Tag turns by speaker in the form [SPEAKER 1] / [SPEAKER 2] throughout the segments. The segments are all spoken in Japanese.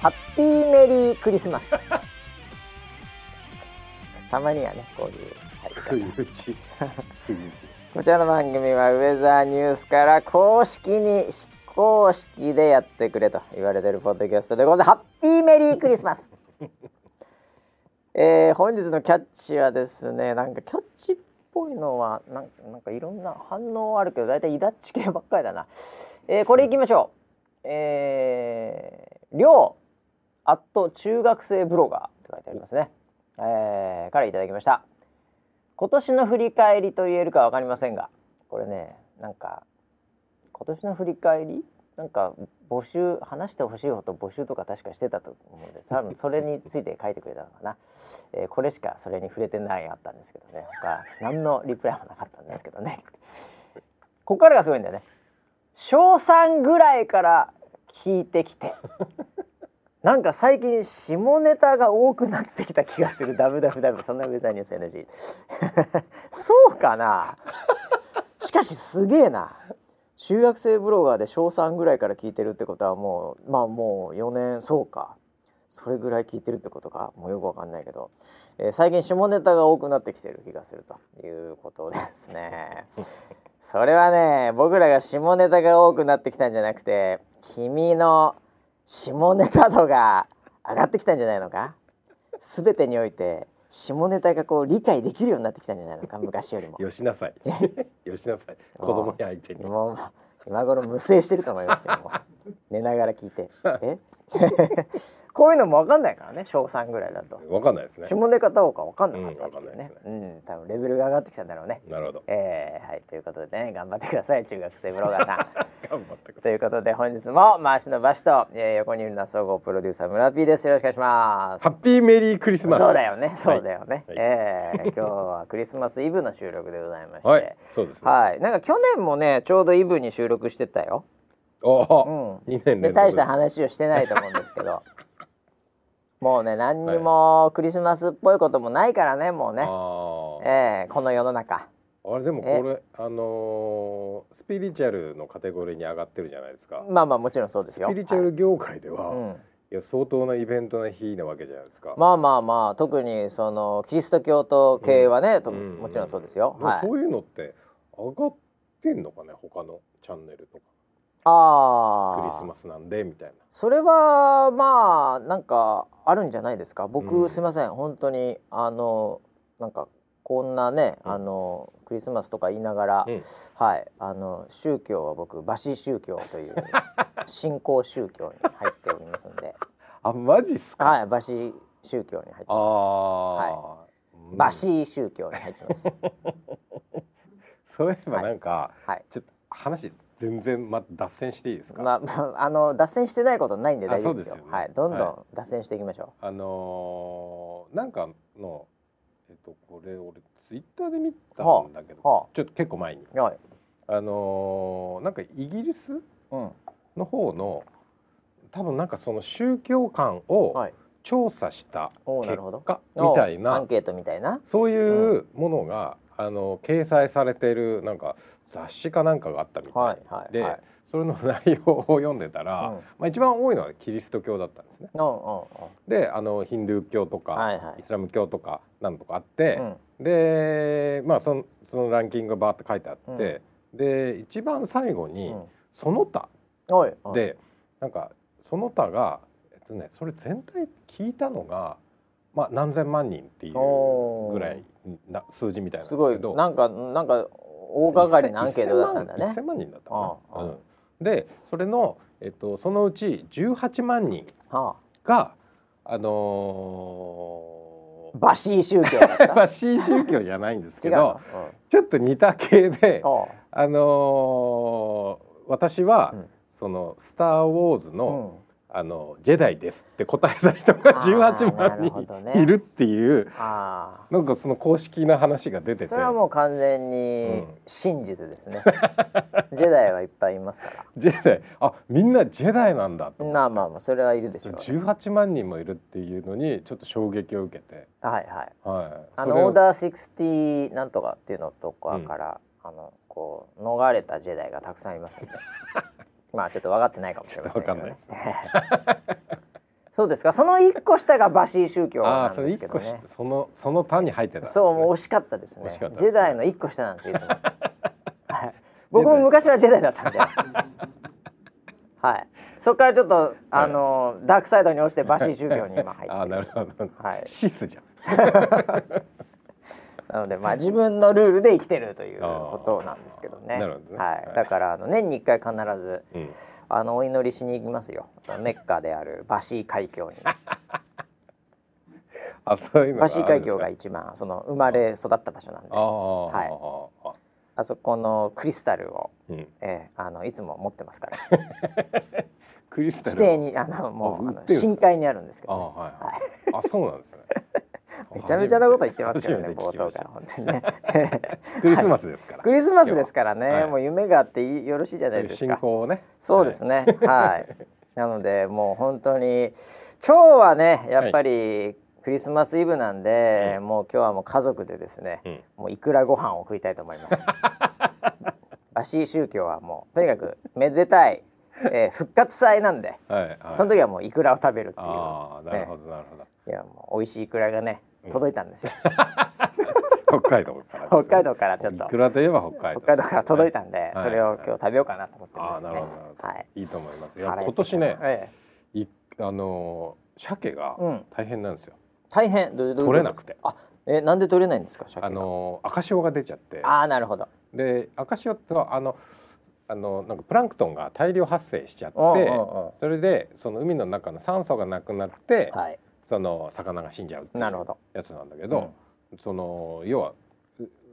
[SPEAKER 1] ハッピーメリークリスマス。たまにはね、こういう入り方。
[SPEAKER 2] 不意打ち。不意打ち。
[SPEAKER 1] こちらの番組はウェザーニュースから公式に非公式でやってくれと言われてるポッドキャストでございます。ハッピーメリークリスマス。 えー、本日のキャッチはですね、なんかキャッチっぽいのはなんかなんかいろんな反応あるけど、だいたいイダッチ系ばっかりだな。 えー、これいきましょう。えー、りょうアット中学生ブロガーって書いてありますね。えー、からいただきました。今年の振り返りと言えるかわかりませんがこれねなんか今年の振り返りなんか募集話してほしいこと募集とか確かしてたと思うんで多分それについて書いてくれたのかな、えーこれしかそれに触れてないあったんですけどね他何のリプライもなかったんですけどねここからがすごいんだよね小3ぐらいから聞いてきてなんか最近下ネタが多くなってきた気がする WWW そんなウェザーニュース NG そうかなしかしすげえな中学生ブロガーで小3ぐらいから聞いてるってことはもうまあもう4年そうかそれぐらい聞いてるってことかもうよくわかんないけど、えー最近下ネタが多くなってきてる気がするということですね。それはね僕らが下ネタが多くなってきたんじゃなくて君の下ネタ度が上がってきたんじゃないのか全てにおいて下ネタがこう理解できるようになってきたんじゃないのか昔よりも。
[SPEAKER 2] よし なさい。よしなさい。子供に相手に。
[SPEAKER 1] もう今頃無声してると思いますよ。も う寝ながら聞いて。え こういうのもわかんないからね小3ぐらいだと。
[SPEAKER 2] わかんないですね。
[SPEAKER 1] 下ネタどうかわかんなかったっていうね。う、
[SPEAKER 2] うん
[SPEAKER 1] 多分レベルが上がってきたんだろうね。
[SPEAKER 2] なるほど。
[SPEAKER 1] えー、はいということでね頑張ってください中学生ブロガーさん。
[SPEAKER 2] 頑張ってくだ
[SPEAKER 1] ということで本日も回しのバシと、えー、横にいるのは総合プロデューサー村 P ですよろしくお願いします
[SPEAKER 2] さい。ハ。ッピーメリークリスマス。
[SPEAKER 1] そうだよね、そうだよね。
[SPEAKER 2] はい
[SPEAKER 1] えー今日はクリスマスイブの収録でございまして、
[SPEAKER 2] は。
[SPEAKER 1] はい
[SPEAKER 2] はい
[SPEAKER 1] い、、
[SPEAKER 2] そうですね。
[SPEAKER 1] なんか去年もね、ちょうどイブに収録してたよ。
[SPEAKER 2] お
[SPEAKER 1] うん
[SPEAKER 2] お、二年
[SPEAKER 1] で、
[SPEAKER 2] 連続
[SPEAKER 1] 大した
[SPEAKER 2] です
[SPEAKER 1] 話をしてないと思うんですけ ど。もうね、何にもクリスマスっぽいこともないからね、もうね。
[SPEAKER 2] あー
[SPEAKER 1] えーこの世の中。
[SPEAKER 2] あれでもこれあのースピリチュアルのカテゴリーに上がってるじゃないですか。
[SPEAKER 1] まあまあ、もちろんそうです
[SPEAKER 2] ス
[SPEAKER 1] よ。
[SPEAKER 2] ピリチュアル業界では、
[SPEAKER 1] はいいうん
[SPEAKER 2] や相当なイベントな日なわけじゃないですか。
[SPEAKER 1] まあまあまあ、特にそのキリスト教と系はね、と
[SPEAKER 2] うん
[SPEAKER 1] もちろんそうですよ。
[SPEAKER 2] でも
[SPEAKER 1] はい。
[SPEAKER 2] そういうのって上がってんのかね他のチャンネル
[SPEAKER 1] あ
[SPEAKER 2] とか
[SPEAKER 1] あ。
[SPEAKER 2] クリスマスなんでみたい
[SPEAKER 1] それはまあなんかあるんじゃないですか僕、
[SPEAKER 2] うん
[SPEAKER 1] すいません本当にあのなんかこんなね、
[SPEAKER 2] うん
[SPEAKER 1] あのクリスマスとか言いながら、
[SPEAKER 2] な。うん
[SPEAKER 1] はいあの宗教は僕バシ宗教という 信仰宗教に入っておりますんで
[SPEAKER 2] あマジっすか。
[SPEAKER 1] はいバシ宗教に入って
[SPEAKER 2] あ
[SPEAKER 1] ま
[SPEAKER 2] あ、
[SPEAKER 1] す
[SPEAKER 2] うん
[SPEAKER 1] バシ宗教に入って ます、
[SPEAKER 2] そういえばなんか、
[SPEAKER 1] はい
[SPEAKER 2] ちょっと話全然ま脱線していいですか。
[SPEAKER 1] まあ、まあ、あの脱線してないことないんで大丈夫ですよ
[SPEAKER 2] あそうですよね
[SPEAKER 1] はいどんど
[SPEAKER 2] はい
[SPEAKER 1] ん脱線していきましょ
[SPEAKER 2] あのーなんかのえっとこれ俺ツイッターで見たんだけど、
[SPEAKER 1] はあはあ
[SPEAKER 2] ちょっと結構前に
[SPEAKER 1] うはい、
[SPEAKER 2] あのーなんかイギリス
[SPEAKER 1] うん
[SPEAKER 2] の方の多分なんかその宗教観を
[SPEAKER 1] はい、
[SPEAKER 2] 調査した
[SPEAKER 1] おーな
[SPEAKER 2] 結
[SPEAKER 1] るほど
[SPEAKER 2] 果みたい
[SPEAKER 1] おア
[SPEAKER 2] な
[SPEAKER 1] ンケートみたいな
[SPEAKER 2] そういうものが、あの掲載されてるなんか雑誌かなんかがあったみた
[SPEAKER 1] はいいはい
[SPEAKER 2] で、
[SPEAKER 1] はい
[SPEAKER 2] それの内容を読んでたら、
[SPEAKER 1] うん
[SPEAKER 2] まあ、一番多いのはキリスト教だったんですね。
[SPEAKER 1] うんうんうん
[SPEAKER 2] であのヒンドゥー教とか、
[SPEAKER 1] はいはい
[SPEAKER 2] イスラム教とかなんとかあって
[SPEAKER 1] う、ん
[SPEAKER 2] で、まあ、そのそのランキングがバーって書いてあって、で一番最後に、
[SPEAKER 1] うん
[SPEAKER 2] その他
[SPEAKER 1] おいおい
[SPEAKER 2] でなんかその他が、えっとね、それ全体聞いたのが、まあ、何千万人っていうぐらいな数字みたいなんですす
[SPEAKER 1] ご
[SPEAKER 2] け
[SPEAKER 1] い
[SPEAKER 2] ど
[SPEAKER 1] なんかなんか大掛かりなアンケートだったんだ
[SPEAKER 2] 1000
[SPEAKER 1] ね。
[SPEAKER 2] 万人だったかな
[SPEAKER 1] ああ
[SPEAKER 2] うんでそれの、えっと、そのうち18万人
[SPEAKER 1] は
[SPEAKER 2] があの
[SPEAKER 1] あ、バシー宗教だっ
[SPEAKER 2] ー、ま
[SPEAKER 1] た。
[SPEAKER 2] あ新宗教じゃないんです
[SPEAKER 1] 違
[SPEAKER 2] け
[SPEAKER 1] うの
[SPEAKER 2] ど。ちょっと似た系で
[SPEAKER 1] うん、おう
[SPEAKER 2] あのー私は、
[SPEAKER 1] うん
[SPEAKER 2] その「スター・ウォーズの」
[SPEAKER 1] うん
[SPEAKER 2] あのジェダイですって答えた人が
[SPEAKER 1] あー
[SPEAKER 2] 18
[SPEAKER 1] なるほど
[SPEAKER 2] 万
[SPEAKER 1] ね
[SPEAKER 2] 人いるっていう
[SPEAKER 1] あ
[SPEAKER 2] なんかその公式な話が出
[SPEAKER 1] あ、
[SPEAKER 2] てて
[SPEAKER 1] それはもう完全に
[SPEAKER 2] うん
[SPEAKER 1] 真実ですね。ジェダイはいっぱいいますから。
[SPEAKER 2] ジェダイあみんなジェダイなんだと
[SPEAKER 1] まあまあまあそれはいるでしょうね。
[SPEAKER 2] 18万人もいるっていうのにちょっと衝撃を受けて、
[SPEAKER 1] はいはい。
[SPEAKER 2] はい、
[SPEAKER 1] あ
[SPEAKER 2] それ
[SPEAKER 1] の
[SPEAKER 2] を
[SPEAKER 1] オーダー60なんとかっていうのとかから、あのこう逃れたジェダイがた くさんいますのでまあちょっと分かってないかもしれませんけど、ね、
[SPEAKER 2] ちょっと分かんないです
[SPEAKER 1] そそうですかその一個下がバシー宗教
[SPEAKER 2] あ
[SPEAKER 1] な
[SPEAKER 2] あー
[SPEAKER 1] ん
[SPEAKER 2] それ
[SPEAKER 1] です
[SPEAKER 2] 一
[SPEAKER 1] け
[SPEAKER 2] 個
[SPEAKER 1] ど
[SPEAKER 2] し
[SPEAKER 1] ね
[SPEAKER 2] そのその単に入ってたんです、ね、
[SPEAKER 1] そうもう惜しかったですね
[SPEAKER 2] 惜しかったで
[SPEAKER 1] ジ
[SPEAKER 2] すね
[SPEAKER 1] ェダイの一個下なんですよい つもはい僕も昔はジェダイだったんではいそこからちょっとあの、ダークサイドに落ちてバシー宗教に今入って
[SPEAKER 2] ああなるほど、
[SPEAKER 1] はい
[SPEAKER 2] シスじゃん
[SPEAKER 1] なのでまあ自分のルールで生きてるということなんですけどね。
[SPEAKER 2] あーなるほどね
[SPEAKER 1] は。
[SPEAKER 2] はいい
[SPEAKER 1] だからあの年に一回必ず
[SPEAKER 2] うん
[SPEAKER 1] あのお祈りしに行きますよ。あのメッカであるバシー海 峡に。
[SPEAKER 2] あそういうのが
[SPEAKER 1] バ
[SPEAKER 2] あるんです
[SPEAKER 1] シ
[SPEAKER 2] か
[SPEAKER 1] ー海峡が一番その生まれ育った場所なんで、
[SPEAKER 2] ああ、
[SPEAKER 1] はい
[SPEAKER 2] ああ
[SPEAKER 1] あそこのクリスタルを、
[SPEAKER 2] うん、
[SPEAKER 1] えー、あのいつも持ってます から。
[SPEAKER 2] クリスタ
[SPEAKER 1] 地
[SPEAKER 2] ルを
[SPEAKER 1] 底にあのもう
[SPEAKER 2] あ
[SPEAKER 1] あ
[SPEAKER 2] 売ってるん
[SPEAKER 1] の
[SPEAKER 2] ですか
[SPEAKER 1] 深海にあるんですけ
[SPEAKER 2] あ
[SPEAKER 1] ど、ね。
[SPEAKER 2] はい、はい、あそうなんですね
[SPEAKER 1] めちゃめちゃなこと言ってますけどね
[SPEAKER 2] 初めて
[SPEAKER 1] 冒
[SPEAKER 2] 聞きま
[SPEAKER 1] 頭
[SPEAKER 2] し
[SPEAKER 1] か
[SPEAKER 2] た
[SPEAKER 1] ら本当にね。
[SPEAKER 2] クリスマスですから、
[SPEAKER 1] クリスマスですからね、
[SPEAKER 2] はい
[SPEAKER 1] もう夢があっていいよろしいじゃないです
[SPEAKER 2] 信
[SPEAKER 1] か。
[SPEAKER 2] 仰をね
[SPEAKER 1] そうですね。はい。なのでもう本当に今日はねやっぱりクリスマスイブなんで、
[SPEAKER 2] うん
[SPEAKER 1] もう今日はもう家族でですね、
[SPEAKER 2] うん
[SPEAKER 1] もういくらご飯を食いたいと思い ます。バシー宗教はもうとにかくめでたい、えー復活祭なんで、
[SPEAKER 2] はいはい、
[SPEAKER 1] その時はもういくらを食べるっていう。
[SPEAKER 2] ああなるほどなるほど、
[SPEAKER 1] いやもう美味しいイクラがね
[SPEAKER 2] うん
[SPEAKER 1] 届いたん ですよ、
[SPEAKER 2] 北海道からですね、
[SPEAKER 1] 北海道からちょっと
[SPEAKER 2] いくらといえば北海道、
[SPEAKER 1] 北海道から届いたんで、
[SPEAKER 2] はい
[SPEAKER 1] それを今日食べようかなと思ってるんで
[SPEAKER 2] あ
[SPEAKER 1] す
[SPEAKER 2] あ
[SPEAKER 1] よ
[SPEAKER 2] な
[SPEAKER 1] ね
[SPEAKER 2] るほどなるほど、
[SPEAKER 1] はい、
[SPEAKER 2] い、いと思いますい
[SPEAKER 1] 腹
[SPEAKER 2] や
[SPEAKER 1] 減
[SPEAKER 2] 今年ね
[SPEAKER 1] ええ
[SPEAKER 2] いあのー鮭が
[SPEAKER 1] うん
[SPEAKER 2] 大変なんですよ、
[SPEAKER 1] 大変どうどういうこと
[SPEAKER 2] 取れなくて
[SPEAKER 1] あえなんで取れないんですか鮭が
[SPEAKER 2] あのー赤潮が出ちゃって
[SPEAKER 1] あーなるほど
[SPEAKER 2] で赤潮ってのはあのあのなんかプランクトンが大量発生しちゃって
[SPEAKER 1] うんうんうん
[SPEAKER 2] それでその海の中の酸素がなくなって、
[SPEAKER 1] はい
[SPEAKER 2] その魚が死んじゃうっていう
[SPEAKER 1] なるほど
[SPEAKER 2] やつなんだけど、その要は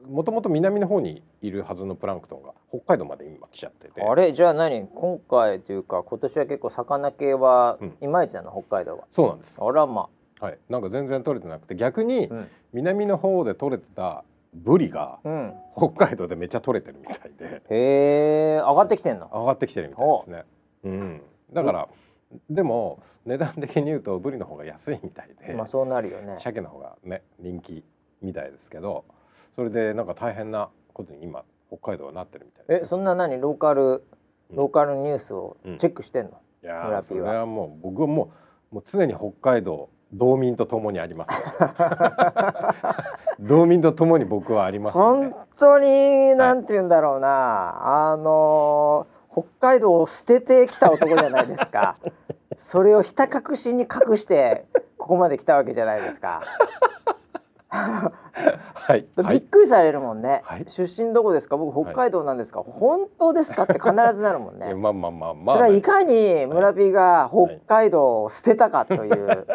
[SPEAKER 2] もともと南の方にいるはずのプランクトンが北海道まで今来ちゃってて
[SPEAKER 1] あれじゃあ何今回というか今年は結構魚系は
[SPEAKER 2] うん
[SPEAKER 1] いまいちなの北海道は、
[SPEAKER 2] そうなんです、
[SPEAKER 1] あらま
[SPEAKER 2] はい、なんか全然取れてなくて逆に
[SPEAKER 1] うん、
[SPEAKER 2] 南の方で取れてたブリが
[SPEAKER 1] うん、
[SPEAKER 2] 北海道でめっちゃ取れてるみたい で
[SPEAKER 1] へえ上がってきてんの
[SPEAKER 2] 上がってきてるみたいですね、うん、だからでも値段的に言うとブリの方が安いみたいで、
[SPEAKER 1] まあそうなるよね
[SPEAKER 2] 鮭の方がね人気みたいですけどそれでなんか大変なことに今北海道はなってるみたいです
[SPEAKER 1] え
[SPEAKER 2] よ
[SPEAKER 1] そんな何ローカル
[SPEAKER 2] うん
[SPEAKER 1] ローカルニュースをチェックしてんの、
[SPEAKER 2] いや
[SPEAKER 1] 村
[SPEAKER 2] ーそ
[SPEAKER 1] ピー
[SPEAKER 2] れ
[SPEAKER 1] は
[SPEAKER 2] はもう僕はもうもう常に北海道道民と共にあ りますよ道民と共に僕はありますので
[SPEAKER 1] 本当になんて言うんだろうな、あのー北海道を捨ててきた男じゃないです かそれをひた隠しに隠してここまで来たわけじゃないですか、
[SPEAKER 2] はいは
[SPEAKER 1] びっ
[SPEAKER 2] い
[SPEAKER 1] くりされるもんね、
[SPEAKER 2] はい
[SPEAKER 1] 出身どこですか僕北海道なんですか、本当ですかって必ずなるもんね
[SPEAKER 2] まあまあまあまあ
[SPEAKER 1] それはいかに村ピーが北海道を捨てたかという、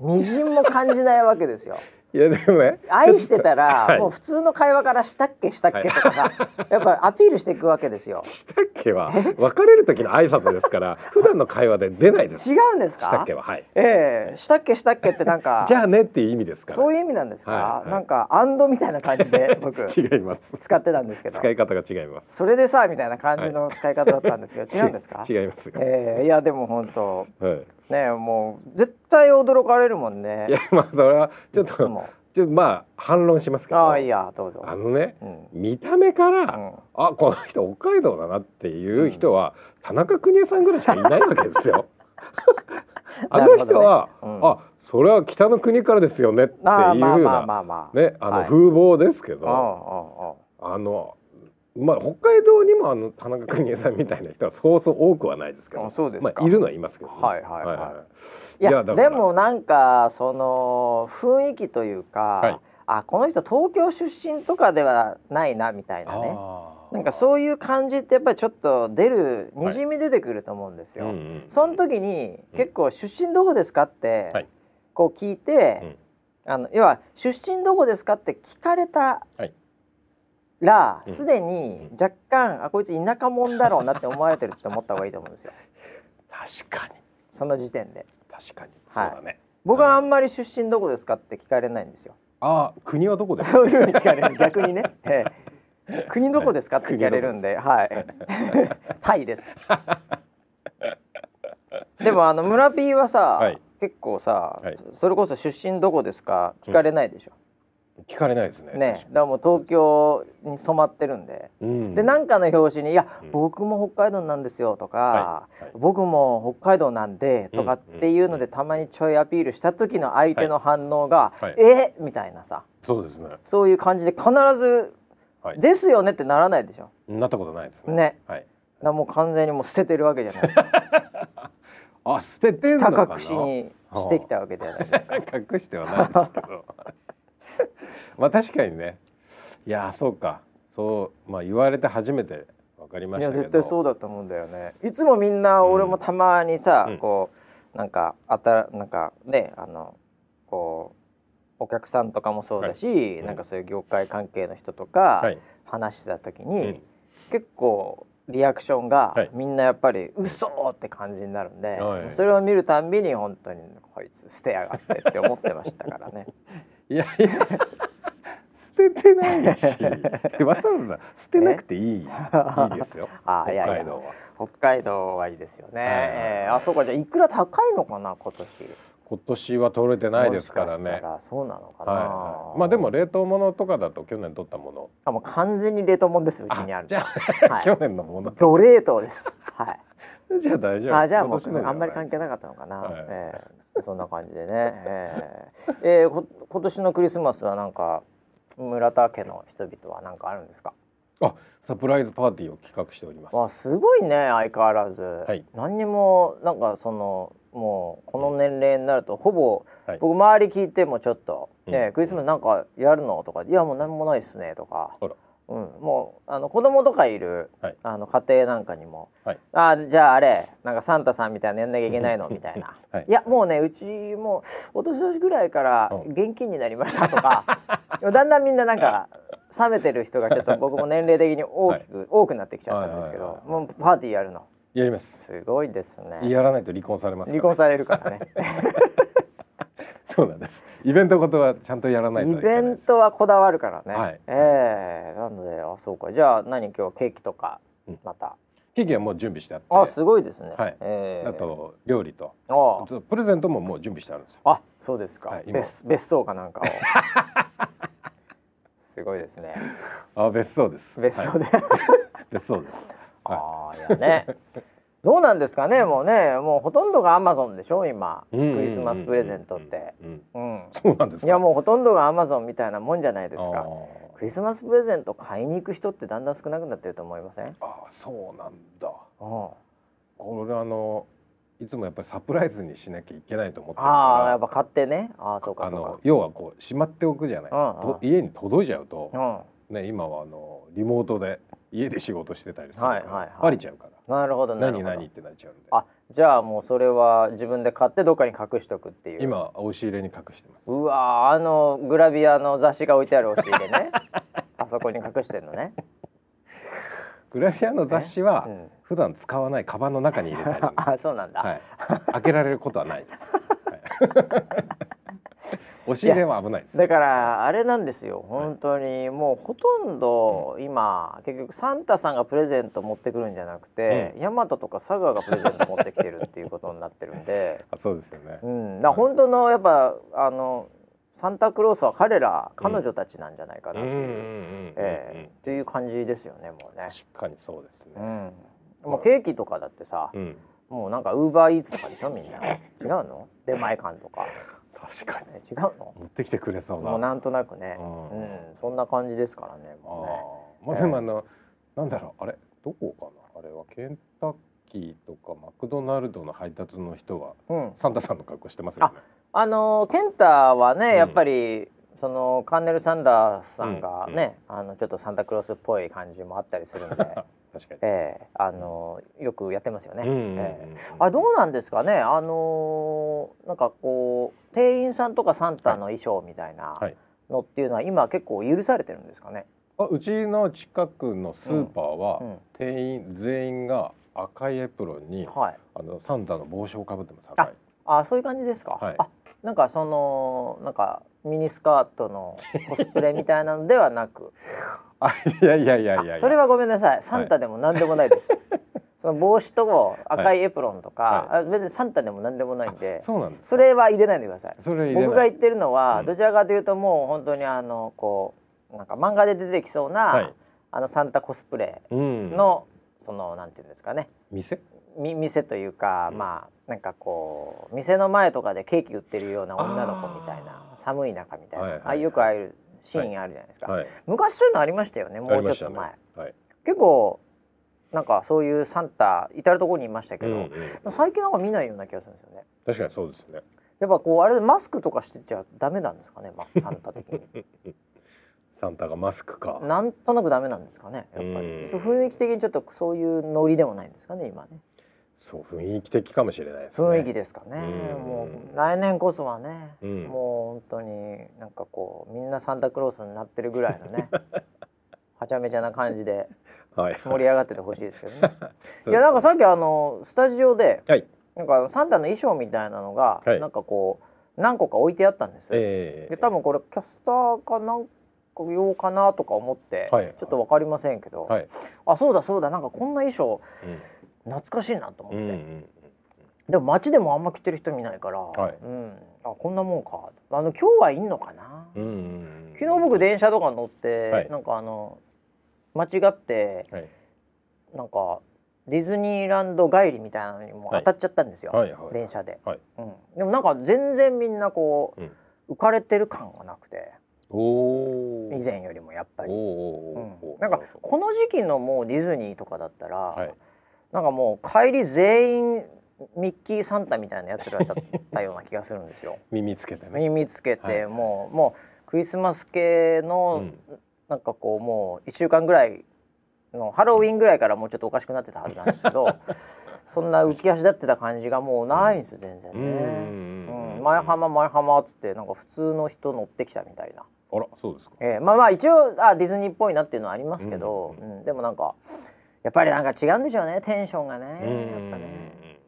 [SPEAKER 1] みじんも感じないわけですよ
[SPEAKER 2] いやでもね
[SPEAKER 1] 愛してたら、
[SPEAKER 2] はい
[SPEAKER 1] もう普通の会話からしたっけしたっけとかさ、やっぱアピールしていくわけですよ。
[SPEAKER 2] したっけは別れる時の挨拶です から普段の会話で出ないですし
[SPEAKER 1] 違うんですか？
[SPEAKER 2] たっけははい
[SPEAKER 1] ええしたっけしたっけってなんか
[SPEAKER 2] じゃあねっていう意味ですから
[SPEAKER 1] そういう意味なんですか？
[SPEAKER 2] はいはい
[SPEAKER 1] なんかアンドみたいな感じで僕
[SPEAKER 2] 違います
[SPEAKER 1] 使ってたんですけど、
[SPEAKER 2] 使い方が違います
[SPEAKER 1] それでさみたいな感じの使い方だったんですけど、違うんですか？
[SPEAKER 2] ち違いますよ
[SPEAKER 1] ええいやでも本当
[SPEAKER 2] はい
[SPEAKER 1] ねもう絶対驚かれるもんね
[SPEAKER 2] い。やまあそれはちょっ
[SPEAKER 1] い
[SPEAKER 2] と
[SPEAKER 1] つも
[SPEAKER 2] ちょっとまあ反論しますけど
[SPEAKER 1] ああいやどうぞ。
[SPEAKER 2] あのね
[SPEAKER 1] うん
[SPEAKER 2] 見た目から、
[SPEAKER 1] うん
[SPEAKER 2] あこの人北海道だなっていう人は、田中邦衛さんぐらいしかいないわけです よ。あの人は、
[SPEAKER 1] なるほどねうん
[SPEAKER 2] あそれは北の国からですよねっていうふうな
[SPEAKER 1] ああまあまあまあまあ。
[SPEAKER 2] ねあ
[SPEAKER 1] は
[SPEAKER 2] の
[SPEAKER 1] い
[SPEAKER 2] 風貌ですけ
[SPEAKER 1] う
[SPEAKER 2] ど、
[SPEAKER 1] んうんうん。
[SPEAKER 2] あのまあ北海道にもあの田中邦衛さんみたいな人はそうそう多くはないですけど、
[SPEAKER 1] あそうですか
[SPEAKER 2] まあいるのはいますけどね、
[SPEAKER 1] はいはいはい
[SPEAKER 2] い
[SPEAKER 1] いや
[SPEAKER 2] やだか
[SPEAKER 1] で
[SPEAKER 2] ら
[SPEAKER 1] もなんかその雰囲気というか、
[SPEAKER 2] い
[SPEAKER 1] あこの人東京出身とかではないなみたいなね
[SPEAKER 2] あー
[SPEAKER 1] なんかそういう感じってやっぱりちょっと出る
[SPEAKER 2] はい
[SPEAKER 1] にじみ出てくると思うんですよ。
[SPEAKER 2] うんうん
[SPEAKER 1] その時に結構出身どこですかって、
[SPEAKER 2] はい
[SPEAKER 1] こう聞いて、
[SPEAKER 2] うん
[SPEAKER 1] あの要は出身どこですかって聞かれた
[SPEAKER 2] はい
[SPEAKER 1] ら
[SPEAKER 2] うん
[SPEAKER 1] すでに若干あこいつ田舎者だろうなって思われてるって思った方がいいと思うんですよ
[SPEAKER 2] 確かに
[SPEAKER 1] その時点で。
[SPEAKER 2] 確かにそうだね、
[SPEAKER 1] 僕はあんまり出身どこですかって聞かれないんですよ。
[SPEAKER 2] あー国はどこで すか
[SPEAKER 1] そういうふうに聞か れる逆にね、ええ国どこですかって聞かれるんで、はい、 タイです。でもあの村 P はさ、
[SPEAKER 2] はい
[SPEAKER 1] 結構さ、
[SPEAKER 2] はい
[SPEAKER 1] それこそ出身どこですか聞かれないでしょ。
[SPEAKER 2] 聞かれないですね。
[SPEAKER 1] ねだからもう東京に染まってるんで、
[SPEAKER 2] うん
[SPEAKER 1] でなんかの表紙に「いや、
[SPEAKER 2] うん
[SPEAKER 1] 僕も北海道なんですよ」とか、
[SPEAKER 2] はいはい
[SPEAKER 1] 僕も北海道なんで」とかっていうので、たまにちょいアピールした時の相手の反応が「
[SPEAKER 2] はい
[SPEAKER 1] えみたいなさ
[SPEAKER 2] そうですね。
[SPEAKER 1] そういう感じで必ず
[SPEAKER 2] は
[SPEAKER 1] 「
[SPEAKER 2] い
[SPEAKER 1] ですよね」ってならないでしょ。
[SPEAKER 2] なったことないですね。
[SPEAKER 1] ねだ
[SPEAKER 2] はい。
[SPEAKER 1] からもう完全にもう捨ててるわけじゃ ないですか
[SPEAKER 2] あ捨ててんの
[SPEAKER 1] 下
[SPEAKER 2] かな。
[SPEAKER 1] 隠しにしてきたわけじゃないですか。
[SPEAKER 2] 隠してはないですけどまあ確かにねいやーそうかそうまあ言われて初めて分かりま
[SPEAKER 1] い
[SPEAKER 2] し
[SPEAKER 1] や
[SPEAKER 2] たけど
[SPEAKER 1] 絶対そうだと思うんだよねいつもみんな俺もたまにさ、
[SPEAKER 2] うん
[SPEAKER 1] こうなんかあたなんかねあのこうお客さんとかもそうだし、
[SPEAKER 2] うん
[SPEAKER 1] なんかそういう業界関係の人とか
[SPEAKER 2] はい
[SPEAKER 1] 話してた時に、
[SPEAKER 2] うん
[SPEAKER 1] 結構リアクションが
[SPEAKER 2] はい
[SPEAKER 1] みんなやっぱり「嘘って感じになるんで、
[SPEAKER 2] はい
[SPEAKER 1] それを見るたんびに本当に「こいつ捨てやがって」って思ってましたからね。
[SPEAKER 2] いやいや 捨ててないしえわざわざ捨てなくていいいいですよ
[SPEAKER 1] あーいや
[SPEAKER 2] 北
[SPEAKER 1] いや
[SPEAKER 2] 海道は
[SPEAKER 1] 北海道はいいですよね。
[SPEAKER 2] はいはいはい
[SPEAKER 1] えーあそうかじゃあいくら高いのかな今年。
[SPEAKER 2] 今年は取れてないですから
[SPEAKER 1] もしし
[SPEAKER 2] ね
[SPEAKER 1] たらそうなのかな。
[SPEAKER 2] はいはい、まあでも冷凍物とかだと去年取ったもの
[SPEAKER 1] あもう完全に冷凍もんですうちにある。
[SPEAKER 2] じゃあ、
[SPEAKER 1] はい
[SPEAKER 2] 去年のもの
[SPEAKER 1] ド冷凍です。は
[SPEAKER 2] じゃあ大丈
[SPEAKER 1] い。
[SPEAKER 2] 夫
[SPEAKER 1] あじゃあも
[SPEAKER 2] 今年の
[SPEAKER 1] う
[SPEAKER 2] じ
[SPEAKER 1] あ
[SPEAKER 2] ゃ
[SPEAKER 1] んまり
[SPEAKER 2] ない
[SPEAKER 1] 関係なかったのかな。
[SPEAKER 2] はい
[SPEAKER 1] えーそんな感じでね。えーえーこ今年のクリスマスはなんか村田家の人々はなんかあるんですか。
[SPEAKER 2] あサプライズパーティーを企画しております
[SPEAKER 1] わすごいね相変わらず。
[SPEAKER 2] い
[SPEAKER 1] 何にもなんかそのもうこの年齢になるとほぼ、
[SPEAKER 2] はい
[SPEAKER 1] 僕周り聞いてもちょっと、
[SPEAKER 2] うん
[SPEAKER 1] ねクリスマスなんかやるの?」とか「いやもう何もないっすね」とか
[SPEAKER 2] あら。
[SPEAKER 1] うん、もうあの子供とかいる、
[SPEAKER 2] はい
[SPEAKER 1] あの家庭なんかにも
[SPEAKER 2] はい
[SPEAKER 1] 「あじゃああれなんかサンタさんみたいなのやんなきゃいけない の?」みたいな「
[SPEAKER 2] はい
[SPEAKER 1] いやもうねうちもうお年年ぐらいから
[SPEAKER 2] うん
[SPEAKER 1] 現金になりました」とか、 だんだんみんななんか冷めてる人がちょっと僕も年齢的に大きく、多くなってきちゃったんですけど、
[SPEAKER 2] はいはいはい
[SPEAKER 1] もうパーティーやるの
[SPEAKER 2] やります
[SPEAKER 1] すごいですね。
[SPEAKER 2] やらないと離婚されますか
[SPEAKER 1] 離
[SPEAKER 2] ら
[SPEAKER 1] 婚されるから ね。
[SPEAKER 2] そうなんですイベントごとはちゃんとやらないとい
[SPEAKER 1] イ
[SPEAKER 2] けな
[SPEAKER 1] ベ
[SPEAKER 2] いで
[SPEAKER 1] ン
[SPEAKER 2] す
[SPEAKER 1] トはこだわるからね。
[SPEAKER 2] はい
[SPEAKER 1] ええなのであそうかじゃあ何今日ケーキとか
[SPEAKER 2] うん
[SPEAKER 1] また、
[SPEAKER 2] ケーキはもう準備してあって
[SPEAKER 1] あすごいですね。
[SPEAKER 2] はい
[SPEAKER 1] ええ
[SPEAKER 2] あと料理と
[SPEAKER 1] あ
[SPEAKER 2] あとプレゼントももう準備してあるんですよ
[SPEAKER 1] あそうですか。
[SPEAKER 2] はい今
[SPEAKER 1] 別別荘か なんかを。すごいですね。
[SPEAKER 2] あ別荘です
[SPEAKER 1] 別荘
[SPEAKER 2] はい
[SPEAKER 1] で。
[SPEAKER 2] 別荘です
[SPEAKER 1] ああいやね。 どうなんですかねもうねもうほとんどがアマゾンでしょ今ク
[SPEAKER 2] うん
[SPEAKER 1] リスマスプレゼントって。
[SPEAKER 2] うんう
[SPEAKER 1] う
[SPEAKER 2] ん
[SPEAKER 1] ん。
[SPEAKER 2] そうなんです
[SPEAKER 1] い
[SPEAKER 2] か
[SPEAKER 1] やもうほとんどがアマゾンみたいなもんじゃないですか。
[SPEAKER 2] あ
[SPEAKER 1] クリスマスプレゼント買いに行く人ってだんだん少なくなってると思いません？うん。
[SPEAKER 2] ーあーそうなんだこれあのいつもやっぱりサプライズにしなきゃいけないと思ってる
[SPEAKER 1] ああやっ
[SPEAKER 2] か
[SPEAKER 1] ぱ買ってね。ああそう
[SPEAKER 2] ら
[SPEAKER 1] か
[SPEAKER 2] あ
[SPEAKER 1] そうか
[SPEAKER 2] の。要はこうしまっておくじゃない
[SPEAKER 1] うんうん
[SPEAKER 2] と家に届いちゃうと
[SPEAKER 1] う
[SPEAKER 2] ね今はあのリモートで家で仕事してたりする
[SPEAKER 1] はい
[SPEAKER 2] か
[SPEAKER 1] はいはい
[SPEAKER 2] らバレちゃうから
[SPEAKER 1] ん。なるほどなる
[SPEAKER 2] 何
[SPEAKER 1] ほど。
[SPEAKER 2] 何ってなっちゃうんで
[SPEAKER 1] あじゃあもうそれは自分で買ってどっかに隠しとくっていう。
[SPEAKER 2] 今押し入れに隠してます
[SPEAKER 1] うわーあのグラビアの雑誌が置いてある押し入れ ね。あそこに隠してんのね。
[SPEAKER 2] グラビアの雑誌は
[SPEAKER 1] えうん
[SPEAKER 2] 普段使わないカバンの中に入れ たり、
[SPEAKER 1] あそうなんだ。
[SPEAKER 2] はい、開けられることはないです、 はい、押し入れは危ないです
[SPEAKER 1] だからあれなんですよ本当にもうほとんど今結局サンタさんがプレゼント持ってくるんじゃなくて、ヤマトとか佐賀がプレゼント持ってきてるっていうことになってるん で、
[SPEAKER 2] あそうですよね
[SPEAKER 1] うん、だから本当のやっぱあのサンタクロースは彼ら彼女たちなんじゃないかな
[SPEAKER 2] う
[SPEAKER 1] っ
[SPEAKER 2] ん
[SPEAKER 1] て
[SPEAKER 2] うん
[SPEAKER 1] いう、
[SPEAKER 2] うんう
[SPEAKER 1] え
[SPEAKER 2] ん、
[SPEAKER 1] えという感じですよねもうね。
[SPEAKER 2] 確かにそうです
[SPEAKER 1] う
[SPEAKER 2] ね、
[SPEAKER 1] んもうケーキとかだってさ、
[SPEAKER 2] うん、
[SPEAKER 1] もうなんかウーバーイーツとかでしょみ んな違うの出前館とか
[SPEAKER 2] 確かに
[SPEAKER 1] え違うの
[SPEAKER 2] 持ってきてくれそうな
[SPEAKER 1] もうなんとなくね、
[SPEAKER 2] う
[SPEAKER 1] うん
[SPEAKER 2] ん
[SPEAKER 1] そんな感じですからね
[SPEAKER 2] あ
[SPEAKER 1] もうね。
[SPEAKER 2] ーまあでもあの、なんだろうあれどこかなあれはケンタッキーとかマクドナルドの配達の人は
[SPEAKER 1] うん、
[SPEAKER 2] サンタさんの格好してますよね
[SPEAKER 1] あのケンタはね、
[SPEAKER 2] うん
[SPEAKER 1] やっぱりそのカーネル・サンダースさんがね、あのちょっとサンタクロースっぽい感じもあったりす るんで、
[SPEAKER 2] 確かに
[SPEAKER 1] ええあのよくやってますよね。
[SPEAKER 2] うんうんうん
[SPEAKER 1] ええあどうなんですかね、あのなんかこう店員さんとかサンタの衣装みたいな
[SPEAKER 2] はい
[SPEAKER 1] のっていうのは今結構許されてるんですかね。
[SPEAKER 2] あうちの近くのスーパー
[SPEAKER 1] う
[SPEAKER 2] は
[SPEAKER 1] ん
[SPEAKER 2] 店員全員が赤いエプロンに
[SPEAKER 1] はい。
[SPEAKER 2] あのサンタの帽子をかぶってます赤い
[SPEAKER 1] あそういう感じですか。
[SPEAKER 2] はい
[SPEAKER 1] あなんかそのなんかミニスカートのコスプレみたいなのではなく。
[SPEAKER 2] あいやいやいやいやいや
[SPEAKER 1] あそれはごめんなさい。サンタでもなんでもないです。その帽子と赤
[SPEAKER 2] はい
[SPEAKER 1] エプロンとか、
[SPEAKER 2] は
[SPEAKER 1] あ別にサンタでも何でもないんで、
[SPEAKER 2] そうなんです
[SPEAKER 1] それは入れないでください。
[SPEAKER 2] それ入れない
[SPEAKER 1] 僕が言ってるのは、
[SPEAKER 2] うん
[SPEAKER 1] どちらかというともう本当にあのこうなんか漫画で出てきそうな、
[SPEAKER 2] はい
[SPEAKER 1] あのサンタコスプレ
[SPEAKER 2] うん
[SPEAKER 1] の、そのなんていうんですかね
[SPEAKER 2] 店
[SPEAKER 1] み店というか、
[SPEAKER 2] うん
[SPEAKER 1] まあなんかこう店の前とかでケーキ売ってるような女の子みたいな
[SPEAKER 2] あー
[SPEAKER 1] 寒い中みたいな、
[SPEAKER 2] はいはいはい
[SPEAKER 1] ああよくああいうシーンあるじゃないですか、
[SPEAKER 2] はい
[SPEAKER 1] 昔そういうのありましたよねもう
[SPEAKER 2] あ
[SPEAKER 1] ち
[SPEAKER 2] り
[SPEAKER 1] ょ
[SPEAKER 2] ま
[SPEAKER 1] っ
[SPEAKER 2] した
[SPEAKER 1] と
[SPEAKER 2] ね
[SPEAKER 1] 前、
[SPEAKER 2] はい
[SPEAKER 1] 結構なんかそういうサンタ至る所にいましたけ
[SPEAKER 2] う
[SPEAKER 1] ど、
[SPEAKER 2] んうん
[SPEAKER 1] 最近なんか見ないような気がするんですよね
[SPEAKER 2] 確かにそうですね
[SPEAKER 1] やっぱこうあれでマスクとかしてちゃダメなんですかね、まあ、サンタ的 に
[SPEAKER 2] サンタがマスクか
[SPEAKER 1] なんとなくダメなんですかねやっぱり
[SPEAKER 2] うん
[SPEAKER 1] そう雰囲気的にちょっとそういうノリでもないんですかね今ね
[SPEAKER 2] そう雰囲気的かもしれないですね
[SPEAKER 1] 雰囲気ですかね
[SPEAKER 2] うん
[SPEAKER 1] もう来年こそはね、
[SPEAKER 2] うん
[SPEAKER 1] もう本当になんかこうみんなサンタクロースになってるぐらいの ねはちゃめちゃな感じで
[SPEAKER 2] はい
[SPEAKER 1] 盛り上がっててほしいですけどね
[SPEAKER 2] そうです
[SPEAKER 1] いやなんかさっきあのスタジオで
[SPEAKER 2] はい
[SPEAKER 1] なんかサンタの衣装みたいなのが、
[SPEAKER 2] はい
[SPEAKER 1] なんかこう何個か置いてあったんですよ、
[SPEAKER 2] ええ
[SPEAKER 1] で多分これキャスターかなんか用かなとか思って、
[SPEAKER 2] はい
[SPEAKER 1] ちょっと分かりませんけど、
[SPEAKER 2] はい
[SPEAKER 1] あそうだそうだなんかこんな衣装懐かしいなと思っ
[SPEAKER 2] う
[SPEAKER 1] て、
[SPEAKER 2] んうんうん
[SPEAKER 1] でも街でもあんま着てる人見ないから、
[SPEAKER 2] はい
[SPEAKER 1] うん、あこんなもんかあの今日はいんのかな、
[SPEAKER 2] うんうんうん
[SPEAKER 1] 昨日僕電車とか乗って、
[SPEAKER 2] はい
[SPEAKER 1] なんかあの間違って
[SPEAKER 2] はい
[SPEAKER 1] なんかディズニーランド帰りみたいなのにも当たっちゃったんですよ、
[SPEAKER 2] はいはい
[SPEAKER 1] 電車で、
[SPEAKER 2] はい
[SPEAKER 1] うん、でもなんか全然みんなこう、
[SPEAKER 2] うん
[SPEAKER 1] 浮かれてる感がなくて
[SPEAKER 2] おお
[SPEAKER 1] 以前よりもやっぱり、
[SPEAKER 2] お
[SPEAKER 1] う
[SPEAKER 2] ーおーおーお
[SPEAKER 1] ん、
[SPEAKER 2] ー
[SPEAKER 1] なんかこの時期のもうディズニーとかだったら、
[SPEAKER 2] はい
[SPEAKER 1] なんかもう帰り全員ミッキーサンタみたいなやつらだったような気がするんですよ。
[SPEAKER 2] 耳つけてね
[SPEAKER 1] 身につけて、
[SPEAKER 2] はい
[SPEAKER 1] もうもうクリスマス系の、なんかこうもう1週間ぐらいのハロウィンぐらいからもうちょっとおかしくなってたはずなんですけ どそんな浮き足立ってた感じがもうないんですよ全
[SPEAKER 2] う
[SPEAKER 1] 然ね。
[SPEAKER 2] んうん
[SPEAKER 1] うん、前浜前浜っつってなんか普通の人乗ってきたみたいな、
[SPEAKER 2] あらそうですか
[SPEAKER 1] ええまあまあ一応あディズニーっぽいなっていうのはありますけど、う
[SPEAKER 2] うん
[SPEAKER 1] でもなんかやっぱりなんか違うんでしょうねテンションがね
[SPEAKER 2] うんうん
[SPEAKER 1] やっぱね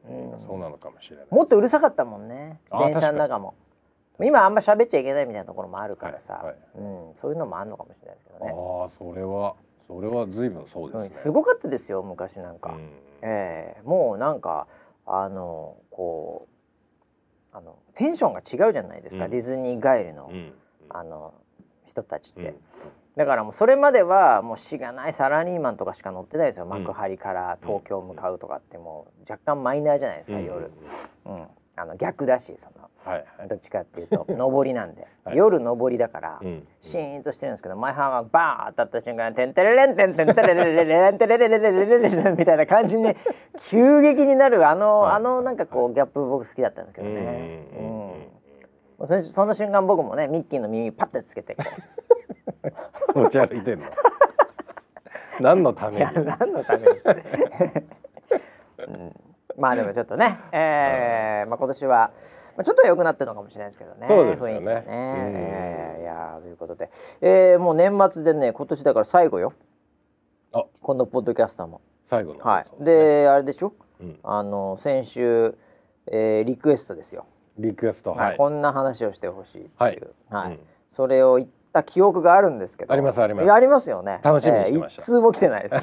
[SPEAKER 2] うんう
[SPEAKER 1] うん
[SPEAKER 2] んそうなのかもしれない
[SPEAKER 1] もっとうるさかったもんね
[SPEAKER 2] あ
[SPEAKER 1] 電車の中も今あんま喋っちゃいけないみたいなところもあるからさ、
[SPEAKER 2] はいはい
[SPEAKER 1] うん、そういうのもあるのかもしれないですけどね
[SPEAKER 2] ああそれはそれは随分そうです
[SPEAKER 1] うん
[SPEAKER 2] ね
[SPEAKER 1] すごかったですよ昔なんか、
[SPEAKER 2] うん
[SPEAKER 1] ええもうなんかあのこうあのテンションが違うじゃないですか、
[SPEAKER 2] うん
[SPEAKER 1] ディズニー帰りの,、
[SPEAKER 2] うん
[SPEAKER 1] あの人たちって、
[SPEAKER 2] うん
[SPEAKER 1] だからもうそれまではもうしがないサラリーマンとかしか乗ってないですよ、幕張から東京向かうとかってもう若干マイナーじゃないですか、
[SPEAKER 2] うん
[SPEAKER 1] 夜、うん、あの逆だしその
[SPEAKER 2] はいはい
[SPEAKER 1] どっちかっていう と上りなんで、
[SPEAKER 2] はい
[SPEAKER 1] 夜上りだから、
[SPEAKER 2] うん
[SPEAKER 1] シーンとしてるんですけど前半はバーン当たった瞬間に「テンテレレンテンテンテレレレレレンテレレレレレレレレ」みたいな感じに急激になるあの、
[SPEAKER 2] はい
[SPEAKER 1] あのなんかこうギャップ僕好きだったんですけ
[SPEAKER 2] う
[SPEAKER 1] ど
[SPEAKER 2] ん
[SPEAKER 1] ね。う
[SPEAKER 2] うんんうん
[SPEAKER 1] そのその瞬間僕もねミッキーの耳パッてつけてこ
[SPEAKER 2] 持ち歩い てんの何のた
[SPEAKER 1] うい
[SPEAKER 2] めに
[SPEAKER 1] や何のために、うんまあでもちょっとね、えーまあ、今年は、まあ、ちょっとは良くなってるのかもしれないですけどね
[SPEAKER 2] そうです
[SPEAKER 1] 雰囲
[SPEAKER 2] よね
[SPEAKER 1] 気がね、
[SPEAKER 2] うん
[SPEAKER 1] えーいやーということで、えーもう年末でね今年だから最後よ
[SPEAKER 2] あ
[SPEAKER 1] このポッドキャスターも。
[SPEAKER 2] 最後の
[SPEAKER 1] はい、
[SPEAKER 2] そう
[SPEAKER 1] で,、
[SPEAKER 2] すね
[SPEAKER 1] あれでしょ
[SPEAKER 2] うん
[SPEAKER 1] あの先週、えーリクエストですよ、
[SPEAKER 2] リクエスト
[SPEAKER 1] はい
[SPEAKER 2] はい
[SPEAKER 1] こんな話をしてほしいっていう、
[SPEAKER 2] はい
[SPEAKER 1] はい
[SPEAKER 2] うん
[SPEAKER 1] それを言った記憶があるんですけど
[SPEAKER 2] ありますあります
[SPEAKER 1] いやありますよね
[SPEAKER 2] 楽しみにしてまし
[SPEAKER 1] えー一
[SPEAKER 2] た
[SPEAKER 1] 通も来てない ですね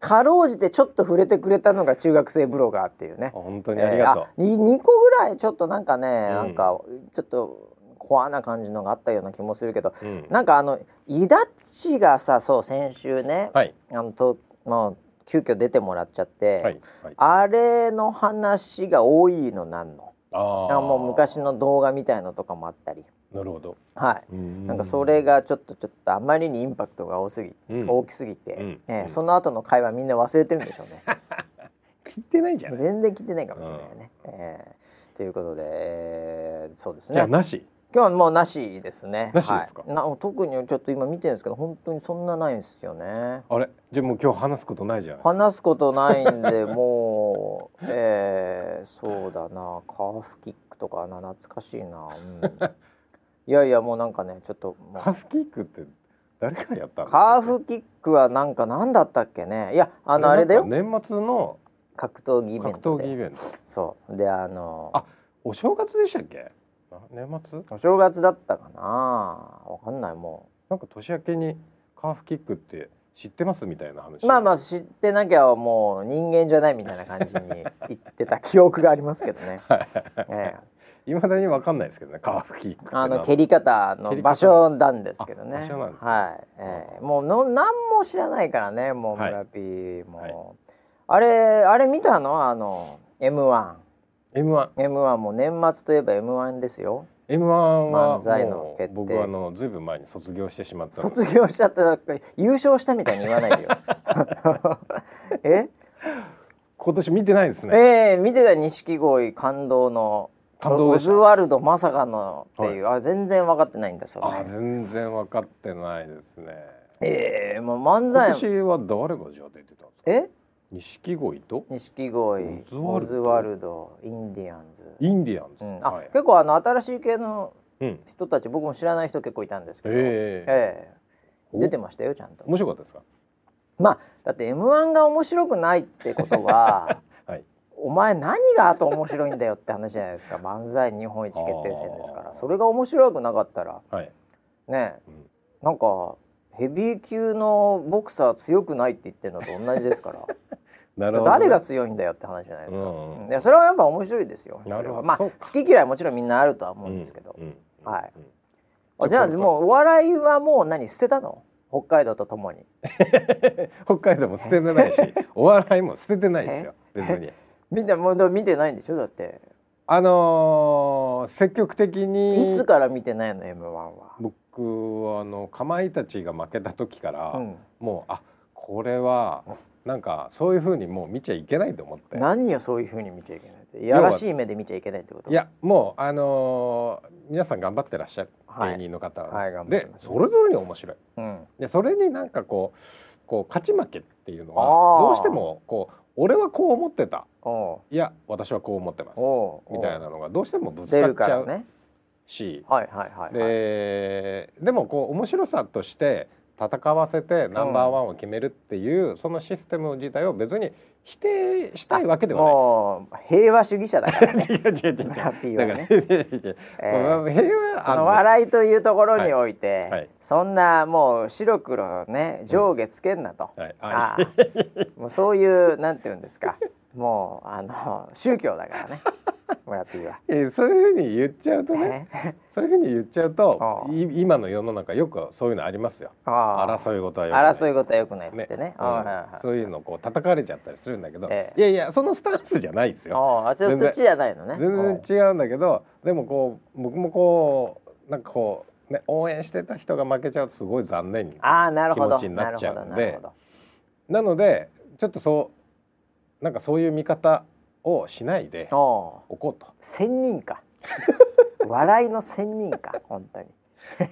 [SPEAKER 1] かろうじてちょっと触れてくれたのが中学生ブロガーっていうね
[SPEAKER 2] 本当にありがと
[SPEAKER 1] え
[SPEAKER 2] う
[SPEAKER 1] ーあに2個ぐらいちょっとなんかね、
[SPEAKER 2] ん
[SPEAKER 1] なんかちょっとコアな感じのがあったような気もするけど、
[SPEAKER 2] うん
[SPEAKER 1] なんかあのイダッチがさそう先週ね、
[SPEAKER 2] はい
[SPEAKER 1] あのとまあ急遽出てもらっちゃって、
[SPEAKER 2] はいはい
[SPEAKER 1] あれの話が多いのなんの
[SPEAKER 2] あー
[SPEAKER 1] あもう昔の動画みたいのとかもあったり
[SPEAKER 2] なるほど
[SPEAKER 1] はい。
[SPEAKER 2] な
[SPEAKER 1] なんかそれがちょっとちょっとあまりにインパクトが多すぎ、
[SPEAKER 2] うん
[SPEAKER 1] 大きすぎて、
[SPEAKER 2] うん
[SPEAKER 1] えー
[SPEAKER 2] うん
[SPEAKER 1] その後の会話みんな忘れてるんでしょうね
[SPEAKER 2] 聞いてないじゃない
[SPEAKER 1] 全然聞いてないかもしれないね、えーということで、えーそうです
[SPEAKER 2] じゃあ
[SPEAKER 1] ね
[SPEAKER 2] なし
[SPEAKER 1] 今日はもうなしですね
[SPEAKER 2] なしですか
[SPEAKER 1] はい、な特にちょっと今見てるんですけど本当にそんなないんですよね
[SPEAKER 2] あれじゃあもう今日話すことないじゃない
[SPEAKER 1] 話すことないんでも う、えー、そうだなカーフキックとかな懐かしいな、うん、いやいやもうなんかねちょっともう
[SPEAKER 2] カーフキックって誰がやったんです
[SPEAKER 1] カーフキックはなんか何だったっけねいやあのあれだよ
[SPEAKER 2] 年末の
[SPEAKER 1] 格闘技イベン
[SPEAKER 2] 格
[SPEAKER 1] ト
[SPEAKER 2] 闘技イ
[SPEAKER 1] で
[SPEAKER 2] ベント
[SPEAKER 1] そうであの
[SPEAKER 2] あお正月でしたっけあ年末
[SPEAKER 1] お正月だったかなわかんないも
[SPEAKER 2] なんか年明けにカーフキックって知ってますみたいな話
[SPEAKER 1] まあま
[SPEAKER 2] あ
[SPEAKER 1] あ知ってなきゃもう人間じゃないみたいな感じに言ってた記憶がありますけど ね。ええ、
[SPEAKER 2] いまだにわかんないですけどね皮吹きって
[SPEAKER 1] あの
[SPEAKER 2] な
[SPEAKER 1] 蹴り方の場所なんですけどね。
[SPEAKER 2] 蹴り方のあ場所なんですね
[SPEAKER 1] はい。ええ、もうの何も知らないからね、もう
[SPEAKER 2] はい
[SPEAKER 1] 村 P も、
[SPEAKER 2] はい
[SPEAKER 1] あれあれ見たのあの M1。
[SPEAKER 2] M1
[SPEAKER 1] M1 も年末といえば M1 ですよ。
[SPEAKER 2] M1 は
[SPEAKER 1] 漫才の
[SPEAKER 2] も
[SPEAKER 1] 決
[SPEAKER 2] う
[SPEAKER 1] 定
[SPEAKER 2] 僕はあのずいぶん前に卒業してしまったので
[SPEAKER 1] 卒業しちゃったら優勝したみたいに言わない でよ。え？
[SPEAKER 2] 今年見てないですね
[SPEAKER 1] ええ見てた錦鯉感動の
[SPEAKER 2] 感動で
[SPEAKER 1] オ
[SPEAKER 2] し
[SPEAKER 1] ズ
[SPEAKER 2] た
[SPEAKER 1] ワルドまさかのっていう、あ全然分かってないんだそ
[SPEAKER 2] あ
[SPEAKER 1] れ。
[SPEAKER 2] 全然分かってないですね
[SPEAKER 1] ええもう漫
[SPEAKER 2] 今
[SPEAKER 1] 才
[SPEAKER 2] 年は誰がじゃあ出てたんですか
[SPEAKER 1] え
[SPEAKER 2] 錦鯉と
[SPEAKER 1] 錦鯉
[SPEAKER 2] オズ
[SPEAKER 1] オ
[SPEAKER 2] ワルド
[SPEAKER 1] ズワルドインディアンズ、
[SPEAKER 2] インディアンズ、
[SPEAKER 1] うんあ、
[SPEAKER 2] はい
[SPEAKER 1] 結構あの新しい系の
[SPEAKER 2] うん
[SPEAKER 1] 人たち僕も知らない人結構いたんですけど、
[SPEAKER 2] ええ
[SPEAKER 1] ええ
[SPEAKER 2] お
[SPEAKER 1] 出てましたよちゃんと。
[SPEAKER 2] 面白かったですか
[SPEAKER 1] まあだって M1 が面白くないってことは
[SPEAKER 2] はい
[SPEAKER 1] お前何があと面白いんだよって話じゃないですか漫才日本一決定戦ですから
[SPEAKER 2] あー
[SPEAKER 1] それが面白くなかったら
[SPEAKER 2] はい、
[SPEAKER 1] ね
[SPEAKER 2] うん
[SPEAKER 1] なんかヘビー級のボクサー強くないって言ってるのと同じですから
[SPEAKER 2] なるほどね
[SPEAKER 1] 誰が強いんだよって話じゃないですか、
[SPEAKER 2] うんうん
[SPEAKER 1] いやそれはやっぱ面白いですよ
[SPEAKER 2] なる
[SPEAKER 1] それは
[SPEAKER 2] ほど
[SPEAKER 1] まあ
[SPEAKER 2] そう
[SPEAKER 1] 好
[SPEAKER 2] か
[SPEAKER 1] き嫌いもちろんみんなあるとは思うんですけど、
[SPEAKER 2] うんうん
[SPEAKER 1] はい
[SPEAKER 2] うん
[SPEAKER 1] あじゃあもうお笑いはもう何捨てたの北海道とともに
[SPEAKER 2] 北海道も捨てて ないしお笑いも捨ててないですよ別に
[SPEAKER 1] みんなもう見てないんでしょだって
[SPEAKER 2] あのー積極的
[SPEAKER 1] い
[SPEAKER 2] に
[SPEAKER 1] つから見てないの m 1は、
[SPEAKER 2] 僕はあのかまいたちが負けた時から、
[SPEAKER 1] うん、
[SPEAKER 2] もうあこれはなんかそういう風にもう見ちゃいけないと思って
[SPEAKER 1] 何をそういうふうに見ちゃいけないっていやらしい目で見ちゃいけないってこと
[SPEAKER 2] いやもうあのー皆さん頑張ってらっしゃる
[SPEAKER 1] はい
[SPEAKER 2] 芸人の方はね、
[SPEAKER 1] はい頑張って
[SPEAKER 2] で
[SPEAKER 1] ます
[SPEAKER 2] それぞれに面白い
[SPEAKER 1] うん
[SPEAKER 2] でそれになんかこうこう勝ち負けっていうのは
[SPEAKER 1] あー
[SPEAKER 2] どうしてもこう俺はこう思ってた
[SPEAKER 1] おう
[SPEAKER 2] いや私はこう思ってます
[SPEAKER 1] おう
[SPEAKER 2] みたいなのがどうしてもぶつ
[SPEAKER 1] 出
[SPEAKER 2] かっ
[SPEAKER 1] る
[SPEAKER 2] ち
[SPEAKER 1] か
[SPEAKER 2] ゃ
[SPEAKER 1] ら
[SPEAKER 2] う
[SPEAKER 1] ね
[SPEAKER 2] し、
[SPEAKER 1] はいはいはい、はい、
[SPEAKER 2] ででもこう面白さとして戦わせてナンバーワンを決めるっていう、そのシステム自体を別に否定したいわけでは
[SPEAKER 1] もう平和主義者だから
[SPEAKER 2] ないです。違う違う違う違う
[SPEAKER 1] ラッピーは
[SPEAKER 2] だから、
[SPEAKER 1] ね、えー
[SPEAKER 2] 平和安
[SPEAKER 1] その
[SPEAKER 2] 全
[SPEAKER 1] 笑いというところにおいて、
[SPEAKER 2] いはい
[SPEAKER 1] そんなもう白黒ね上下つけんなと、
[SPEAKER 2] はい
[SPEAKER 1] あ
[SPEAKER 2] あ
[SPEAKER 1] あもうそういうなんて言うんですかもうあの宗教だからね村 P は。
[SPEAKER 2] えーそういうふうに言っちゃうとね
[SPEAKER 1] ね
[SPEAKER 2] そういうふうに言っちゃうと
[SPEAKER 1] ああ
[SPEAKER 2] い今の世の中よくそういうのありますよ
[SPEAKER 1] ああ
[SPEAKER 2] 争い事はよくない
[SPEAKER 1] 争い事はよくないっつってね。
[SPEAKER 2] うん
[SPEAKER 1] ああはいはい
[SPEAKER 2] そういうのをこう叩かれちゃったりするんだけど、
[SPEAKER 1] ええ
[SPEAKER 2] いやいやそのスタンスじゃないですよ
[SPEAKER 1] あああちらそっちじゃないのね。
[SPEAKER 2] 全然違うんだけどでもこう僕もこうなんかこう、ね、応援してた人が負けちゃうとすごい残念に
[SPEAKER 1] ああなるほど
[SPEAKER 2] 気持ちになっちゃう
[SPEAKER 1] なる
[SPEAKER 2] んで
[SPEAKER 1] ほどなるほど
[SPEAKER 2] なのでちょっとそうなんかそういう見方をしないで
[SPEAKER 1] おう
[SPEAKER 2] おこう
[SPEAKER 1] 仙人か 笑いの仙人か本当に。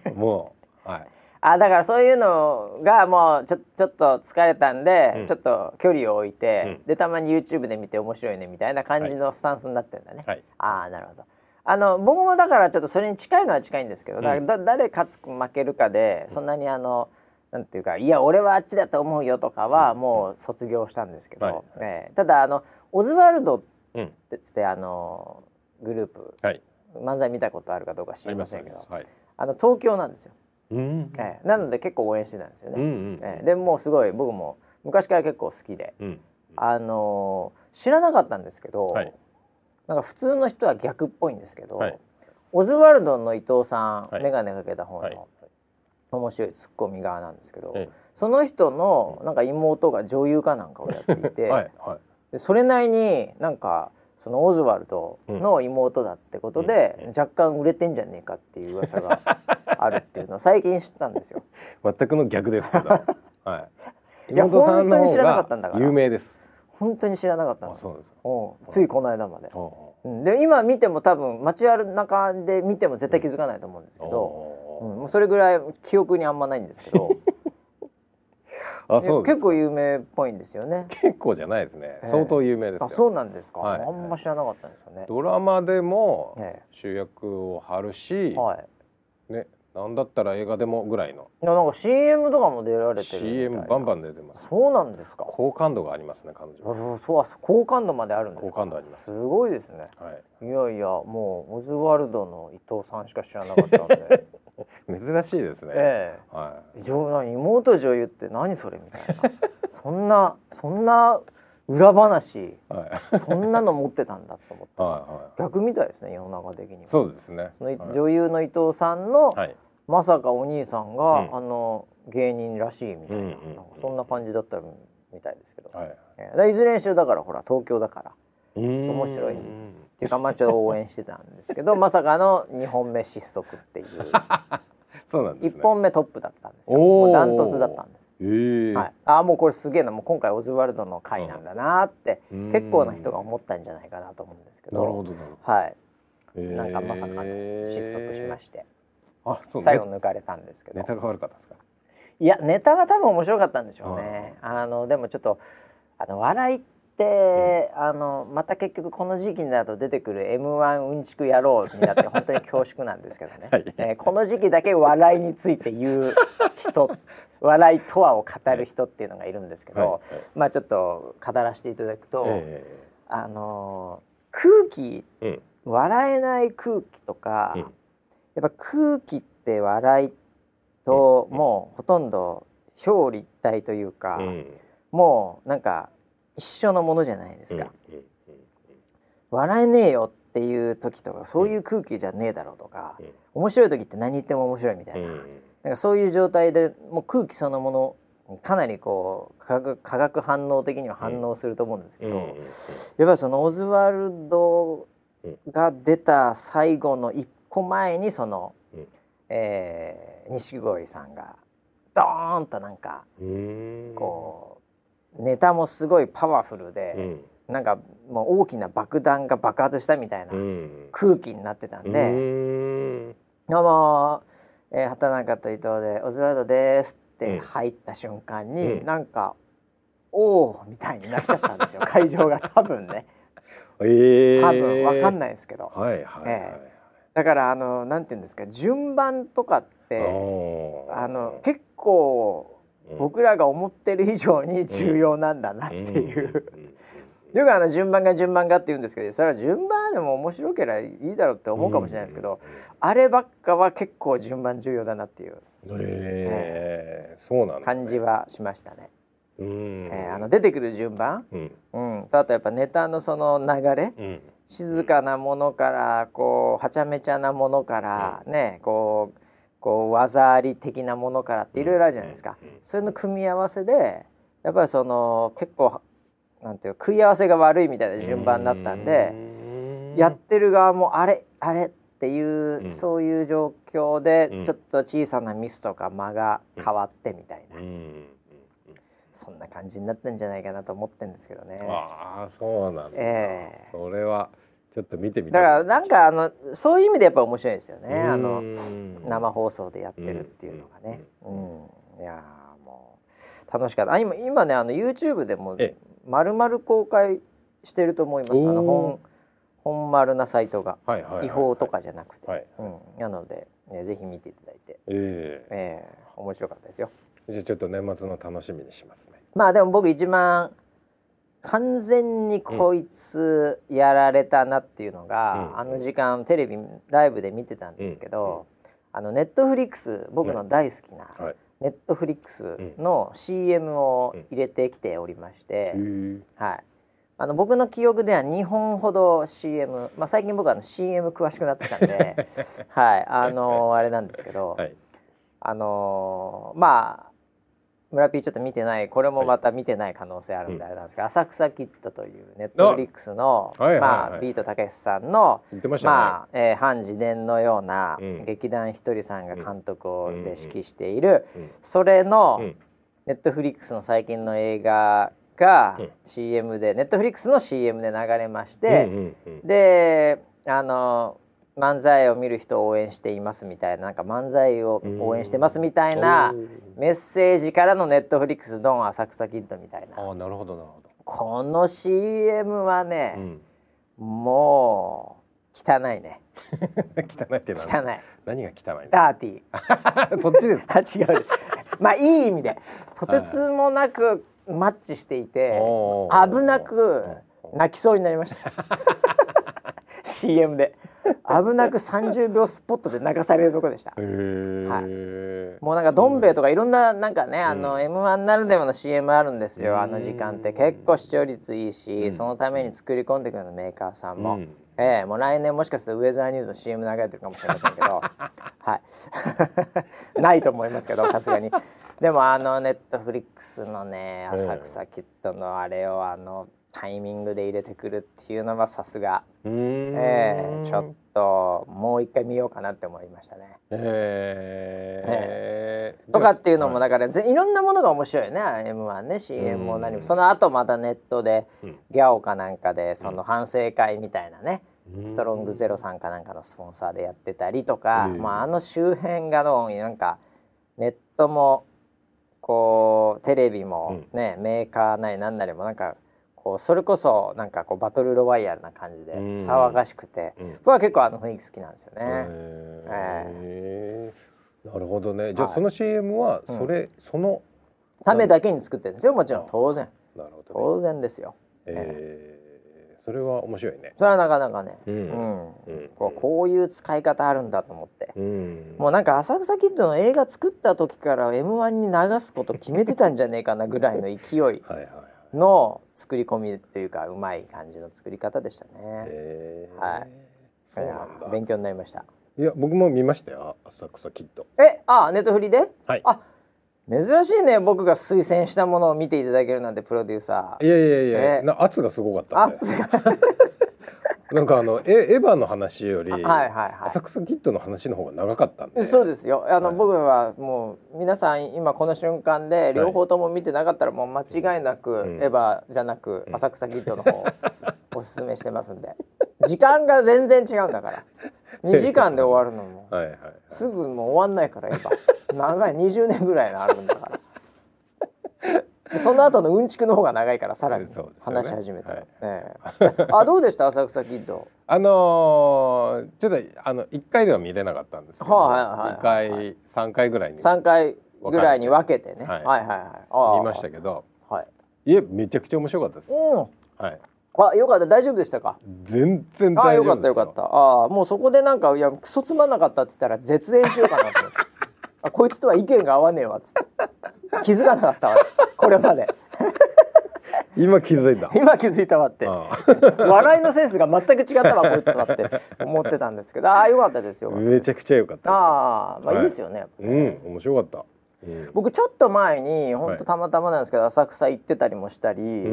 [SPEAKER 2] ともうはい
[SPEAKER 1] あだからそういうのがもうちょちょっと疲れたんで、
[SPEAKER 2] うん
[SPEAKER 1] ちょっと距離を置いて、
[SPEAKER 2] うん
[SPEAKER 1] でたまに YouTube で見て面白いねみたいな感じのスタンスになってるんだね。
[SPEAKER 2] はい
[SPEAKER 1] ああなるほど。あの僕もだからちょっとそれに近いのは近いんですけど、
[SPEAKER 2] うん
[SPEAKER 1] だだ誰勝つか負けるかでそんなにあの、なんていうかいや俺はあっちだと思うよとかはもう卒業したんですけど、
[SPEAKER 2] はいはい
[SPEAKER 1] ええただあのオズワルドっ
[SPEAKER 2] うん
[SPEAKER 1] てってあのグループ
[SPEAKER 2] はい
[SPEAKER 1] 漫才見たことあるかどうか知
[SPEAKER 2] あ
[SPEAKER 1] り
[SPEAKER 2] り
[SPEAKER 1] ま
[SPEAKER 2] ます
[SPEAKER 1] せ
[SPEAKER 2] あ
[SPEAKER 1] ん
[SPEAKER 2] り
[SPEAKER 1] け
[SPEAKER 2] ま
[SPEAKER 1] ど
[SPEAKER 2] すはい
[SPEAKER 1] あの東京なんですよ。
[SPEAKER 2] うん
[SPEAKER 1] ええなので結構応援してたんですよね。
[SPEAKER 2] うんうん
[SPEAKER 1] ええでもうすごい僕も昔から結構好きで、
[SPEAKER 2] うん
[SPEAKER 1] あのー知らなかったんですけど、
[SPEAKER 2] はい
[SPEAKER 1] なんか普通の人は逆っぽいんですけど、
[SPEAKER 2] はい
[SPEAKER 1] オズワルドの伊藤さん、
[SPEAKER 2] はい
[SPEAKER 1] メガネかけた方の、
[SPEAKER 2] はい
[SPEAKER 1] 面白いツッコミ側なんですけど、
[SPEAKER 2] え
[SPEAKER 1] その人のなんか妹が女優かなんかをやっていて、
[SPEAKER 2] えはいは
[SPEAKER 1] でそれなりになんかそのオズワルドの妹だってことで、
[SPEAKER 2] うんうん
[SPEAKER 1] 若干売れてんじゃねえかっていう噂があるっていうのを最近知ったんですよ。
[SPEAKER 2] い全くの逆ですけ どはい
[SPEAKER 1] いや
[SPEAKER 2] 妹さんの
[SPEAKER 1] 本当に知らなかっ
[SPEAKER 2] 方
[SPEAKER 1] たんだか
[SPEAKER 2] が
[SPEAKER 1] ら
[SPEAKER 2] 有名です
[SPEAKER 1] 本当に知らなかったん
[SPEAKER 2] あ
[SPEAKER 1] です
[SPEAKER 2] そうなんですか
[SPEAKER 1] おうついこの間まで。
[SPEAKER 2] おうお
[SPEAKER 1] うん、で今見ても多分街歩中で見ても絶対気づかないと思うんですけ
[SPEAKER 2] う
[SPEAKER 1] ど、
[SPEAKER 2] お
[SPEAKER 1] う、
[SPEAKER 2] うおうん
[SPEAKER 1] もうそれぐらい記憶にあんまないんですけど
[SPEAKER 2] あそうです
[SPEAKER 1] 結構有名っぽいんですよね。
[SPEAKER 2] 結構じゃないですね
[SPEAKER 1] ええ
[SPEAKER 2] 相当有名ですよ
[SPEAKER 1] あそうなんですか、
[SPEAKER 2] はい
[SPEAKER 1] あんま知らなかったんですよね。
[SPEAKER 2] ドラマでも
[SPEAKER 1] え
[SPEAKER 2] 主役を張るし、
[SPEAKER 1] えはい、
[SPEAKER 2] ね、なんだったら映画でもぐらいの
[SPEAKER 1] いやなんか CM とかも出られてるみたいな
[SPEAKER 2] CM バンバン出てます
[SPEAKER 1] そうなんですか。
[SPEAKER 2] 好感度がありますね彼
[SPEAKER 1] あ
[SPEAKER 2] 女
[SPEAKER 1] そうそうあ好感度まであるんですか。
[SPEAKER 2] 好感度あります
[SPEAKER 1] ごいですね。
[SPEAKER 2] はい
[SPEAKER 1] い やいやもうオズワルドの伊藤さんしか知らなかったんで
[SPEAKER 2] 珍しいですね、
[SPEAKER 1] え
[SPEAKER 2] は
[SPEAKER 1] え女な妹女優って何それみたいなそんなそんな裏話
[SPEAKER 2] いはいはい
[SPEAKER 1] そんなの持ってたんだと思って
[SPEAKER 2] は
[SPEAKER 1] 逆みたいですね世の中的に
[SPEAKER 2] い
[SPEAKER 1] は
[SPEAKER 2] そうですね
[SPEAKER 1] その
[SPEAKER 2] はい
[SPEAKER 1] 女優の伊藤さんの、
[SPEAKER 2] はい
[SPEAKER 1] まさかお兄さんが、
[SPEAKER 2] うん
[SPEAKER 1] あの芸人らしいみたいな,、
[SPEAKER 2] うんうんうん
[SPEAKER 1] なんかそんな感じだったみたいですけど、
[SPEAKER 2] はい
[SPEAKER 1] えーだいずれにしろだからほら東京だからっ
[SPEAKER 2] 面
[SPEAKER 1] 白いていうかまあちょっと応援してたんですけ どまさかの2本目失速っていう
[SPEAKER 2] そうなんですね
[SPEAKER 1] 1本目トップだったんですよ
[SPEAKER 2] おー
[SPEAKER 1] もうダントツだったんです、
[SPEAKER 2] えー
[SPEAKER 1] はい、ああもうこれすげえなもう今回オズワルドの回なんだなって、
[SPEAKER 2] うん
[SPEAKER 1] 結構な人が思ったんじゃないかなと思うんですけど
[SPEAKER 2] なるほどなるほ
[SPEAKER 1] はい
[SPEAKER 2] ど、えー
[SPEAKER 1] なんかまさかの失速しまして、
[SPEAKER 2] あそう
[SPEAKER 1] 最
[SPEAKER 2] ね
[SPEAKER 1] 後抜かれたんですけど
[SPEAKER 2] ネタが悪かったですか
[SPEAKER 1] いやネタは多分面白かったんでしょうね。あのでもちょっとあの笑いって、あのまた結局この時期になると出てくる M1 うんちく野郎になって本当に恐縮なんですけどね。
[SPEAKER 2] はい
[SPEAKER 1] えーこの時期だけ笑いについて言う 人、笑いとはを語る人っていうのがいるんですけど、
[SPEAKER 2] はいはい
[SPEAKER 1] まあちょっと語らせていただくと、
[SPEAKER 2] え
[SPEAKER 1] あの空気
[SPEAKER 2] えうん
[SPEAKER 1] 笑えない空気とか、
[SPEAKER 2] うん
[SPEAKER 1] やっぱ空気って笑いと
[SPEAKER 2] うん
[SPEAKER 1] もうほとんど表裏一体というか、
[SPEAKER 2] うん
[SPEAKER 1] もうなんか一緒のものじゃないですか、
[SPEAKER 2] うんうんうん
[SPEAKER 1] 笑えねえよっていう時とかそういう空気じゃねえだろうとか、
[SPEAKER 2] うん
[SPEAKER 1] 面白い時って何言っても面白いみたいな,、
[SPEAKER 2] うん
[SPEAKER 1] なんかそういう状態でもう空気そのものにかなりこう化学化学反応的には反応すると思うんですけど、
[SPEAKER 2] うん
[SPEAKER 1] やっぱりそのオズワルドが出た最後の一個前にその、
[SPEAKER 2] うん
[SPEAKER 1] えー錦鯉さんがドーンとなんか
[SPEAKER 2] うん
[SPEAKER 1] こう、ネタもすごいパワフル
[SPEAKER 2] う
[SPEAKER 1] で、
[SPEAKER 2] ん
[SPEAKER 1] なんかもう大きな爆弾が爆発したみたいな
[SPEAKER 2] うん
[SPEAKER 1] 空気になってたん
[SPEAKER 2] う
[SPEAKER 1] で
[SPEAKER 2] ん
[SPEAKER 1] 「どうも、えー畑中と伊藤でオズワルドです」って
[SPEAKER 2] うん
[SPEAKER 1] 入った瞬間に、
[SPEAKER 2] うん
[SPEAKER 1] なんか「おーみたいになっちゃったんです よ会場が多分ね
[SPEAKER 2] ええ
[SPEAKER 1] 多分わかんないですけど。
[SPEAKER 2] はいはいはい、
[SPEAKER 1] えだからあのなんていうんですか順番とかってあの結構僕らが思ってる以上に重要なんだなっていう。よくあの順番が順番がって言うんですけどそれは順番でも面白ければいいだろうって思うかもしれないですけど、あればっかは結構順番重要だなっていう
[SPEAKER 2] ええそうなんだ、ね、
[SPEAKER 1] 感じはしましたね。
[SPEAKER 2] うん、
[SPEAKER 1] えーあの出てくる順番、
[SPEAKER 2] うん
[SPEAKER 1] うん、とあとやっぱネタのその流れ、
[SPEAKER 2] うん
[SPEAKER 1] 静かなものからこうはちゃめちゃなものからねこうこう技あり的なものからっていろいろあるじゃないですか
[SPEAKER 2] うんうんうん
[SPEAKER 1] それの組み合わせでやっぱりその結構なんていうか食い合わせが悪いみたいな順番だったんで
[SPEAKER 2] うん
[SPEAKER 1] やってる側もあれあれっていううんそういう状況
[SPEAKER 2] う
[SPEAKER 1] で
[SPEAKER 2] ん
[SPEAKER 1] ちょっと小さなミスとか間が変わってみたいな
[SPEAKER 2] うんうん
[SPEAKER 1] そんな感じになったんじゃないかなと思ってるんですけどね。
[SPEAKER 2] うん、ああそうなんだ、
[SPEAKER 1] ええ
[SPEAKER 2] それはちょっと見てみ
[SPEAKER 1] だ
[SPEAKER 2] た
[SPEAKER 1] からなんかあのそういう意味でやっぱ面白いですよね。あの
[SPEAKER 2] うん
[SPEAKER 1] 生放送でやってるっていうのがね、う
[SPEAKER 2] うんん
[SPEAKER 1] いやーもう楽しかったあ今今ねあの YouTube でも
[SPEAKER 2] ええ
[SPEAKER 1] 丸々公開してると思いますあの
[SPEAKER 2] おー
[SPEAKER 1] 本本丸なサイトが
[SPEAKER 2] はいはいはいはい
[SPEAKER 1] 違法とかじゃなくて、
[SPEAKER 2] はい
[SPEAKER 1] うん、なので、ね、ぜひ見ていただいて、
[SPEAKER 2] ええ
[SPEAKER 1] ええ面白かったですよ
[SPEAKER 2] じゃあちょっと年末の楽しみにしますね
[SPEAKER 1] まあでも僕一番完全にこいつやられたなっていうのが、
[SPEAKER 2] うん
[SPEAKER 1] あの時間テレビライブで見てたんですけど、あのネットフリックス僕の大好きな、
[SPEAKER 2] はい
[SPEAKER 1] ネットフリックスの CM を入れてきておりまして、
[SPEAKER 2] え
[SPEAKER 1] はい、あの僕の記憶では2本ほど CM、まあ、最近僕はあの CM 詳しくなってきたん で、はい、あのあれなんですけど、
[SPEAKER 2] はい
[SPEAKER 1] あのまあ村ピーちょっと見てないこれもまた見てない可能性あるんであれなんですけど「浅草キッド」というネットフリックスの、
[SPEAKER 2] あはいはいはい
[SPEAKER 1] まあ、ビートたけしさんの
[SPEAKER 2] 言ってましたね、
[SPEAKER 1] まあ、えー、反自伝のような、
[SPEAKER 2] うん
[SPEAKER 1] 劇団ひとりさんが監督を、
[SPEAKER 2] うん
[SPEAKER 1] で指揮している、
[SPEAKER 2] うん
[SPEAKER 1] それの、
[SPEAKER 2] うん
[SPEAKER 1] ネットフリックスの最近の映画が
[SPEAKER 2] うん
[SPEAKER 1] CM で、ネットフリックスの CM で流れまして、
[SPEAKER 2] うんうんうん
[SPEAKER 1] であの漫才を見る人を応援していますみたいななんか漫才を応援してますみたいな
[SPEAKER 2] うん
[SPEAKER 1] メッセージからのネットフリックスドン浅草キッドみたいな
[SPEAKER 2] ああなるほどなるほど、
[SPEAKER 1] この CM はね、
[SPEAKER 2] うん、
[SPEAKER 1] もう汚いね
[SPEAKER 2] 汚いってなんだ
[SPEAKER 1] 汚い
[SPEAKER 2] 何が汚いんだ
[SPEAKER 1] ダーティー
[SPEAKER 2] そっちです
[SPEAKER 1] あ違うまあいい意味でとてつもなくマッチしていて
[SPEAKER 2] おー
[SPEAKER 1] 危なく
[SPEAKER 2] お ー
[SPEAKER 1] 泣きそうになりました CM で危なく30秒スポットで流されるとこでした
[SPEAKER 2] へえ、
[SPEAKER 1] はい
[SPEAKER 2] い
[SPEAKER 1] もうなんかどん兵衛とかいろんななんかね、あ
[SPEAKER 2] う
[SPEAKER 1] の m 1ならではの CM あるんですよ、あの時間って結構視聴率いいし、
[SPEAKER 2] うん
[SPEAKER 1] そのために作り込んでくるのメーカーさんも、
[SPEAKER 2] うん
[SPEAKER 1] ええもう来年もしかするとウェザーニューズの CM 流れてるかもしれませんけ どはいない と思いますけどさすがにでもあのネットフリックスのね「
[SPEAKER 2] うん
[SPEAKER 1] 浅草キッド」のあれをあのタイミングで入れてくるっていうのはさすが、
[SPEAKER 2] うーん
[SPEAKER 1] ええちょっともう一回見ようかなって思いましたね。
[SPEAKER 2] えー
[SPEAKER 1] とかっていうのも
[SPEAKER 2] はい
[SPEAKER 1] だから、ぜいろんなものが面白いよね M1 ね CM も何もその後またネットで
[SPEAKER 2] うん
[SPEAKER 1] ギャオかなんかでその反省会みたいなね、
[SPEAKER 2] うん
[SPEAKER 1] ストロングゼロさんかなんかのスポンサーでやってたりとか、
[SPEAKER 2] うん
[SPEAKER 1] まあ、あの周辺がのなんかネットもこうテレビも、ねメーカーなりなんなりもなんかこうそれこそなんかこうバトルロワイヤルな感じで
[SPEAKER 2] うん
[SPEAKER 1] 騒がしくて、
[SPEAKER 2] うん
[SPEAKER 1] 僕は結構あの雰囲気好きなんですよね。
[SPEAKER 2] えーなるほどねじゃあ
[SPEAKER 1] はい
[SPEAKER 2] その CM はそれ、その
[SPEAKER 1] ためだけに作ってるんですよもちろん当然
[SPEAKER 2] なるほ
[SPEAKER 1] 当
[SPEAKER 2] ど、ね、
[SPEAKER 1] 然ですよ。
[SPEAKER 2] えーそれは面白いね。
[SPEAKER 1] それはなかなかね、
[SPEAKER 2] う
[SPEAKER 1] うんん
[SPEAKER 2] うん
[SPEAKER 1] こうこういう使い方あるんだと思って、
[SPEAKER 2] うん
[SPEAKER 1] もうなんか「浅草キッド」の映画作った時から m 1に流すこと決めてたんじゃねえかなぐらいの勢い
[SPEAKER 2] はいはいはい。
[SPEAKER 1] の作り込みというかうまい感じの作り方でしたね。
[SPEAKER 2] えー
[SPEAKER 1] はい。
[SPEAKER 2] そうなん
[SPEAKER 1] いや
[SPEAKER 2] だ。
[SPEAKER 1] 勉強になりました。
[SPEAKER 2] いや僕も見ましたよ浅草キッド。
[SPEAKER 1] えあネットフリで
[SPEAKER 2] はい。
[SPEAKER 1] あ珍しいね僕が推薦したものを見ていただけるなんてプロデューサ
[SPEAKER 2] い
[SPEAKER 1] ー。
[SPEAKER 2] やいやいや、
[SPEAKER 1] えー
[SPEAKER 2] な圧がすごかったんで
[SPEAKER 1] 熱が
[SPEAKER 2] なんかあのエエヴァの話より、
[SPEAKER 1] はい はいはい
[SPEAKER 2] 浅草キッドの話の方が長かったんで。
[SPEAKER 1] そうですよ。あの、
[SPEAKER 2] はい
[SPEAKER 1] 僕はもう皆さん今この瞬間で両方とも見てなかったらもう間違いなく、
[SPEAKER 2] ん
[SPEAKER 1] エヴァじゃなく、浅草キッドの方を おすすめしてますんで。時間が全然違うんだから。2時間で終わるのも
[SPEAKER 2] はいはい。
[SPEAKER 1] すぐもう終わんないからエヴァ。長い20年ぐらいのあるんだから。でその後のうんちくの方が長いからさらに
[SPEAKER 2] そうですよね
[SPEAKER 1] 話し始めたら、
[SPEAKER 2] はい
[SPEAKER 1] ええあどうでした浅草キッド
[SPEAKER 2] あのー、ちょっとあの一回では見れなかったんですけど、
[SPEAKER 1] はい
[SPEAKER 2] 二
[SPEAKER 1] はいはい
[SPEAKER 2] 回三回ぐらいに見
[SPEAKER 1] 3回ぐらいに分けてねは
[SPEAKER 2] は
[SPEAKER 1] いいはいはいああ
[SPEAKER 2] ましたけど、
[SPEAKER 1] はい
[SPEAKER 2] いやめちゃくちゃ面白かったです。
[SPEAKER 1] うん
[SPEAKER 2] はい。
[SPEAKER 1] あ、よかった、大丈夫でしたか。
[SPEAKER 2] 全然
[SPEAKER 1] あ、
[SPEAKER 2] 大丈
[SPEAKER 1] よか
[SPEAKER 2] 夫
[SPEAKER 1] った、
[SPEAKER 2] です
[SPEAKER 1] よかった。あ、もうそこでなんか、いや、クソつまんなかったって言ったら、絶縁しようかなと 思って。あ、こいつとは意見が合わねえわっつって。気づかなかったわっつって、これまで。
[SPEAKER 2] 今気づ いた
[SPEAKER 1] 今気づいたわって。笑いのセンスが全く違ったわ、こいつとはって思ってたんですけど、あ、よかったですよ。
[SPEAKER 2] めちゃくちゃ良かった
[SPEAKER 1] あー、まあ、いいですよね。
[SPEAKER 2] ですうん面白かったうん
[SPEAKER 1] 僕ちょっと前に本
[SPEAKER 2] はい
[SPEAKER 1] 当たまたまなんですけど浅草行ってたりもしたり、
[SPEAKER 2] ん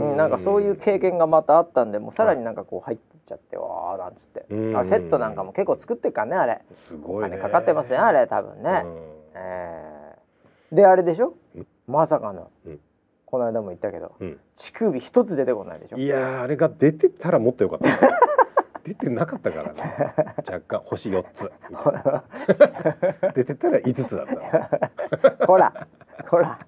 [SPEAKER 1] うんなんかそういう経験がまたあったんでもうさらになんかこう入ってっちゃってわーなんつって
[SPEAKER 2] うん
[SPEAKER 1] あセットなんかも結構作ってっからねあれ
[SPEAKER 2] す
[SPEAKER 1] お
[SPEAKER 2] ごい
[SPEAKER 1] 金
[SPEAKER 2] ね
[SPEAKER 1] かかってますねあれ多分ね、
[SPEAKER 2] うん
[SPEAKER 1] えーであれでしょまさかの、
[SPEAKER 2] うん
[SPEAKER 1] この間も言ったけど
[SPEAKER 2] うん
[SPEAKER 1] 乳首一つ出てこないでしょ
[SPEAKER 2] いやーあれが出てたらもっと良かった 出てなかったからね 若干星四つ みたいな出てたら五つだったい
[SPEAKER 1] ほらほら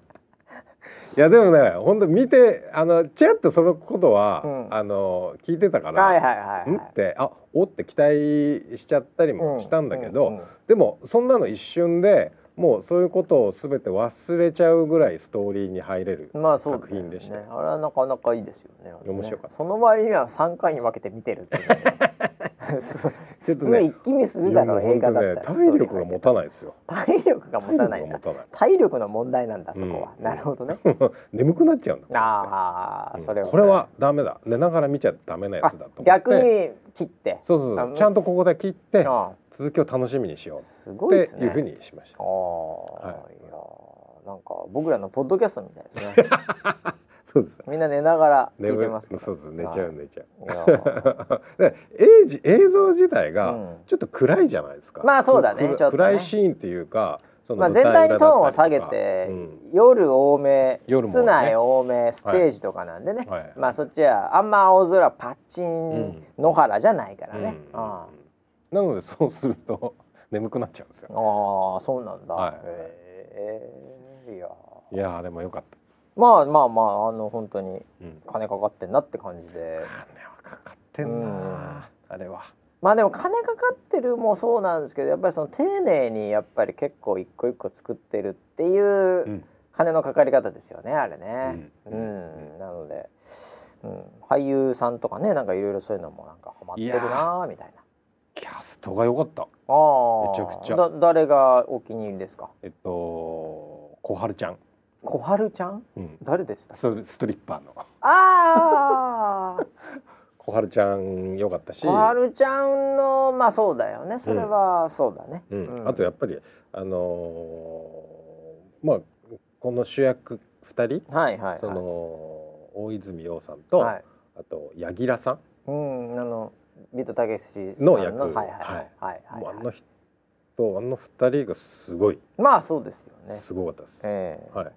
[SPEAKER 2] やでもね本当見てあのちらっとそのことは、
[SPEAKER 1] うん
[SPEAKER 2] あの聞いてたから
[SPEAKER 1] はいはいはい
[SPEAKER 2] ん
[SPEAKER 1] は
[SPEAKER 2] っ
[SPEAKER 1] い
[SPEAKER 2] てあおって期待しちゃったり
[SPEAKER 1] う
[SPEAKER 2] もしたんだけど、
[SPEAKER 1] ううん
[SPEAKER 2] でもそんなの一瞬でもうそういうことを全て忘れちゃうぐらいストーリーに入れる
[SPEAKER 1] まあそう
[SPEAKER 2] 作
[SPEAKER 1] だよ
[SPEAKER 2] 品でした、
[SPEAKER 1] ね、あれはなかなかいいですよね。あれね
[SPEAKER 2] 面白かった
[SPEAKER 1] その割には三回に分けて見てるっていう ね。 す
[SPEAKER 2] ちょっ
[SPEAKER 1] 普
[SPEAKER 2] と
[SPEAKER 1] 通
[SPEAKER 2] ね
[SPEAKER 1] 一気見するだろう
[SPEAKER 2] いや
[SPEAKER 1] 映画だ
[SPEAKER 2] も
[SPEAKER 1] っ
[SPEAKER 2] う
[SPEAKER 1] た
[SPEAKER 2] 本
[SPEAKER 1] ら。
[SPEAKER 2] 当ね体力が持たないですよ
[SPEAKER 1] 体力が持たないんだ
[SPEAKER 2] 体力が持たない
[SPEAKER 1] 体力の問題なんだそこは、
[SPEAKER 2] うん
[SPEAKER 1] なるほどね
[SPEAKER 2] 眠くなっちゃうんだ
[SPEAKER 1] ああ、
[SPEAKER 2] うん
[SPEAKER 1] それは
[SPEAKER 2] これはダメだ寝ながら見ちゃダメなやつだと思って
[SPEAKER 1] 逆に切って
[SPEAKER 2] そうそう
[SPEAKER 1] あ
[SPEAKER 2] そ
[SPEAKER 1] も
[SPEAKER 2] う
[SPEAKER 1] う
[SPEAKER 2] ちゃんとここで切って
[SPEAKER 1] あ
[SPEAKER 2] 続きを楽しみにしよ
[SPEAKER 1] あす
[SPEAKER 2] うっ
[SPEAKER 1] ごいで
[SPEAKER 2] て
[SPEAKER 1] す
[SPEAKER 2] いうふう
[SPEAKER 1] ね
[SPEAKER 2] にしまし
[SPEAKER 1] あ
[SPEAKER 2] た
[SPEAKER 1] あ、、
[SPEAKER 2] はい
[SPEAKER 1] やーなんか僕らのポッドキャストみたいですね
[SPEAKER 2] そうです
[SPEAKER 1] みんな寝ながら聞いて
[SPEAKER 2] 眠
[SPEAKER 1] ますけど
[SPEAKER 2] そうそう寝ちゃう寝ちゃう
[SPEAKER 1] いやー
[SPEAKER 2] で映じ映像自体
[SPEAKER 1] う
[SPEAKER 2] が
[SPEAKER 1] ん
[SPEAKER 2] ちょっと暗いじゃないですか、
[SPEAKER 1] まあそうだね
[SPEAKER 2] く
[SPEAKER 1] ちょっとね
[SPEAKER 2] 暗いシーンっていうかその
[SPEAKER 1] まあ、
[SPEAKER 2] 舞
[SPEAKER 1] 全
[SPEAKER 2] 台
[SPEAKER 1] 体に
[SPEAKER 2] 裏
[SPEAKER 1] トーン
[SPEAKER 2] だ
[SPEAKER 1] を
[SPEAKER 2] った
[SPEAKER 1] 下
[SPEAKER 2] り
[SPEAKER 1] げ
[SPEAKER 2] とか
[SPEAKER 1] て、
[SPEAKER 2] うん
[SPEAKER 1] 夜多め
[SPEAKER 2] 夜もね
[SPEAKER 1] 室内多めステージとかなんでね、
[SPEAKER 2] はい
[SPEAKER 1] まあそっちはあんま青空パッチ
[SPEAKER 2] ん
[SPEAKER 1] ン野原じゃないから
[SPEAKER 2] うん
[SPEAKER 1] ね、あ
[SPEAKER 2] なのでそうすると 眠くなっちゃうんですよ
[SPEAKER 1] あああそうなんだ、
[SPEAKER 2] はい
[SPEAKER 1] へえいや
[SPEAKER 2] いやーでもよかった、
[SPEAKER 1] まあまあまああの本当に
[SPEAKER 2] うん、
[SPEAKER 1] 金かかってんなって感じで
[SPEAKER 2] 金はかかってん
[SPEAKER 1] う
[SPEAKER 2] なあれは
[SPEAKER 1] まあでも金かかってるもそうなんですけどやっぱりその丁寧にやっぱり結構一個一個作ってるっていう、
[SPEAKER 2] うん
[SPEAKER 1] 金のかかり方ですよねあれね。
[SPEAKER 2] う
[SPEAKER 1] うんん、
[SPEAKER 2] う
[SPEAKER 1] なので、うん、俳優さんとかねなんかいろいろそういうのもなんかハマってるなーみたいな。
[SPEAKER 2] キャストが良かった
[SPEAKER 1] ああ
[SPEAKER 2] めちゃくちゃ
[SPEAKER 1] だ誰がお気に入りですか
[SPEAKER 2] えっと小春ちゃん、
[SPEAKER 1] 小春ちゃん
[SPEAKER 2] うん、
[SPEAKER 1] 誰でした
[SPEAKER 2] そうストリッパーの
[SPEAKER 1] ああ
[SPEAKER 2] 小春ちゃん良かったし
[SPEAKER 1] 小春ちゃんのまあそうだよねそれはそうだね、
[SPEAKER 2] うん
[SPEAKER 1] うん
[SPEAKER 2] あとやっぱりあのーまあこの主役2人、
[SPEAKER 1] はいはいはい
[SPEAKER 2] その大泉洋さんと、
[SPEAKER 1] はい、
[SPEAKER 2] あと柳楽さん、
[SPEAKER 1] うんあのビートたけしさん
[SPEAKER 2] の役
[SPEAKER 1] はいはいはいはい
[SPEAKER 2] もう
[SPEAKER 1] は
[SPEAKER 2] あ
[SPEAKER 1] い、
[SPEAKER 2] の人あの2人がすごい、
[SPEAKER 1] まあそうですよね
[SPEAKER 2] すごかったです、
[SPEAKER 1] ええ
[SPEAKER 2] はい、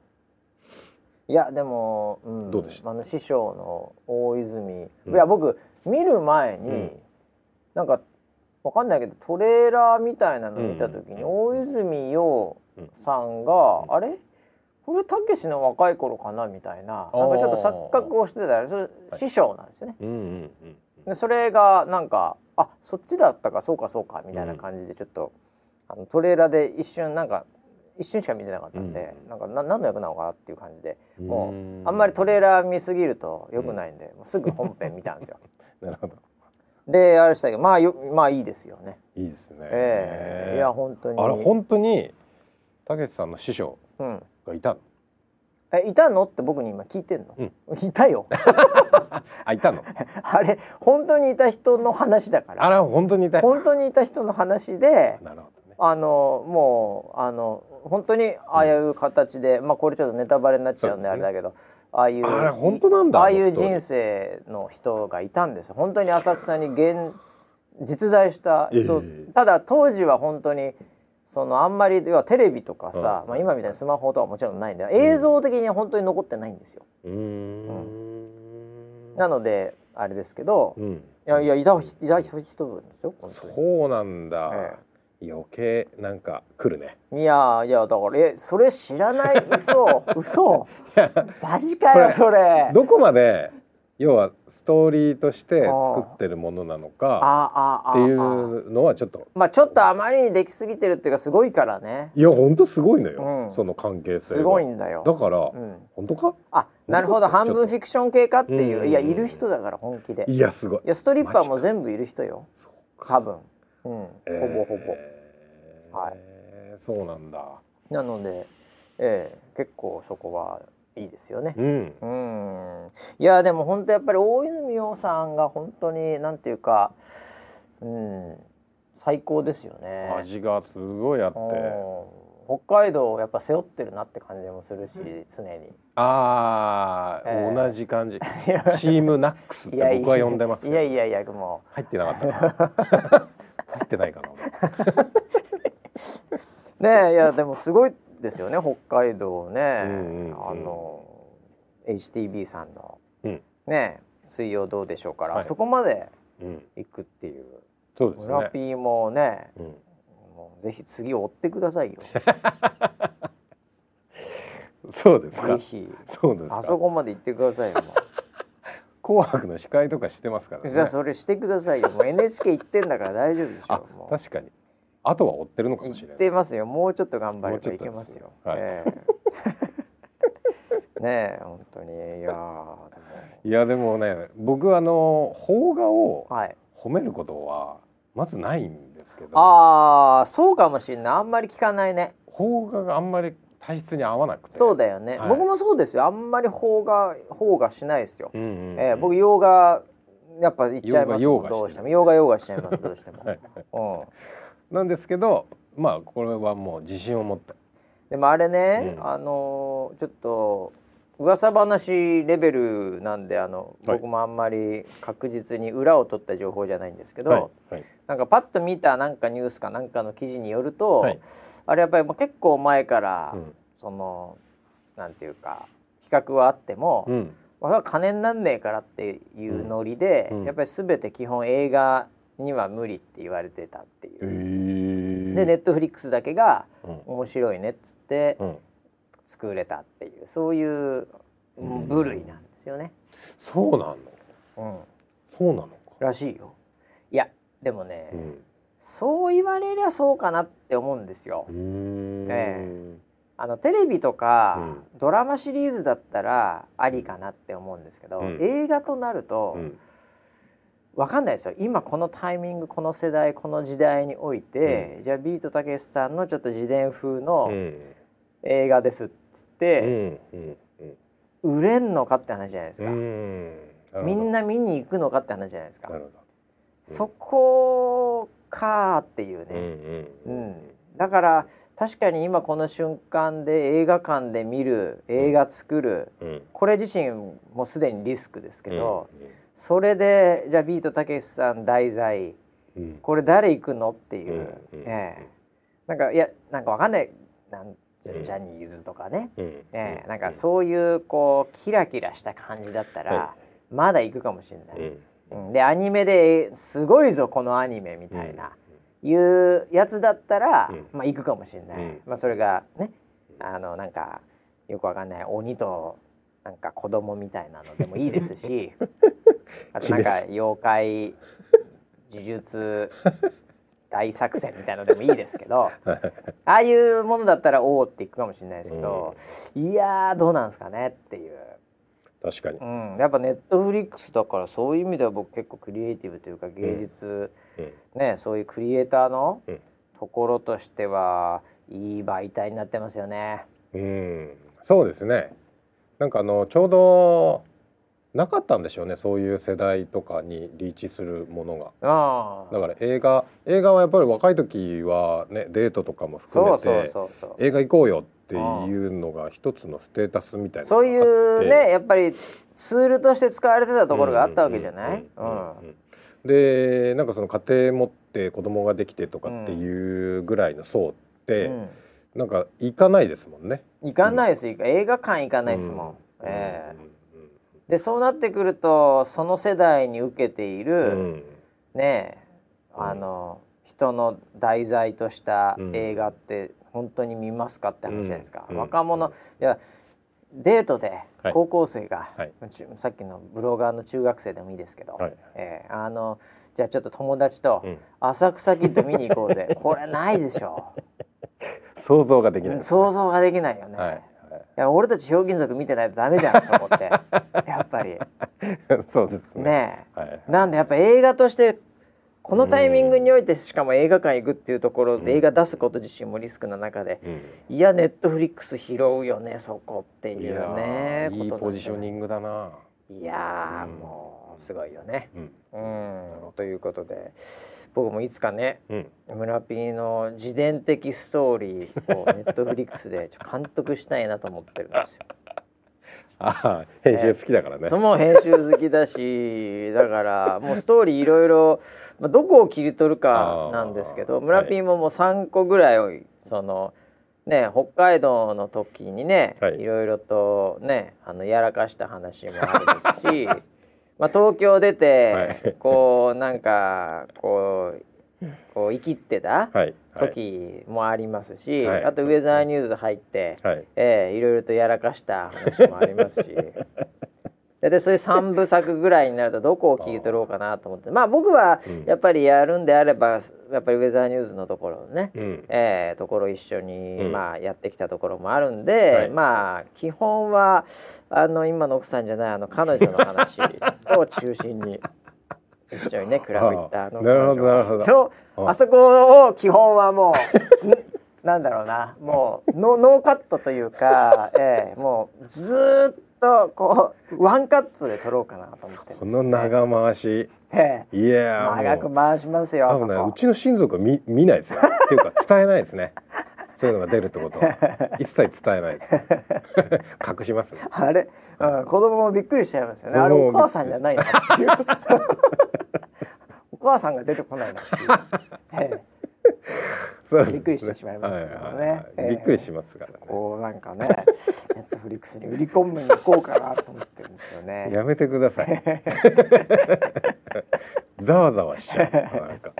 [SPEAKER 1] いやでも、うん、
[SPEAKER 2] どうでした
[SPEAKER 1] あの師匠の大泉、
[SPEAKER 2] うん
[SPEAKER 1] いや僕見る前に、
[SPEAKER 2] うん
[SPEAKER 1] なんかわかんないけどトレーラーみたいなの見た時に、
[SPEAKER 2] うん
[SPEAKER 1] 大泉洋さんが、
[SPEAKER 2] うん
[SPEAKER 1] あれこれたけしの若い頃かなみたいななんかち
[SPEAKER 2] あー
[SPEAKER 1] ょっと錯覚をしてたよそれ
[SPEAKER 2] はい
[SPEAKER 1] 師匠なんですよね。
[SPEAKER 2] うんうんうん
[SPEAKER 1] でそれがなんかあそっちだったかそうかそうかみたいな感じでちょっと、あのトレーラーで一瞬なんか一瞬しか見てなかったんで、
[SPEAKER 2] うん
[SPEAKER 1] なんかな何の役なのかなっていう感じで
[SPEAKER 2] うん
[SPEAKER 1] も
[SPEAKER 2] う
[SPEAKER 1] あんまりトレー
[SPEAKER 2] ラ
[SPEAKER 1] ラー見すぎると良くないんで、もうすぐ本編見たんですよ。
[SPEAKER 2] ーなるほど
[SPEAKER 1] であれしたけどまあよまあいいですよね。
[SPEAKER 2] いいですね、
[SPEAKER 1] ええいや本当に
[SPEAKER 2] あれ本当にたけしさんの師匠
[SPEAKER 1] うん
[SPEAKER 2] がいたの
[SPEAKER 1] えいたのって僕に今聞いてんの、いたよ
[SPEAKER 2] あいたの
[SPEAKER 1] あれ本当にいた人の話だから
[SPEAKER 2] あら本当にいた
[SPEAKER 1] 本当にいた人の話で
[SPEAKER 2] なるほどね
[SPEAKER 1] あのもうあの本当にああいう形で、まあこれちょっとネタバレになっちゃうんであ
[SPEAKER 2] そう
[SPEAKER 1] れ
[SPEAKER 2] ですね
[SPEAKER 1] だけど、ああいう
[SPEAKER 2] あれ本当なんだ
[SPEAKER 1] ああいう
[SPEAKER 2] ストーリー
[SPEAKER 1] 人生の人がいたんです本当に浅草に現実在した人、
[SPEAKER 2] ええ
[SPEAKER 1] ただ当時は本当にそのあんまり要はテレビとかさ、
[SPEAKER 2] うん
[SPEAKER 1] まあ、今みたいにスマホとかもちろんないんで映像的には本当に残ってないんですよ。
[SPEAKER 2] うーん
[SPEAKER 1] なのであれですけど、
[SPEAKER 2] うん
[SPEAKER 1] いやいやいたいた人ですよ本当に。
[SPEAKER 2] そうなんだ、
[SPEAKER 1] え
[SPEAKER 2] 余計なんか来 るね
[SPEAKER 1] いやいやだからえそれ知らない嘘嘘
[SPEAKER 2] いや
[SPEAKER 1] マジかよそれ
[SPEAKER 2] どこまで要はストーリーとして作ってるものなのか
[SPEAKER 1] あああ
[SPEAKER 2] ってい
[SPEAKER 1] あ
[SPEAKER 2] うのはちょっと
[SPEAKER 1] まあちょっとあまりにできすぎてるっていうかすごいからね
[SPEAKER 2] いやほんとすごいのよ、
[SPEAKER 1] うん
[SPEAKER 2] その関係性が
[SPEAKER 1] すごいんだよ
[SPEAKER 2] だから、
[SPEAKER 1] うん、
[SPEAKER 2] 本当か
[SPEAKER 1] あなるほど
[SPEAKER 2] ちょっ
[SPEAKER 1] 半
[SPEAKER 2] と
[SPEAKER 1] 分フィクション系かっていう、
[SPEAKER 2] うん
[SPEAKER 1] いやいる人だから本気でい
[SPEAKER 2] いやすごい
[SPEAKER 1] やストリッパーも全部いる人よ
[SPEAKER 2] そうか
[SPEAKER 1] 多分、うんほぼほぼ
[SPEAKER 2] えー
[SPEAKER 1] は
[SPEAKER 2] そうなんだ
[SPEAKER 1] なので、ええ結構そこはいいですよね
[SPEAKER 2] うん
[SPEAKER 1] うんいやでも本当やっぱり大泉洋さんが本当になんていうか、うん、最高ですよね。
[SPEAKER 2] 味がすごいあって
[SPEAKER 1] うん北海道をやっぱ背負ってるなって感じもするし常 に。
[SPEAKER 2] あー、
[SPEAKER 1] えー
[SPEAKER 2] 同じ感じチームナックスって僕は呼んでます
[SPEAKER 1] い
[SPEAKER 2] けど
[SPEAKER 1] やいやいやも
[SPEAKER 2] 入ってな かったかな入ってないかな
[SPEAKER 1] うねえいやでもすごいですよね北海道ね、
[SPEAKER 2] うんうんうん
[SPEAKER 1] あの HTB さんの、
[SPEAKER 2] うん
[SPEAKER 1] ねえ水曜どうでしょうから、
[SPEAKER 2] はい
[SPEAKER 1] そこまで
[SPEAKER 2] うん
[SPEAKER 1] 行くっていう。
[SPEAKER 2] そうです
[SPEAKER 1] 村ピ
[SPEAKER 2] ね、
[SPEAKER 1] ーもね
[SPEAKER 2] うん、
[SPEAKER 1] もうぜひ次追ってくださいよ。
[SPEAKER 2] そうです
[SPEAKER 1] ぜ
[SPEAKER 2] か
[SPEAKER 1] ひ
[SPEAKER 2] そうですか
[SPEAKER 1] あそこまで行ってくださいよ。も
[SPEAKER 2] 紅白の司会とかしてますから
[SPEAKER 1] う
[SPEAKER 2] ね
[SPEAKER 1] じゃあそれしてくださいよ。もう NHK 行ってんだから大丈夫でし
[SPEAKER 2] あ
[SPEAKER 1] ょ。もう
[SPEAKER 2] 確かにあとは追ってるのかもし
[SPEAKER 1] 行
[SPEAKER 2] れな
[SPEAKER 1] っ
[SPEAKER 2] い
[SPEAKER 1] てますよ。もうちょっと頑張れば
[SPEAKER 2] もう
[SPEAKER 1] い
[SPEAKER 2] ちょ
[SPEAKER 1] け
[SPEAKER 2] っと
[SPEAKER 1] ま
[SPEAKER 2] ですす
[SPEAKER 1] よ
[SPEAKER 2] よ。
[SPEAKER 1] ええ ねえ本当にいやーで
[SPEAKER 2] いやでもね僕あの邦画を
[SPEAKER 1] もはい。
[SPEAKER 2] 褒めることはまずないんですけど
[SPEAKER 1] ああそうかもしれない。あんまり聞かないね。
[SPEAKER 2] 邦画があんまり体質に合わなくて
[SPEAKER 1] そうだよね。
[SPEAKER 2] はい
[SPEAKER 1] 僕もそうですよ。あんまり方が方がしないですよ。
[SPEAKER 2] うんうんうん
[SPEAKER 1] ええ僕洋画やっぱ行っちゃいますも
[SPEAKER 2] 洋
[SPEAKER 1] ん。
[SPEAKER 2] 画
[SPEAKER 1] ど
[SPEAKER 2] 洋
[SPEAKER 1] う
[SPEAKER 2] 画
[SPEAKER 1] し
[SPEAKER 2] してて
[SPEAKER 1] も
[SPEAKER 2] る
[SPEAKER 1] 洋画洋画しちゃいますどうしても。
[SPEAKER 2] はい
[SPEAKER 1] うん。
[SPEAKER 2] なんですけどまあこれはもう自信を持って
[SPEAKER 1] でもあれね、
[SPEAKER 2] うん
[SPEAKER 1] あのーちょっと噂話レベルなんであの、
[SPEAKER 2] はい
[SPEAKER 1] 僕もあんまり確実に裏を取った情報じゃないんですけど、
[SPEAKER 2] はいはい
[SPEAKER 1] なんかパッと見たなんかニュースかなんかの記事によると、
[SPEAKER 2] はい
[SPEAKER 1] あれやっぱりもう結構前から、
[SPEAKER 2] うん
[SPEAKER 1] そのなんていうか企画はあっても、
[SPEAKER 2] うん
[SPEAKER 1] まあそれは金になんねえからっていうノリで、
[SPEAKER 2] うんうん
[SPEAKER 1] やっぱり全て基本映画には無理って言われてたってい
[SPEAKER 2] え
[SPEAKER 1] う。
[SPEAKER 2] ー
[SPEAKER 1] でネットフリックスだけが
[SPEAKER 2] うん
[SPEAKER 1] 面白いねっつって、
[SPEAKER 2] うん
[SPEAKER 1] 作れたっていうそういううん部類なんですよね。
[SPEAKER 2] そうなの
[SPEAKER 1] うん、
[SPEAKER 2] そうなのから
[SPEAKER 1] しいよ。いやでもね、
[SPEAKER 2] うん
[SPEAKER 1] そう言われりゃそうかなって思うんですよ
[SPEAKER 2] う。ーん
[SPEAKER 1] えあのテレビとか、ドラマシリーズだったらありかなって思うんですけど、
[SPEAKER 2] うん
[SPEAKER 1] 映画となると、
[SPEAKER 2] うん
[SPEAKER 1] わかんないですよ今このタイミングこの世代この時代において、じゃあビートたけしさんのちょっと自伝風の
[SPEAKER 2] うん
[SPEAKER 1] 映画ですっつっ
[SPEAKER 2] う
[SPEAKER 1] て、
[SPEAKER 2] んうんうん
[SPEAKER 1] 売れんのかって話じゃないですか、
[SPEAKER 2] うんるほど
[SPEAKER 1] みんな見に行くのかって話じゃないですか
[SPEAKER 2] なるほど
[SPEAKER 1] そこかーっていう
[SPEAKER 2] うん
[SPEAKER 1] ね、
[SPEAKER 2] う
[SPEAKER 1] うんんだから確かに今この瞬間で映画館で見る映画作る、
[SPEAKER 2] うん
[SPEAKER 1] これ自身もすでにリスクですけど、
[SPEAKER 2] うん
[SPEAKER 1] それでじゃあビートたけしさん題材
[SPEAKER 2] うん
[SPEAKER 1] これ誰行くのっていう、
[SPEAKER 2] うんうん
[SPEAKER 1] ええなんかいやなんかわかんないなんジ
[SPEAKER 2] うん
[SPEAKER 1] ャジャニーズとかね、
[SPEAKER 2] うん
[SPEAKER 1] ええなん
[SPEAKER 2] う
[SPEAKER 1] か
[SPEAKER 2] ん
[SPEAKER 1] そういうこうキラキラした感じだったら、
[SPEAKER 2] は
[SPEAKER 1] まだ行くかもしれない。
[SPEAKER 2] うん
[SPEAKER 1] うんでアニメですごいぞこのアニメみたいな、いうやつだったら、
[SPEAKER 2] う
[SPEAKER 1] まあ行くかもしれない、
[SPEAKER 2] うん
[SPEAKER 1] まあ、それがね
[SPEAKER 2] うん
[SPEAKER 1] あのなんかよくわかんない鬼となんか子供みたいなのでもいいです しあとなんか妖怪呪術大作戦みたいなのでもいいですけ どああいうものだったらおおっていくかもしれないですけど、いやーどうなんですかねっていう。
[SPEAKER 2] 確かに
[SPEAKER 1] うん、やっぱネットフリックスだからそういう意味では僕結構クリエイティブというか芸術、
[SPEAKER 2] うん
[SPEAKER 1] ねそういうクリエイターの
[SPEAKER 2] うん
[SPEAKER 1] ところとしてはいい媒体になってますよね。
[SPEAKER 2] うん、そうですね。なんかあのちょうどなかったんでしょうね。そういう世代とかにリーチするものが。
[SPEAKER 1] あ
[SPEAKER 2] だから映画映画はやっぱり若い時はねデートとかも含
[SPEAKER 1] そう
[SPEAKER 2] め
[SPEAKER 1] そう
[SPEAKER 2] て
[SPEAKER 1] そうそう。
[SPEAKER 2] 映画行こうよっていうのが一つのステータスみたいなの
[SPEAKER 1] そ
[SPEAKER 2] があ
[SPEAKER 1] う
[SPEAKER 2] って。
[SPEAKER 1] いうねやっぱりツールとして使われてたところがあったわけじゃない、
[SPEAKER 2] う
[SPEAKER 1] うん
[SPEAKER 2] うんうん
[SPEAKER 1] ん
[SPEAKER 2] うんでなんかその家庭持って子供ができてとかっていうぐらいの層って、
[SPEAKER 1] うん
[SPEAKER 2] なんか行かないですもんね。
[SPEAKER 1] 行かないです行か映画館行かないですもん。
[SPEAKER 2] うん
[SPEAKER 1] ええ
[SPEAKER 2] うんうん
[SPEAKER 1] でそうなってくるとその世代に受けている、
[SPEAKER 2] うん
[SPEAKER 1] ねえ、
[SPEAKER 2] うん
[SPEAKER 1] あの人の題材とした
[SPEAKER 2] うん
[SPEAKER 1] 映画って本当に見ますかって話じゃないですか、
[SPEAKER 2] うん
[SPEAKER 1] 若者、いやデートで
[SPEAKER 2] はい
[SPEAKER 1] 高校生が、
[SPEAKER 2] はい
[SPEAKER 1] ちゅさっきのブロガーの中学生でもいいですけど、
[SPEAKER 2] はい
[SPEAKER 1] ええあのじゃあちょっと友達と
[SPEAKER 2] うん
[SPEAKER 1] 浅草キッド見に行こう ぜこれないでしょ
[SPEAKER 2] 想像ができない、
[SPEAKER 1] 想像ができないよね、
[SPEAKER 2] はい
[SPEAKER 1] い、や俺たちひょうきん族見てないとダメじゃんそこ ってやっぱり
[SPEAKER 2] はい、 そうですね
[SPEAKER 1] ねえ
[SPEAKER 2] はい、
[SPEAKER 1] なんでやっぱ映画としてこのタイミングにおいてしかも映画館行くっていうところで映画出すこと自身もリスクな中で、
[SPEAKER 2] うん
[SPEAKER 1] いやネットフリックス拾うよねそこってい
[SPEAKER 2] いや
[SPEAKER 1] うね
[SPEAKER 2] ーいいポジショニ
[SPEAKER 1] ン
[SPEAKER 2] ングだな、
[SPEAKER 1] グいやー
[SPEAKER 2] うん
[SPEAKER 1] もうすごいよね
[SPEAKER 2] うん
[SPEAKER 1] うんということで僕もいつかね
[SPEAKER 2] うん、
[SPEAKER 1] 村ピーの自伝的ストーリーをネットフリックスでちょっと監督したいなと思ってるんですよ。
[SPEAKER 2] あー編集好きだからね、
[SPEAKER 1] その編集好きだしだ からもうストーリーいろいろ、まあ、どこを切り取るかなんですけ
[SPEAKER 2] あ
[SPEAKER 1] ど
[SPEAKER 2] ー
[SPEAKER 1] 村ピンももう3個ぐらいをそのね北海道の時にね、
[SPEAKER 2] はい
[SPEAKER 1] い、ろいろとねあのやらかした話もある ですしまあ東京出て、
[SPEAKER 2] はい
[SPEAKER 1] こうなんかこうこう生きってた
[SPEAKER 2] はいはい
[SPEAKER 1] 時もありますし、
[SPEAKER 2] はい
[SPEAKER 1] あとウェザーニューズ入って。
[SPEAKER 2] はい
[SPEAKER 1] ええいろいろとやらかした話もあり ますし大体そういう3部作ぐらいになるとどこを切り取ろうかなと思ってまあ僕は
[SPEAKER 2] うん
[SPEAKER 1] やっぱりやるんであればやっぱりウェザーニューズのところをね、
[SPEAKER 2] うん
[SPEAKER 1] ええところ一緒に、
[SPEAKER 2] うん
[SPEAKER 1] まあ、やってきたところもあるんで、
[SPEAKER 2] はい
[SPEAKER 1] まあ基本はあの今の奥さんじゃないあの彼女の話を中心に一緒に ねクラブ行ったあの
[SPEAKER 2] なるほどなるほど
[SPEAKER 1] ど
[SPEAKER 2] うん
[SPEAKER 1] あそこを基本はもうんなんだろう なもうノノーカットというか、ええもうずーっとこうワンカットで撮ろうかなと思ってるん
[SPEAKER 2] こ
[SPEAKER 1] ですよ
[SPEAKER 2] の長回し
[SPEAKER 1] ええ
[SPEAKER 2] いやー
[SPEAKER 1] 長
[SPEAKER 2] もう
[SPEAKER 1] く回しますよあ
[SPEAKER 2] 多
[SPEAKER 1] そ
[SPEAKER 2] 分ねう
[SPEAKER 1] こ。
[SPEAKER 2] ちの親族は見見ないですよっていうか 伝えないですねそういうのが出るってこと は一切伝えないです 隠しますね
[SPEAKER 1] あれ、うん、子供もびっくりしちゃいますよね。あれ
[SPEAKER 2] もう
[SPEAKER 1] お母さんじゃないなって いう。お母さんが出てこないなっていう。 え
[SPEAKER 2] そう
[SPEAKER 1] びっくりしてしまいますけどね
[SPEAKER 2] はいはいはい
[SPEAKER 1] ええ
[SPEAKER 2] びっくりしますから
[SPEAKER 1] え、
[SPEAKER 2] ね
[SPEAKER 1] そこをなんかね、 ネットフリックスに売り込むに行こうかなと思ってるんですよね。
[SPEAKER 2] やめてくだ さい。ざわざわしちゃう。なんか。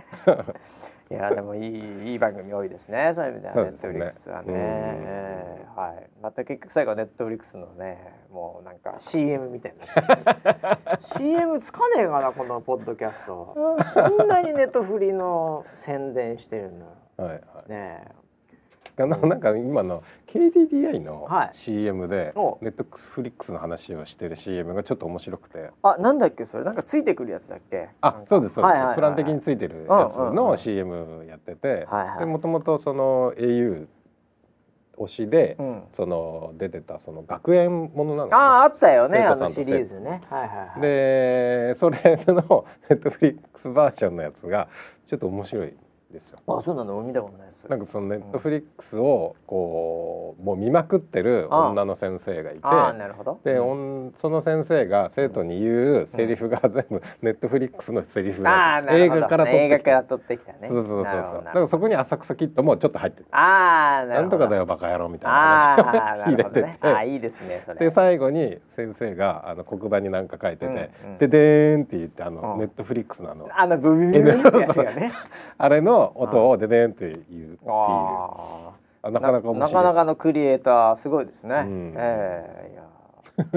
[SPEAKER 1] いやでもいいいい番組多いですね。そういう意味では
[SPEAKER 2] そ
[SPEAKER 1] ネ
[SPEAKER 2] うで
[SPEAKER 1] ッ
[SPEAKER 2] す
[SPEAKER 1] トフ
[SPEAKER 2] ね
[SPEAKER 1] リックスはね。
[SPEAKER 2] うん
[SPEAKER 1] ええはい。また結局最後はネットフリックスのね、もうなんか CM みたいになっちゃ ってる。CM つかねえかなこのポッドキャスト。こんなにネットフリの宣伝してるの。
[SPEAKER 2] はいはい。
[SPEAKER 1] ねえ
[SPEAKER 2] あのなんか今の KDDI の
[SPEAKER 1] はい
[SPEAKER 2] CM で、
[SPEAKER 1] お
[SPEAKER 2] ネットフリックスの話をしてる CM がちょっと面白くて
[SPEAKER 1] あなんだっけそれなんかついてくるやつだっけ
[SPEAKER 2] あそうですそうで
[SPEAKER 1] はい
[SPEAKER 2] す、
[SPEAKER 1] はいはいはい
[SPEAKER 2] プラン的についてるやつ
[SPEAKER 1] うんうんう
[SPEAKER 2] の
[SPEAKER 1] ん
[SPEAKER 2] CM やってて、
[SPEAKER 1] はいはい
[SPEAKER 2] でもともとその au 推しで、
[SPEAKER 1] うん
[SPEAKER 2] その出てたその学園ものなの
[SPEAKER 1] あああったよね
[SPEAKER 2] 生
[SPEAKER 1] あ
[SPEAKER 2] 徒さ
[SPEAKER 1] の
[SPEAKER 2] んと
[SPEAKER 1] シリーズねはいはいはい
[SPEAKER 2] でそれの ネットフリックスバージョンのやつがちょっと面白いですよ。
[SPEAKER 1] あそうなの見たことないです
[SPEAKER 2] なんかそのネットフリックスをこうもう見まくってる
[SPEAKER 1] ああ
[SPEAKER 2] 女の先生がいて
[SPEAKER 1] ああなるほど
[SPEAKER 2] で、
[SPEAKER 1] うん
[SPEAKER 2] おんその先生が生徒に言うセリフが全部ネットフリックスのセリフ
[SPEAKER 1] あ
[SPEAKER 2] な
[SPEAKER 1] あ
[SPEAKER 2] ん
[SPEAKER 1] な
[SPEAKER 2] ですよ
[SPEAKER 1] るほ
[SPEAKER 2] 映
[SPEAKER 1] ど
[SPEAKER 2] 画から撮っ
[SPEAKER 1] 映
[SPEAKER 2] て
[SPEAKER 1] 画
[SPEAKER 2] き
[SPEAKER 1] から
[SPEAKER 2] た
[SPEAKER 1] 撮ってきたね
[SPEAKER 2] そうそうそうそう
[SPEAKER 1] なるほど
[SPEAKER 2] だ
[SPEAKER 1] な
[SPEAKER 2] か
[SPEAKER 1] る
[SPEAKER 2] ら
[SPEAKER 1] ほ
[SPEAKER 2] そ
[SPEAKER 1] ど
[SPEAKER 2] こに浅草キッドもちょっと入ってて
[SPEAKER 1] ああな
[SPEAKER 2] な
[SPEAKER 1] るほ
[SPEAKER 2] ん
[SPEAKER 1] ど
[SPEAKER 2] とかだよバカ野郎みたいな話を
[SPEAKER 1] ああな
[SPEAKER 2] 入
[SPEAKER 1] る
[SPEAKER 2] れ
[SPEAKER 1] ほ
[SPEAKER 2] て
[SPEAKER 1] ど
[SPEAKER 2] て
[SPEAKER 1] ねああいいですねそれ
[SPEAKER 2] で最後に先生があの黒板に何か書いてて
[SPEAKER 1] うんうん
[SPEAKER 2] 「ででーん」って言ってあ
[SPEAKER 1] う
[SPEAKER 2] の
[SPEAKER 1] ん
[SPEAKER 2] ネットフリックスのあの
[SPEAKER 1] あのブビビビ ってやつがね
[SPEAKER 2] あれの音を「ででーん」って言うっていう
[SPEAKER 1] ああ
[SPEAKER 2] あなかなか面
[SPEAKER 1] なかな
[SPEAKER 2] 白
[SPEAKER 1] か
[SPEAKER 2] い
[SPEAKER 1] のクリエイターすごいですね、
[SPEAKER 2] うん
[SPEAKER 1] ええい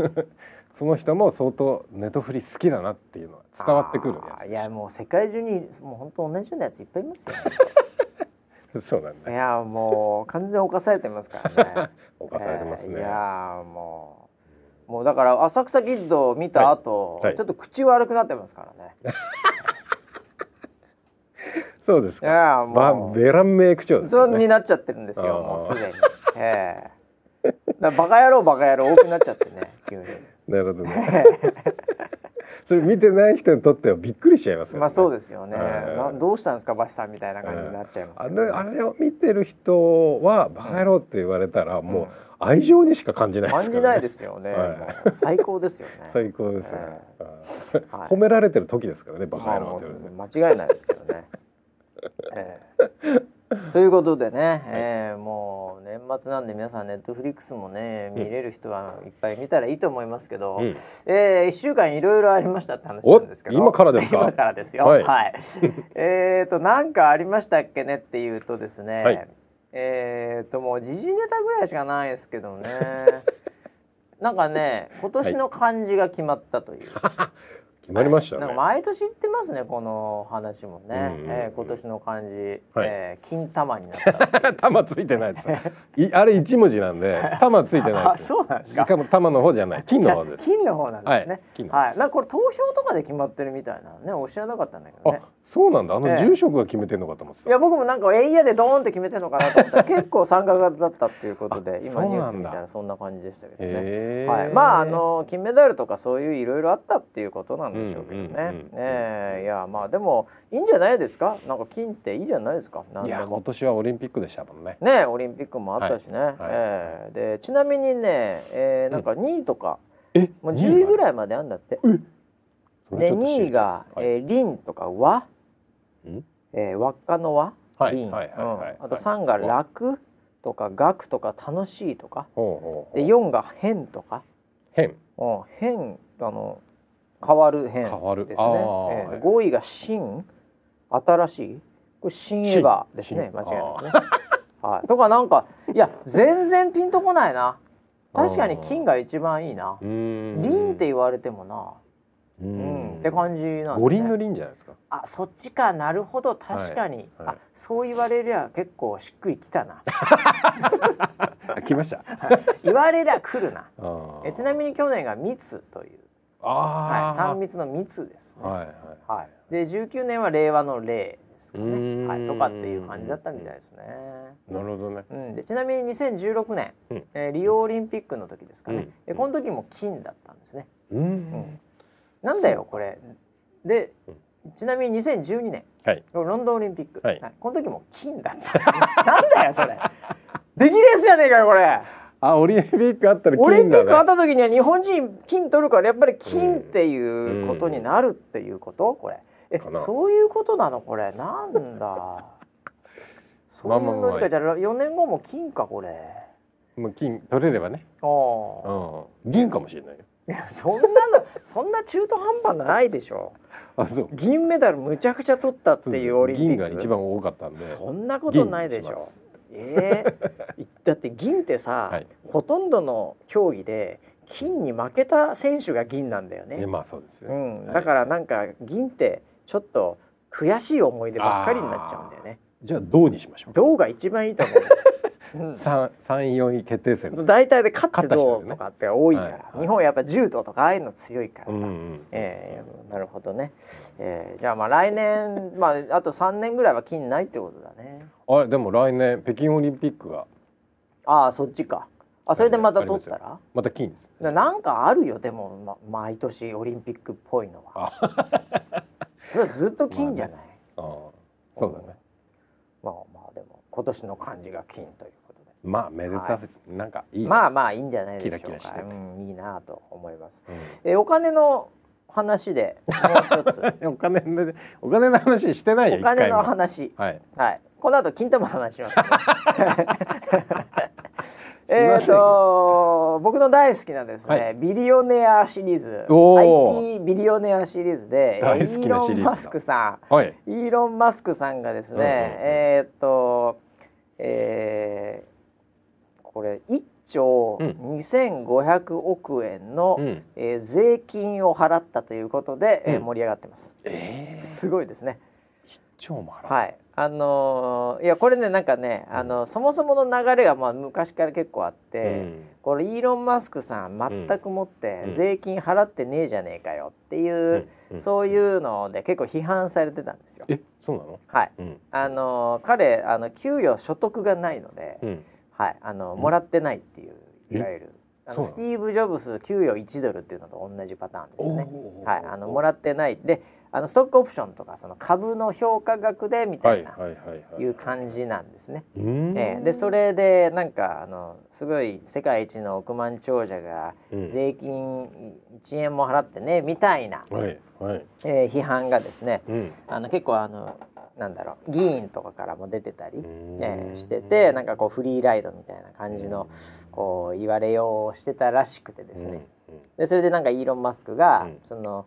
[SPEAKER 1] や
[SPEAKER 2] その人も相当ネットフリ好きだなっていうのは伝わってくるや
[SPEAKER 1] あ
[SPEAKER 2] つ
[SPEAKER 1] ー
[SPEAKER 2] で
[SPEAKER 1] いやもう世界中にもう本当同じようなやついっぱいいますよ、
[SPEAKER 2] す そうなんだ
[SPEAKER 1] い
[SPEAKER 2] よ
[SPEAKER 1] やもう完全に侵されてますからね
[SPEAKER 2] 犯されてます
[SPEAKER 1] ええ
[SPEAKER 2] ね
[SPEAKER 1] いやもうもうだから浅草キッドを見た後、
[SPEAKER 2] はいはい
[SPEAKER 1] ちょっと口悪くなってますから ね
[SPEAKER 2] そうです
[SPEAKER 1] い
[SPEAKER 2] か
[SPEAKER 1] や
[SPEAKER 2] ま
[SPEAKER 1] も
[SPEAKER 2] あ
[SPEAKER 1] う
[SPEAKER 2] ベランメイク長です
[SPEAKER 1] そ
[SPEAKER 2] よ
[SPEAKER 1] うに
[SPEAKER 2] ね
[SPEAKER 1] なっちゃってるんですよ
[SPEAKER 2] あー
[SPEAKER 1] もうすでに、ええだからバカ野郎バカ野郎多くなっちゃってね急に
[SPEAKER 2] なるほどね それ見てない人にとってはびっくりしちゃいますよね
[SPEAKER 1] まあそうですよね、
[SPEAKER 2] ええ
[SPEAKER 1] などうしたんですかバシさんみたいな感じになっちゃいます
[SPEAKER 2] あ
[SPEAKER 1] よね、
[SPEAKER 2] れあれを見てる人は「バカ野郎」って言われたらもう愛情にしか感じないで
[SPEAKER 1] 感
[SPEAKER 2] すから、ね、
[SPEAKER 1] じないですよね、
[SPEAKER 2] はい
[SPEAKER 1] もう最高ですよ ね
[SPEAKER 2] 最高ですね、あー
[SPEAKER 1] はい
[SPEAKER 2] 褒められてる時ですからね「バ
[SPEAKER 1] ま
[SPEAKER 2] カ
[SPEAKER 1] あ
[SPEAKER 2] 野郎」
[SPEAKER 1] も
[SPEAKER 2] って言われて、
[SPEAKER 1] う間違いないですよね、 ええということでね、ええもう年末なんで皆さんネットフリックスもね見れる人はいっぱい見たらいいと思いますけど、
[SPEAKER 2] うん
[SPEAKER 1] えー、1週間いろいろありましたって話なんですけど
[SPEAKER 2] お今からですか
[SPEAKER 1] 今からですよは、
[SPEAKER 2] はいい
[SPEAKER 1] えっと何かありましたっけねっていうとですね、
[SPEAKER 2] はい
[SPEAKER 1] えっともう時事ネタぐらいしかないですけど ねなんかね今年の漢字が決まったという、
[SPEAKER 2] 決まりました
[SPEAKER 1] なん
[SPEAKER 2] ね
[SPEAKER 1] か毎年言ってますねこの話もね、
[SPEAKER 2] うんうんうん
[SPEAKER 1] えー今年の漢字、
[SPEAKER 2] はい
[SPEAKER 1] えー金玉にな った
[SPEAKER 2] 玉ついてないですいあれ一文字なん で玉ついてない
[SPEAKER 1] あ
[SPEAKER 2] です
[SPEAKER 1] そうなんです
[SPEAKER 2] し
[SPEAKER 1] か
[SPEAKER 2] かも玉の方じゃない金の方です
[SPEAKER 1] じゃあ金の方なんですね、
[SPEAKER 2] はい金の方
[SPEAKER 1] はい、なんかこれ投票とかで決まってるみたいなのね、お知らなかったんだけどね
[SPEAKER 2] あ。そうなんだあの
[SPEAKER 1] ええ
[SPEAKER 2] 住職が決めてんのかと思って
[SPEAKER 1] い
[SPEAKER 2] た、
[SPEAKER 1] や僕もなんかえいやでドーンって決めてるのかなと思った ら結構参加型だったっていうことで
[SPEAKER 2] あ
[SPEAKER 1] 今
[SPEAKER 2] そう
[SPEAKER 1] ニュー
[SPEAKER 2] なんだ
[SPEAKER 1] スみたいなそんな感じでしたけどね。
[SPEAKER 2] へー
[SPEAKER 1] はい、まああの金メダルとかそういういろいろあったっていうことなんでしょうけどね
[SPEAKER 2] うんうんうんうん。
[SPEAKER 1] ええいやまあでもいいんじゃないですか。なんか金っていいじゃないですか。何
[SPEAKER 2] い
[SPEAKER 1] で
[SPEAKER 2] や今
[SPEAKER 1] も。
[SPEAKER 2] 年はオリンピックでしたもんね
[SPEAKER 1] ねオリンピックもあったしね。
[SPEAKER 2] い
[SPEAKER 1] ええでちなみにね、えーなんか2位とか、
[SPEAKER 2] え
[SPEAKER 1] もう10位ぐ
[SPEAKER 2] い
[SPEAKER 1] らいまであんだって。
[SPEAKER 2] ち
[SPEAKER 1] で
[SPEAKER 2] ょっと知りたい
[SPEAKER 1] 2位が、
[SPEAKER 2] はい
[SPEAKER 1] えー、凛とか和、
[SPEAKER 2] ん
[SPEAKER 1] えー、輪っかの和、
[SPEAKER 2] はい
[SPEAKER 1] 凛、
[SPEAKER 2] はいはいはい
[SPEAKER 1] うんあと3が楽とか楽とか楽しいとか
[SPEAKER 2] ほうほうほう
[SPEAKER 1] で4が変とか、
[SPEAKER 2] 変
[SPEAKER 1] うん、変あの変わる変ですね
[SPEAKER 2] 変わるあー
[SPEAKER 1] えー
[SPEAKER 2] は
[SPEAKER 1] で
[SPEAKER 2] い
[SPEAKER 1] 5位が新新しいこれ新エヴァですね
[SPEAKER 2] 新
[SPEAKER 1] 間違いなくね。 はい、とかなんかいや全然ピンとこないな確かに金が一番いいな
[SPEAKER 2] うーん
[SPEAKER 1] 凛って言われてもな、
[SPEAKER 2] う
[SPEAKER 1] うん
[SPEAKER 2] ん
[SPEAKER 1] って感じなんで、ね、
[SPEAKER 2] 五輪の輪じゃな いですか
[SPEAKER 1] あそっちかなるほど確かに、
[SPEAKER 2] はいは
[SPEAKER 1] あ
[SPEAKER 2] い
[SPEAKER 1] そう言われりゃ結構しっくりきたな
[SPEAKER 2] あ来ました
[SPEAKER 1] 言われりゃ来るなえちな
[SPEAKER 2] に
[SPEAKER 1] みに去年が密という、は
[SPEAKER 2] あ
[SPEAKER 1] い、
[SPEAKER 2] あ
[SPEAKER 1] 三密の密ですね、
[SPEAKER 2] はい
[SPEAKER 1] はい、で19年は令和の令ですか
[SPEAKER 2] うー
[SPEAKER 1] ね、
[SPEAKER 2] ん
[SPEAKER 1] はい、とかっていう感じだったみたいですね、
[SPEAKER 2] なるほどね
[SPEAKER 1] うん、でちなみに2016年、
[SPEAKER 2] うん
[SPEAKER 1] えーリオオリンピックの時ですかね、
[SPEAKER 2] うん
[SPEAKER 1] えこの時も金だったんですね
[SPEAKER 2] う
[SPEAKER 1] うん
[SPEAKER 2] ん
[SPEAKER 1] なんだよこれで
[SPEAKER 2] うん
[SPEAKER 1] ちなみに2012年
[SPEAKER 2] はい
[SPEAKER 1] ロンドンオリンピック、
[SPEAKER 2] はい
[SPEAKER 1] この時も金だったんですねなんだよそれで きレースじゃねえかよこれ
[SPEAKER 2] あオリンピックあったら
[SPEAKER 1] オリン
[SPEAKER 2] 金
[SPEAKER 1] ピ
[SPEAKER 2] だ
[SPEAKER 1] ックあっ
[SPEAKER 2] ね
[SPEAKER 1] た時には日本人金取るからやっぱり金っていうことになるっていうことこれえ
[SPEAKER 2] かな
[SPEAKER 1] そういうことなのこれ なんだそういうのりかじゃあ4年後も金かこれ
[SPEAKER 2] もう金取れればね
[SPEAKER 1] おー
[SPEAKER 2] うん銀かもしれないよ
[SPEAKER 1] いやそんなのそんな中途半端ないでしょ
[SPEAKER 2] あそう
[SPEAKER 1] 銀メダルむちゃくちゃ取ったっていうオリンピック
[SPEAKER 2] 銀が一番多かったんで
[SPEAKER 1] そんなことないでし
[SPEAKER 2] 銀にしま
[SPEAKER 1] ょ
[SPEAKER 2] す。
[SPEAKER 1] えー、いだって銀ってさ、
[SPEAKER 2] はい
[SPEAKER 1] ほとんどの競技で金に負けた選手が銀なんだよ
[SPEAKER 2] ね
[SPEAKER 1] ね。
[SPEAKER 2] まあそうです
[SPEAKER 1] う
[SPEAKER 2] よ
[SPEAKER 1] ん、だからなんか銀ってちょっと悔しい思い出ばっかりになっちゃうんだよね。
[SPEAKER 2] じゃあ銅にしましょう
[SPEAKER 1] 銅が一番いいと思う。うん
[SPEAKER 2] 三三四位決定戦です。
[SPEAKER 1] 大体で勝って
[SPEAKER 2] 勝った人だ
[SPEAKER 1] ど
[SPEAKER 2] よ
[SPEAKER 1] う
[SPEAKER 2] ね
[SPEAKER 1] とかって多いから、
[SPEAKER 2] はい
[SPEAKER 1] 日本はやっぱ柔道とかああいうの強いからさ、
[SPEAKER 2] うんうん
[SPEAKER 1] えーなるほどね、えーじゃあまあ来年、 まあ、あと3年ぐらいは金ないってことだね
[SPEAKER 2] あれでも来年北京オリンピックが
[SPEAKER 1] ああそっちかあそれでまた取った
[SPEAKER 2] あり
[SPEAKER 1] ら
[SPEAKER 2] また金です。
[SPEAKER 1] ななんかあるよでも、ま、毎年オリンピックっぽいのは
[SPEAKER 2] あ
[SPEAKER 1] それずっと金じゃない、
[SPEAKER 2] あーそうだね。
[SPEAKER 1] まあまあでも今年の漢字が金ということで
[SPEAKER 2] まあめでたせ、なんかいいね。
[SPEAKER 1] まあまあいいんじゃないでしょうか
[SPEAKER 2] キラキラしてて
[SPEAKER 1] うん、いいなと思います、
[SPEAKER 2] うん
[SPEAKER 1] えーお金の話でもう 一つ
[SPEAKER 2] お金でお金の話してないよ。
[SPEAKER 1] お金の
[SPEAKER 2] 一回も
[SPEAKER 1] 話
[SPEAKER 2] はい。
[SPEAKER 1] はいこの後金玉の話し ます、ね、え
[SPEAKER 2] すいま
[SPEAKER 1] っ
[SPEAKER 2] せん
[SPEAKER 1] と僕の大好きなですね、
[SPEAKER 2] はい
[SPEAKER 1] ビリオネアシリーズ
[SPEAKER 2] お
[SPEAKER 1] IT ビリオネアシリーズでえ
[SPEAKER 2] 大好きな
[SPEAKER 1] ー
[SPEAKER 2] シ
[SPEAKER 1] イ
[SPEAKER 2] リー
[SPEAKER 1] ー
[SPEAKER 2] ズだ
[SPEAKER 1] ロン・マスクさ
[SPEAKER 2] はい。
[SPEAKER 1] んイーロン・マスクさんがですね、
[SPEAKER 2] うんうんうん
[SPEAKER 1] えっとえーこれ1兆
[SPEAKER 2] うん
[SPEAKER 1] 2500億円の、
[SPEAKER 2] うん。
[SPEAKER 1] えー税金を払ったということで、えー
[SPEAKER 2] うん
[SPEAKER 1] 盛り上がってます。
[SPEAKER 2] ええー。
[SPEAKER 1] すごいですね。
[SPEAKER 2] 超もあら。
[SPEAKER 1] はい。あのーいやこれねなんかね、あのそもそもの流れがまあ昔から結構あって、
[SPEAKER 2] うん
[SPEAKER 1] これイーロン・マスクさん全くもって
[SPEAKER 2] うん
[SPEAKER 1] 税金払ってねえじゃねえかよっていう、
[SPEAKER 2] うん
[SPEAKER 1] そういうので結構批判されてたんですよ。
[SPEAKER 2] え、そうなの？
[SPEAKER 1] はい。
[SPEAKER 2] うん。
[SPEAKER 1] あのー彼あの給与所得がないので、
[SPEAKER 2] うん。
[SPEAKER 1] はいあの
[SPEAKER 2] うん
[SPEAKER 1] もらってないっていう
[SPEAKER 2] え
[SPEAKER 1] いわゆるあの
[SPEAKER 2] そうなの
[SPEAKER 1] スティーブ・ジョブス給与1ドルっていうのと同じパターンですよね。
[SPEAKER 2] おー
[SPEAKER 1] はい、あのもらってないであのストックオプションとかその株の評価額でみたいな、、
[SPEAKER 2] はいはいはいはい
[SPEAKER 1] う感じなんですね。
[SPEAKER 2] うーん
[SPEAKER 1] ええでそれでなんかあのすごい世界一の億万長者が
[SPEAKER 2] うん
[SPEAKER 1] 税金1円も払ってねみたいな、
[SPEAKER 2] はいはい
[SPEAKER 1] えー批判がですね
[SPEAKER 2] うん
[SPEAKER 1] あの結構あのなんだろう議員とかからも出てたり、ええしてて
[SPEAKER 2] て
[SPEAKER 1] なんかこうフリーライドみたいな感じのこう言われようをしてたらしくてですね、でそれでなんかイーロン・マスクが、
[SPEAKER 2] うん
[SPEAKER 1] その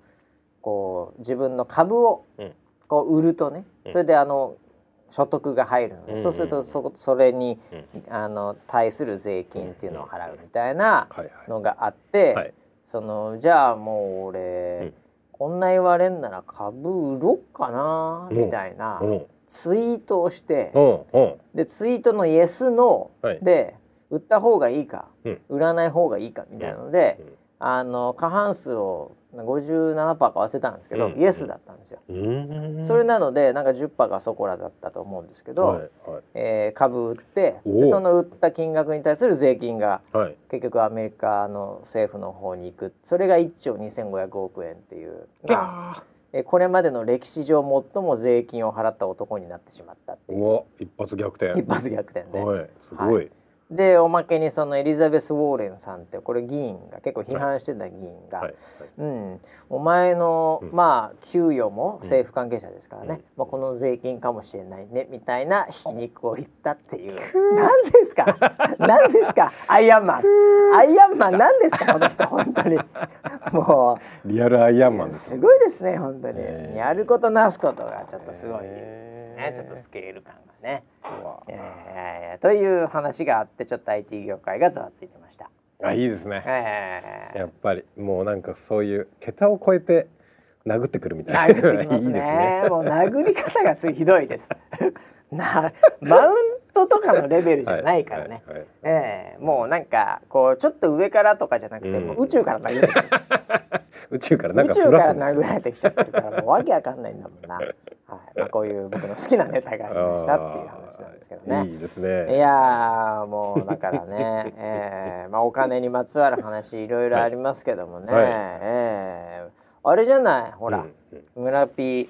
[SPEAKER 1] こう自分の株を
[SPEAKER 2] うん
[SPEAKER 1] こう売るとね、
[SPEAKER 2] うん
[SPEAKER 1] それであの所得が入るので、
[SPEAKER 2] うんうん
[SPEAKER 1] そうするとそそれに、
[SPEAKER 2] う
[SPEAKER 1] あの対する税金っていうのを払うみたいな
[SPEAKER 2] はいは
[SPEAKER 1] のがあって、
[SPEAKER 2] いはい
[SPEAKER 1] そのじゃあもう俺、
[SPEAKER 2] うん
[SPEAKER 1] こんな言われんなら株売ろっかな
[SPEAKER 2] うん
[SPEAKER 1] みたいな
[SPEAKER 2] うん
[SPEAKER 1] ツイートをして、
[SPEAKER 2] うんうん
[SPEAKER 1] でツイートのイエス・ノ
[SPEAKER 2] はい
[SPEAKER 1] ーで売った方がいいか、
[SPEAKER 2] うん
[SPEAKER 1] 売らない方がいいかみたいなので。
[SPEAKER 2] うん
[SPEAKER 1] あの過半数を57%か忘れたんですけど、
[SPEAKER 2] うん
[SPEAKER 1] イエスだったんですよ。
[SPEAKER 2] うーん
[SPEAKER 1] それなのでなんか10%がそこらだったと思うんですけど、
[SPEAKER 2] はいはい
[SPEAKER 1] えー株売って
[SPEAKER 2] おお
[SPEAKER 1] でその売った金額に対する税金が
[SPEAKER 2] はい
[SPEAKER 1] 結局アメリカの政府の方に行くそれが1兆2500億円っていう、まあ
[SPEAKER 2] ガ
[SPEAKER 1] えーこれまでの歴史上最も税金を払った男になってしまったって
[SPEAKER 2] ー
[SPEAKER 1] いう
[SPEAKER 2] うわ一発逆転
[SPEAKER 1] 一発逆転で、
[SPEAKER 2] はいすごい
[SPEAKER 1] でおまけにそのエリザベス・ウォーレンさんってこれ議員が結構批判してた議員が、
[SPEAKER 2] はいはい
[SPEAKER 1] うん、お前の、
[SPEAKER 2] うん
[SPEAKER 1] まあ給与も政府関係者ですからね、
[SPEAKER 2] うん
[SPEAKER 1] まあ、この税金かもしれないねみたいな皮肉を言ったっていう何ですか 何ですかアイアンマンアイアンマン何ですかこの人本当に も
[SPEAKER 2] リアルアイアンマン
[SPEAKER 1] う
[SPEAKER 2] です
[SPEAKER 1] す
[SPEAKER 2] ね
[SPEAKER 1] ごいですね本当に、
[SPEAKER 2] えー
[SPEAKER 1] やることなすことがちょっとすごいですね
[SPEAKER 2] えー
[SPEAKER 1] ちょっとスケール感がね、
[SPEAKER 2] うわ
[SPEAKER 1] えーという話があってちょっと IT 業界がざわついてました。
[SPEAKER 2] あいいですね
[SPEAKER 1] えー
[SPEAKER 2] やっぱりもうなんかそういう桁を超えて殴ってくるみたいな
[SPEAKER 1] 殴ってきます
[SPEAKER 2] いい
[SPEAKER 1] ね
[SPEAKER 2] です ね
[SPEAKER 1] もう殴り方がすごいひどいです なマウントとかのレベルじゃないからね、
[SPEAKER 2] はいはいはい
[SPEAKER 1] ええもうなんかこうちょっと上からとかじゃなくて、
[SPEAKER 2] うん
[SPEAKER 1] もう宇宙から殴られてくる
[SPEAKER 2] 宇宙からなん
[SPEAKER 1] 宇
[SPEAKER 2] か
[SPEAKER 1] 宙から
[SPEAKER 2] す
[SPEAKER 1] 殴られてきちゃってるからもうわけわかんないんだもんな、はいまあ、こういう僕の好きなネタがありましたっていう話なんですけどね
[SPEAKER 2] いいですね
[SPEAKER 1] いやーもうだから ね、えーまあ、お金にまつわる話いろいろありますけどもね、
[SPEAKER 2] はい
[SPEAKER 1] えーあれじゃないほら、
[SPEAKER 2] うんうん
[SPEAKER 1] 村ピー、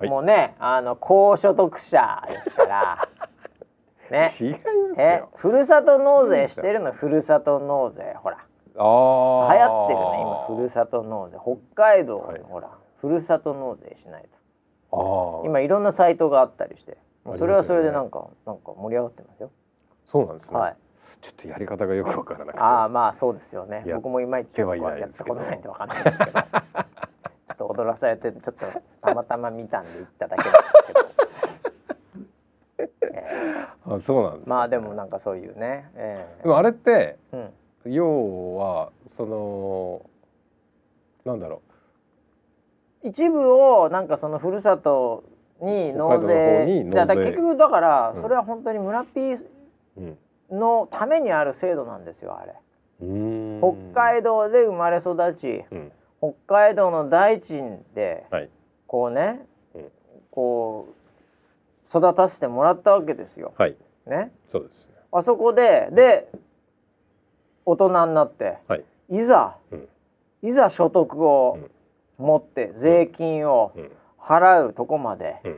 [SPEAKER 2] はい
[SPEAKER 1] もうねあの高所得者ですから ね
[SPEAKER 2] 違います
[SPEAKER 1] え
[SPEAKER 2] よ
[SPEAKER 1] ふるさと納税してるのふるさと納税ほら
[SPEAKER 2] ああ
[SPEAKER 1] 流行ってるね今ふるさと納税北海道、
[SPEAKER 2] はい
[SPEAKER 1] ほらふるさと納税しない
[SPEAKER 2] あ
[SPEAKER 1] と
[SPEAKER 2] ー
[SPEAKER 1] 今いろんなサイトがあったりしてもうそれは
[SPEAKER 2] あり
[SPEAKER 1] そ
[SPEAKER 2] ますよ
[SPEAKER 1] れで
[SPEAKER 2] ね
[SPEAKER 1] なんか、なんか盛り上がってますよ、
[SPEAKER 2] そうなんですね、
[SPEAKER 1] はい
[SPEAKER 2] ちょっとやり方がよくわからなくて
[SPEAKER 1] ああまあそうですよね
[SPEAKER 2] いや
[SPEAKER 1] 僕もいまいち
[SPEAKER 2] 手
[SPEAKER 1] 僕
[SPEAKER 2] はいな
[SPEAKER 1] はいやっ
[SPEAKER 2] で
[SPEAKER 1] た
[SPEAKER 2] す
[SPEAKER 1] こ
[SPEAKER 2] けど
[SPEAKER 1] とないんでわかんない ですけどちょっと踊らされてちょっとたまたま見たんで行っただけ なんですけど、えー
[SPEAKER 2] あそうなんですね、
[SPEAKER 1] まあでもなんかそういうね、ええ
[SPEAKER 2] でもあれって
[SPEAKER 1] うん、
[SPEAKER 2] 要はそのなんだろ
[SPEAKER 1] 一部をなんかそのふるさとに納
[SPEAKER 2] 北海道の方
[SPEAKER 1] 税
[SPEAKER 2] に納税
[SPEAKER 1] だから結局だから
[SPEAKER 2] うん
[SPEAKER 1] それは本当に村ピー
[SPEAKER 2] う、うん、
[SPEAKER 1] のためにある制度なんですよあれ
[SPEAKER 2] うん
[SPEAKER 1] 北海道で生まれ育ち
[SPEAKER 2] うん
[SPEAKER 1] 北海道の大地で
[SPEAKER 2] はい
[SPEAKER 1] こうね
[SPEAKER 2] うん
[SPEAKER 1] こう育たせてもらったわけですよ。
[SPEAKER 2] はい
[SPEAKER 1] ね、
[SPEAKER 2] そうですね
[SPEAKER 1] あそこでで大人になって
[SPEAKER 2] はい
[SPEAKER 1] いざ
[SPEAKER 2] うん
[SPEAKER 1] いざ所得を持って税金を
[SPEAKER 2] うん
[SPEAKER 1] 払うとこまで
[SPEAKER 2] う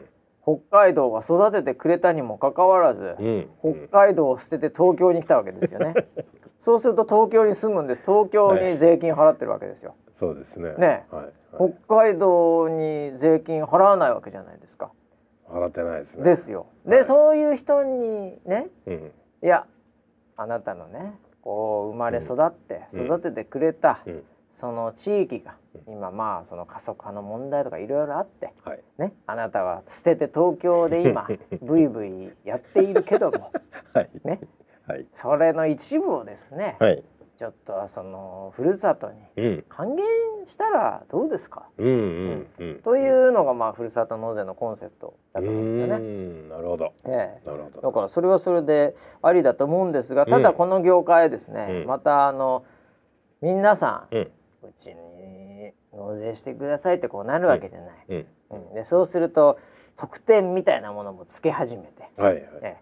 [SPEAKER 2] ん
[SPEAKER 1] 北海道が育ててくれたにもかかわらず
[SPEAKER 2] うんうん
[SPEAKER 1] 北海道を捨てて東京に来たわけです よね。そうすると東京に住むんです東京に税金払ってるわけですよ。
[SPEAKER 2] そうですね
[SPEAKER 1] ね
[SPEAKER 2] はいはい
[SPEAKER 1] 北海道に税金払わないわけじゃないですか。
[SPEAKER 2] 払ってないですね
[SPEAKER 1] ですよ。で、
[SPEAKER 2] はい
[SPEAKER 1] そういう人にね
[SPEAKER 2] うん
[SPEAKER 1] いやあなたのねこう生まれ育って
[SPEAKER 2] うん
[SPEAKER 1] 育ててくれた、
[SPEAKER 2] うん
[SPEAKER 1] その地域が
[SPEAKER 2] う
[SPEAKER 1] 今まあその過疎化の問題とかいろいろあって
[SPEAKER 2] はい
[SPEAKER 1] ねあなたは捨てて東京 で今ブイブイやっているけども
[SPEAKER 2] はい
[SPEAKER 1] ね
[SPEAKER 2] はい
[SPEAKER 1] それの一部をですね、
[SPEAKER 2] はい
[SPEAKER 1] ちょっとそのふるさとに
[SPEAKER 2] うん
[SPEAKER 1] 還元したらどうですか
[SPEAKER 2] うんうんうん
[SPEAKER 1] と
[SPEAKER 2] う
[SPEAKER 1] いうのがまあふるさと納税のコンセプトだと思うんですよ
[SPEAKER 2] う
[SPEAKER 1] ね。
[SPEAKER 2] ーんなるほど
[SPEAKER 1] ええ
[SPEAKER 2] なるほ
[SPEAKER 1] だ
[SPEAKER 2] ど
[SPEAKER 1] からそれはそれでありだと思うんですがた
[SPEAKER 2] う
[SPEAKER 1] だ
[SPEAKER 2] ん
[SPEAKER 1] この業界ですね、
[SPEAKER 2] うん
[SPEAKER 1] またあの皆さん、
[SPEAKER 2] うん
[SPEAKER 1] うちに納税してくださいってこうなるわけじゃない、
[SPEAKER 2] うん
[SPEAKER 1] うんでそうすると特典みたいなものもつけ始めて、
[SPEAKER 2] はいはい
[SPEAKER 1] え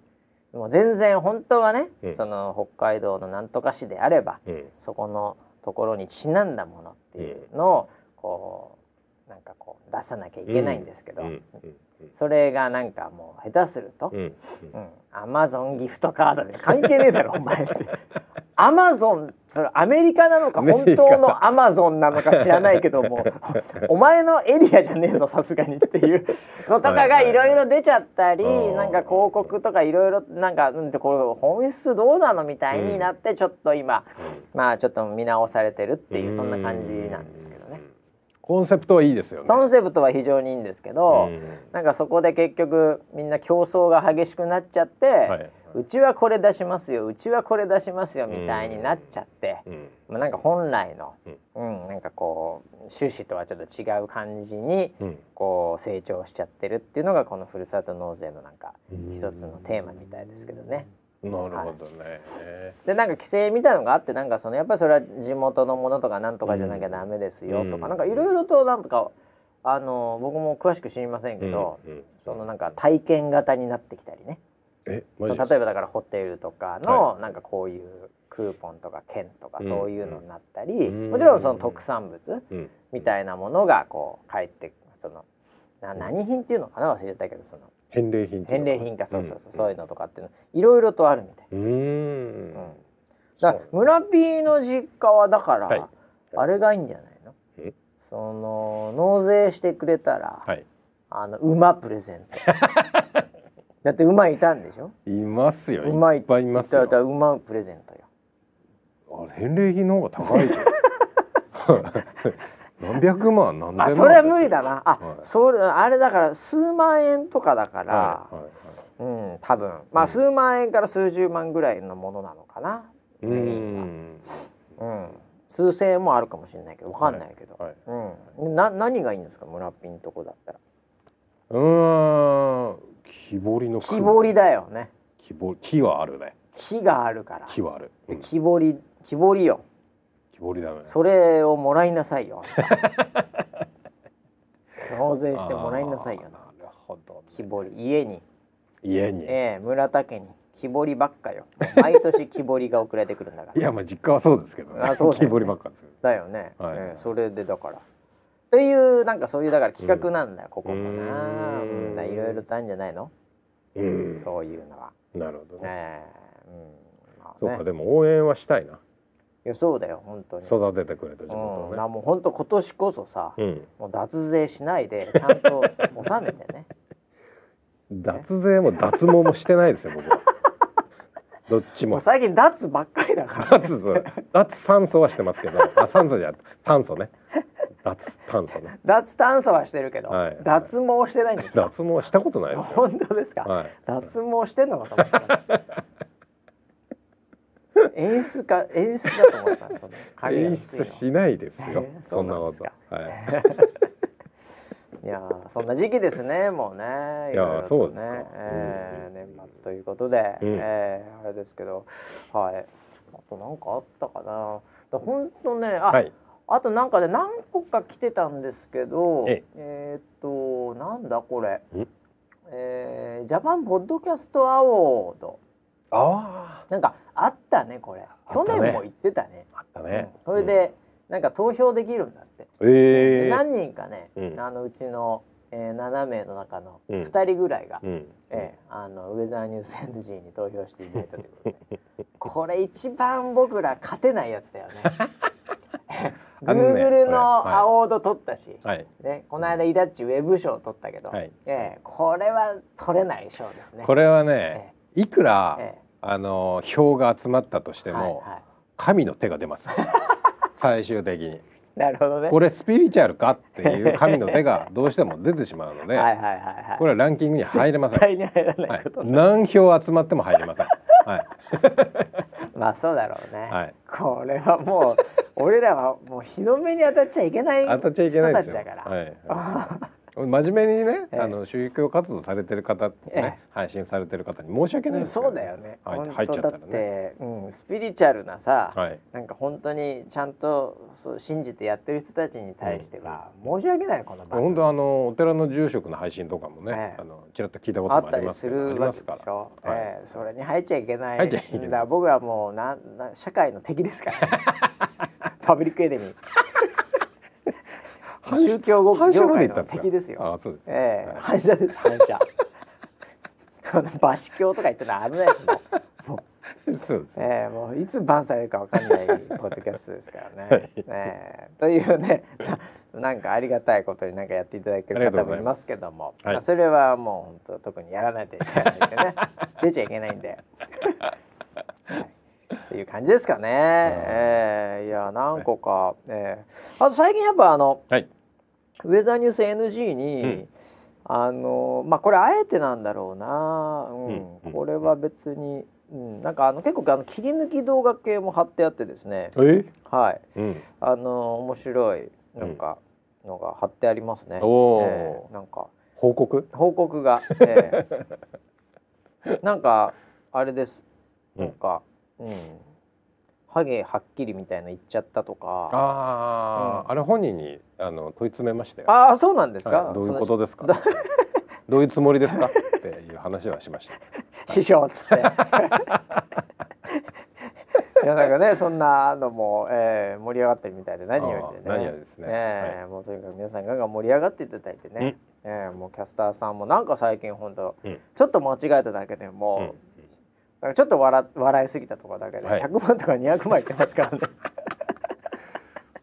[SPEAKER 1] えもう全然本当はね、
[SPEAKER 2] うん
[SPEAKER 1] その北海道のなんとか市であれば
[SPEAKER 2] うん
[SPEAKER 1] そこのところにちなんだものっていうのをこうなんかこう出さなきゃいけないんですけど、
[SPEAKER 2] うんうん
[SPEAKER 1] それがなんかもう下手すると、
[SPEAKER 2] うんうん
[SPEAKER 1] うん、アマゾンギフトカードで関係ねえ だろお前ってアマゾンそれアメリカなのか
[SPEAKER 2] アメ
[SPEAKER 1] 本
[SPEAKER 2] リカ
[SPEAKER 1] 当のアマゾンなのか知らないけども お前のエリアじゃねえぞさすがにっていうのとかがいろいろ出ちゃったり、
[SPEAKER 2] はいはいはい
[SPEAKER 1] なんか広告とかいろいろなんかうんでこれ本質どうなのみたいになってちょっと今、まあちょっと見直されてるっていうそんな感じなんですけどね
[SPEAKER 2] う。んコンセプトはいいですよね
[SPEAKER 1] コンセプトは非常にいいんですけど、
[SPEAKER 2] うん
[SPEAKER 1] なんかそこで結局みんな競争が激しくなっちゃって、
[SPEAKER 2] はいう
[SPEAKER 1] ちはこれ出しますようちはこれ出しますよみたいになっちゃって、
[SPEAKER 2] うん
[SPEAKER 1] まあ、なんか本来の、うんなんかこう趣旨とはちょっと違う感じに
[SPEAKER 2] うん
[SPEAKER 1] こう成長しちゃってるっていうのがこのふるさと納税のなんか一つのテーマみたいですけどね。
[SPEAKER 2] なるほどね
[SPEAKER 1] でなんか規制みたいのがあってなんかそのやっぱりそれは地元のものとかなんとかじゃなきゃダメですよとか、
[SPEAKER 2] うん
[SPEAKER 1] なんかいろいろとなんとかあの僕も詳しく知りませんけど、
[SPEAKER 2] うんうん
[SPEAKER 1] そのなんか体験型になってきたりね。
[SPEAKER 2] え
[SPEAKER 1] そ
[SPEAKER 2] マ
[SPEAKER 1] う
[SPEAKER 2] ジ
[SPEAKER 1] 例
[SPEAKER 2] で
[SPEAKER 1] えばだからホテルとかの、なんかこういうクーポンとか券とか
[SPEAKER 2] うん
[SPEAKER 1] そういうのになったり、
[SPEAKER 2] ん
[SPEAKER 1] もちろんその特産物
[SPEAKER 2] うん
[SPEAKER 1] みたいなものがこう返ってそのな何品っていうのかな忘れたけどその
[SPEAKER 2] 返礼品ってい
[SPEAKER 1] 返
[SPEAKER 2] うの
[SPEAKER 1] 礼品かそうそうそう、そういうんのとかっていうのいろいろとあるみたい。
[SPEAKER 2] うーん
[SPEAKER 1] うんだから村ピーの実家はだから、
[SPEAKER 2] はい
[SPEAKER 1] あれがいいんじゃないの
[SPEAKER 2] うん
[SPEAKER 1] その納税してくれたら、
[SPEAKER 2] はい
[SPEAKER 1] あの馬プレゼント だって馬いたんでしょ
[SPEAKER 2] いますよ
[SPEAKER 1] 馬
[SPEAKER 2] いっぱいいます
[SPEAKER 1] だから
[SPEAKER 2] よ
[SPEAKER 1] 馬プレゼントよ
[SPEAKER 2] あ返礼品の方が高いじゃん何百万何千万
[SPEAKER 1] あそれは無理だなあ、
[SPEAKER 2] はい
[SPEAKER 1] それあれだから数万円とかだから、
[SPEAKER 2] はいはいはい
[SPEAKER 1] うん多分まあ、
[SPEAKER 2] うん
[SPEAKER 1] 数万円から数十万ぐらいのものなのかな
[SPEAKER 2] うーん
[SPEAKER 1] うん数千円もあるかもしれないけどわかんないけど、
[SPEAKER 2] はい
[SPEAKER 1] うんな何がいいんですか村ピンとこだったら
[SPEAKER 2] うーん木彫りの
[SPEAKER 1] 木彫りだよね
[SPEAKER 2] 木彫り木はあるね
[SPEAKER 1] 木があるから
[SPEAKER 2] 木はある、うん木
[SPEAKER 1] 木彫り木彫りよ
[SPEAKER 2] 彫りだね
[SPEAKER 1] それをもらいなさ いよ納税してもらいなさいよ
[SPEAKER 2] あー
[SPEAKER 1] な
[SPEAKER 2] なるほど、
[SPEAKER 1] 木
[SPEAKER 2] ね、
[SPEAKER 1] 彫り家に
[SPEAKER 2] 家に
[SPEAKER 1] ええ村田家に木彫りばっかよ毎年木彫りが送られてくるんだか
[SPEAKER 2] い
[SPEAKER 1] ら
[SPEAKER 2] やまあ実家はそうですけどね
[SPEAKER 1] あそうだよね
[SPEAKER 2] 木彫りばっかですよ
[SPEAKER 1] だよね、
[SPEAKER 2] はい
[SPEAKER 1] ええそれでだからっていうなんかそういうだから企画なんだよ、ここも
[SPEAKER 2] う
[SPEAKER 1] な
[SPEAKER 2] ーん
[SPEAKER 1] うんだいろいろとあるんじゃないの、
[SPEAKER 2] うん
[SPEAKER 1] そういうのは
[SPEAKER 2] なるほどね
[SPEAKER 1] ええうんまあ
[SPEAKER 2] そう
[SPEAKER 1] ね
[SPEAKER 2] かでも応援はしたいない
[SPEAKER 1] やそうだよ本当に
[SPEAKER 2] 育ててくれた地元
[SPEAKER 1] う
[SPEAKER 2] を
[SPEAKER 1] ん、
[SPEAKER 2] ね
[SPEAKER 1] なもう本当今年こそさ、
[SPEAKER 2] うん、
[SPEAKER 1] もう脱税しないでちゃんと納め てね
[SPEAKER 2] 脱税も脱毛もしてないですよ 僕はどっち
[SPEAKER 1] もう
[SPEAKER 2] も
[SPEAKER 1] 最近脱ばっかりだから
[SPEAKER 2] 脱そう脱酸素はしてますけどあ酸素じゃない炭素ね脱炭素ね
[SPEAKER 1] 脱炭素はしてるけど、
[SPEAKER 2] はい
[SPEAKER 1] 脱毛してないんですか
[SPEAKER 2] 脱毛したことないです よ
[SPEAKER 1] 本当ですか、
[SPEAKER 2] はい
[SPEAKER 1] 脱毛してんのかと思ってた演出か演出だと思ってたその髪が
[SPEAKER 2] 演
[SPEAKER 1] 薄いの
[SPEAKER 2] 出しないですよ
[SPEAKER 1] そ
[SPEAKER 2] そ
[SPEAKER 1] うん
[SPEAKER 2] な
[SPEAKER 1] なん
[SPEAKER 2] こ
[SPEAKER 1] です
[SPEAKER 2] と
[SPEAKER 1] か
[SPEAKER 2] はい
[SPEAKER 1] いやーそんな時期ですねもうね
[SPEAKER 2] いやー
[SPEAKER 1] ろろと
[SPEAKER 2] そうですか
[SPEAKER 1] えー
[SPEAKER 2] うん
[SPEAKER 1] 年末ということで、
[SPEAKER 2] うん
[SPEAKER 1] えーあれですけどはいあとなんかあったかなだ本当ねあ、
[SPEAKER 2] はい
[SPEAKER 1] あとなんかで何個か来てたんですけど
[SPEAKER 2] え
[SPEAKER 1] えーっとなんだこれ
[SPEAKER 2] ん
[SPEAKER 1] えージャパンポッドキャストアワード
[SPEAKER 2] あ
[SPEAKER 1] なんかあったねこれ
[SPEAKER 2] あ
[SPEAKER 1] 去
[SPEAKER 2] ったね
[SPEAKER 1] 年も言ってたね
[SPEAKER 2] ああったね
[SPEAKER 1] うんそれで、なんか投票できるんだって
[SPEAKER 2] うんえ
[SPEAKER 1] で
[SPEAKER 2] え
[SPEAKER 1] 何人かね、
[SPEAKER 2] うん
[SPEAKER 1] あのうちの、えー、7名の中の
[SPEAKER 2] うん
[SPEAKER 1] 2人ぐらいが、
[SPEAKER 2] うん
[SPEAKER 1] えーあのウェザーニュース NG に投票していただいたということ でこれ一番僕ら勝てないやつだよね。
[SPEAKER 2] あのね
[SPEAKER 1] Google
[SPEAKER 2] これは
[SPEAKER 1] の
[SPEAKER 2] い
[SPEAKER 1] アワード取ったし、
[SPEAKER 2] はい
[SPEAKER 1] ね、この間イダッチウェブ賞取ったけど、
[SPEAKER 2] はい
[SPEAKER 1] えーこれは取れない賞ですね。
[SPEAKER 2] これはねいくら、
[SPEAKER 1] ええ
[SPEAKER 2] あの票が集まったとしても、
[SPEAKER 1] はいはい
[SPEAKER 2] 神の手が出ます 最終的に
[SPEAKER 1] なるほどね。
[SPEAKER 2] これスピリチュアルかって いう神の手がどうしても出てしまうので、
[SPEAKER 1] はいはいはいはい。
[SPEAKER 2] これはランキングに入れませ
[SPEAKER 1] 絶
[SPEAKER 2] ん、
[SPEAKER 1] 対に入らな
[SPEAKER 2] はいい
[SPEAKER 1] こと、、
[SPEAKER 2] 何票集まっても入れませんはい
[SPEAKER 1] まあそうだろうね、
[SPEAKER 2] はい
[SPEAKER 1] これはもう俺らはもう日の目に当たっちゃいけない
[SPEAKER 2] 当たっちゃいけ
[SPEAKER 1] 人
[SPEAKER 2] ないで
[SPEAKER 1] た
[SPEAKER 2] す
[SPEAKER 1] ち
[SPEAKER 2] よ
[SPEAKER 1] だから、
[SPEAKER 2] はい
[SPEAKER 1] あ
[SPEAKER 2] 真面目にね、
[SPEAKER 1] ええ
[SPEAKER 2] あの宗教活動されてる方ってね、配信されてる方に申し訳ない
[SPEAKER 1] ー
[SPEAKER 2] ですけ
[SPEAKER 1] そ
[SPEAKER 2] ど
[SPEAKER 1] うだよね、
[SPEAKER 2] はい、
[SPEAKER 1] 本
[SPEAKER 2] 入っち
[SPEAKER 1] 当
[SPEAKER 2] ゃ
[SPEAKER 1] だ
[SPEAKER 2] った
[SPEAKER 1] っ
[SPEAKER 2] ら
[SPEAKER 1] て、
[SPEAKER 2] ね
[SPEAKER 1] うん、スピリチュアルなさ、
[SPEAKER 2] はい
[SPEAKER 1] なんか本当にちゃんとそう信じてやってる人たちに対しては申し訳ないこの場
[SPEAKER 2] 本当あのお寺の住職の配信とかもね、
[SPEAKER 1] ええ
[SPEAKER 2] あのちらっと聞いたこと
[SPEAKER 1] あ
[SPEAKER 2] も
[SPEAKER 1] っ
[SPEAKER 2] あ
[SPEAKER 1] た
[SPEAKER 2] り
[SPEAKER 1] り
[SPEAKER 2] ます
[SPEAKER 1] す
[SPEAKER 2] けどあ
[SPEAKER 1] る
[SPEAKER 2] り
[SPEAKER 1] わ
[SPEAKER 2] ま
[SPEAKER 1] け
[SPEAKER 2] す
[SPEAKER 1] で
[SPEAKER 2] か
[SPEAKER 1] し
[SPEAKER 2] ら、
[SPEAKER 1] ょ、
[SPEAKER 2] はい
[SPEAKER 1] えーそれに入っちゃいけない
[SPEAKER 2] 入っちゃいけない
[SPEAKER 1] だから僕はもうなな社会の敵ですから、 パブリックエネミー宗教業
[SPEAKER 2] 反射
[SPEAKER 1] 業
[SPEAKER 2] ま
[SPEAKER 1] 界
[SPEAKER 2] で行
[SPEAKER 1] の
[SPEAKER 2] ったんですか
[SPEAKER 1] 敵ですよ
[SPEAKER 2] ああそうです、
[SPEAKER 1] ええ
[SPEAKER 2] は
[SPEAKER 1] 反
[SPEAKER 2] い
[SPEAKER 1] 射です反 射このバシ教とか言ってたら危ないですもんもう,、
[SPEAKER 2] そうですね。
[SPEAKER 1] ええもういつバンされるかわかんないポッドキャストですからね、
[SPEAKER 2] はい
[SPEAKER 1] ええというねななんかありがたいことになんかやっていただけ
[SPEAKER 2] あり
[SPEAKER 1] る
[SPEAKER 2] がと
[SPEAKER 1] 方
[SPEAKER 2] う
[SPEAKER 1] も
[SPEAKER 2] ござ
[SPEAKER 1] い
[SPEAKER 2] い
[SPEAKER 1] ま
[SPEAKER 2] ます
[SPEAKER 1] すけども、
[SPEAKER 2] はい
[SPEAKER 1] まあそれはもう本当特にやらないといけないんで ね出ちゃいけないんで。はいという感じですかね。ええいや何個か、ええあと最近やっぱあの
[SPEAKER 2] はい。
[SPEAKER 1] ウェザーニュース NG に、
[SPEAKER 2] うん
[SPEAKER 1] あのまあこれあえてなんだろうな、うん
[SPEAKER 2] うんうん
[SPEAKER 1] これは別に、うん、なんかあの結構あの切り抜き動画系も貼ってあってですね
[SPEAKER 2] え？
[SPEAKER 1] はい
[SPEAKER 2] うん。
[SPEAKER 1] あの面白いなんかのが貼ってありますね、
[SPEAKER 2] おー
[SPEAKER 1] えーなんか
[SPEAKER 2] 報告？
[SPEAKER 1] 報告が、え ーなんかあれです
[SPEAKER 2] うん
[SPEAKER 1] なんか、うんハゲはっきりみたいな言っちゃったとか
[SPEAKER 2] ああ、
[SPEAKER 1] うん
[SPEAKER 2] あれ本人にあの問い詰めましたよ。
[SPEAKER 1] ああそうなんですか、
[SPEAKER 2] はいどういう
[SPEAKER 1] その
[SPEAKER 2] ことですか？ どういうつもりですか？っていう話はし ました。
[SPEAKER 1] 師匠っつって。 いやなんかねそんなのも、えー、盛り上がってるみたいで何よりでね
[SPEAKER 2] あー何よりですね
[SPEAKER 1] えーもうとにかく皆さんがんがん盛り上がっていただいてね、えーもうキャスターさんもなんか最近本当、
[SPEAKER 2] うん
[SPEAKER 1] ちょっと間違えただけで
[SPEAKER 2] うん
[SPEAKER 1] も、なんかちょっと笑笑いすぎたとかだけで、
[SPEAKER 2] はい
[SPEAKER 1] 100万とか200万いってますからね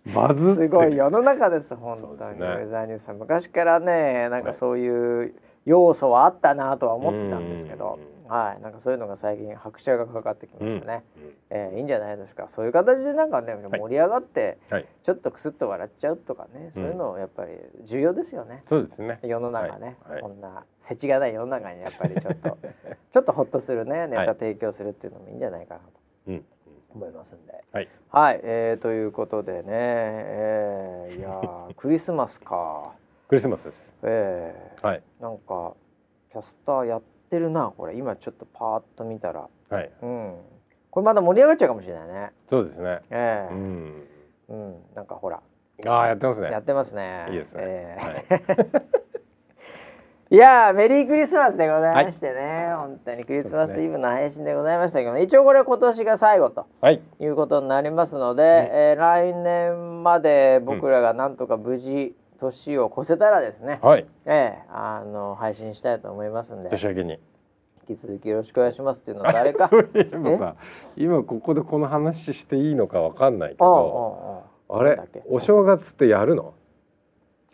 [SPEAKER 2] まず
[SPEAKER 1] すごい世の中です本当に
[SPEAKER 2] そうですね
[SPEAKER 1] ウェザーニュースさん昔からねなん
[SPEAKER 2] は
[SPEAKER 1] か
[SPEAKER 2] い
[SPEAKER 1] そういう要素はあったなとは思ってたんですけど
[SPEAKER 2] う、
[SPEAKER 1] はい、なんかそういうのが最近拍車がかかってきま
[SPEAKER 2] うん
[SPEAKER 1] したね。えーいいんじゃないですかそういう形でなんかね
[SPEAKER 2] い
[SPEAKER 1] 盛り上がって
[SPEAKER 2] はい。
[SPEAKER 1] ちょっとクスッと笑っちゃうとかね、そういうのやっぱり重要ですよね
[SPEAKER 2] そうですね。
[SPEAKER 1] 世の中ね、
[SPEAKER 2] はいはい
[SPEAKER 1] こんな世知がない世の中にやっぱりちょっ とちょっとほっとするねネタ提供するっていうのもいいんじゃないかなと
[SPEAKER 2] うんうん。
[SPEAKER 1] 思いますんで。
[SPEAKER 2] はい。
[SPEAKER 1] はい、えー、ということでね、えーいや ークリスマスか、
[SPEAKER 2] クリスマスです。
[SPEAKER 1] えー
[SPEAKER 2] はい
[SPEAKER 1] なんかキャスターやってるなこれ今ちょっとパーッと見たら
[SPEAKER 2] はい。
[SPEAKER 1] うんこれまだ盛り上がっちゃうかもしれないね。
[SPEAKER 2] そうですね。
[SPEAKER 1] え
[SPEAKER 2] う
[SPEAKER 1] ー
[SPEAKER 2] ん。
[SPEAKER 1] うん、なんかほら、
[SPEAKER 2] ああやってます
[SPEAKER 1] や
[SPEAKER 2] ね
[SPEAKER 1] っ。てますね。
[SPEAKER 2] いいですね
[SPEAKER 1] えー
[SPEAKER 2] はい。
[SPEAKER 1] いやーメリークリスマスでございましてね、本当にクリスマスイブの配信でございましたけど、一応これは今年が最後と
[SPEAKER 2] はい。
[SPEAKER 1] いうことになりますので、えー来年まで僕らがなんとか無事年を越せたらですね、
[SPEAKER 2] はい。
[SPEAKER 1] ええあの配信したいと思いますんで
[SPEAKER 2] 年 明けに。。
[SPEAKER 1] 引き続きよろしくお願いしますっていうのは誰か
[SPEAKER 2] そういえばさ、今ここでこの話していいのかわかんないけ
[SPEAKER 1] おう
[SPEAKER 2] ど、
[SPEAKER 1] おうおう
[SPEAKER 2] あ
[SPEAKER 1] なん
[SPEAKER 2] れ
[SPEAKER 1] だっけ
[SPEAKER 2] お正月ってやるの？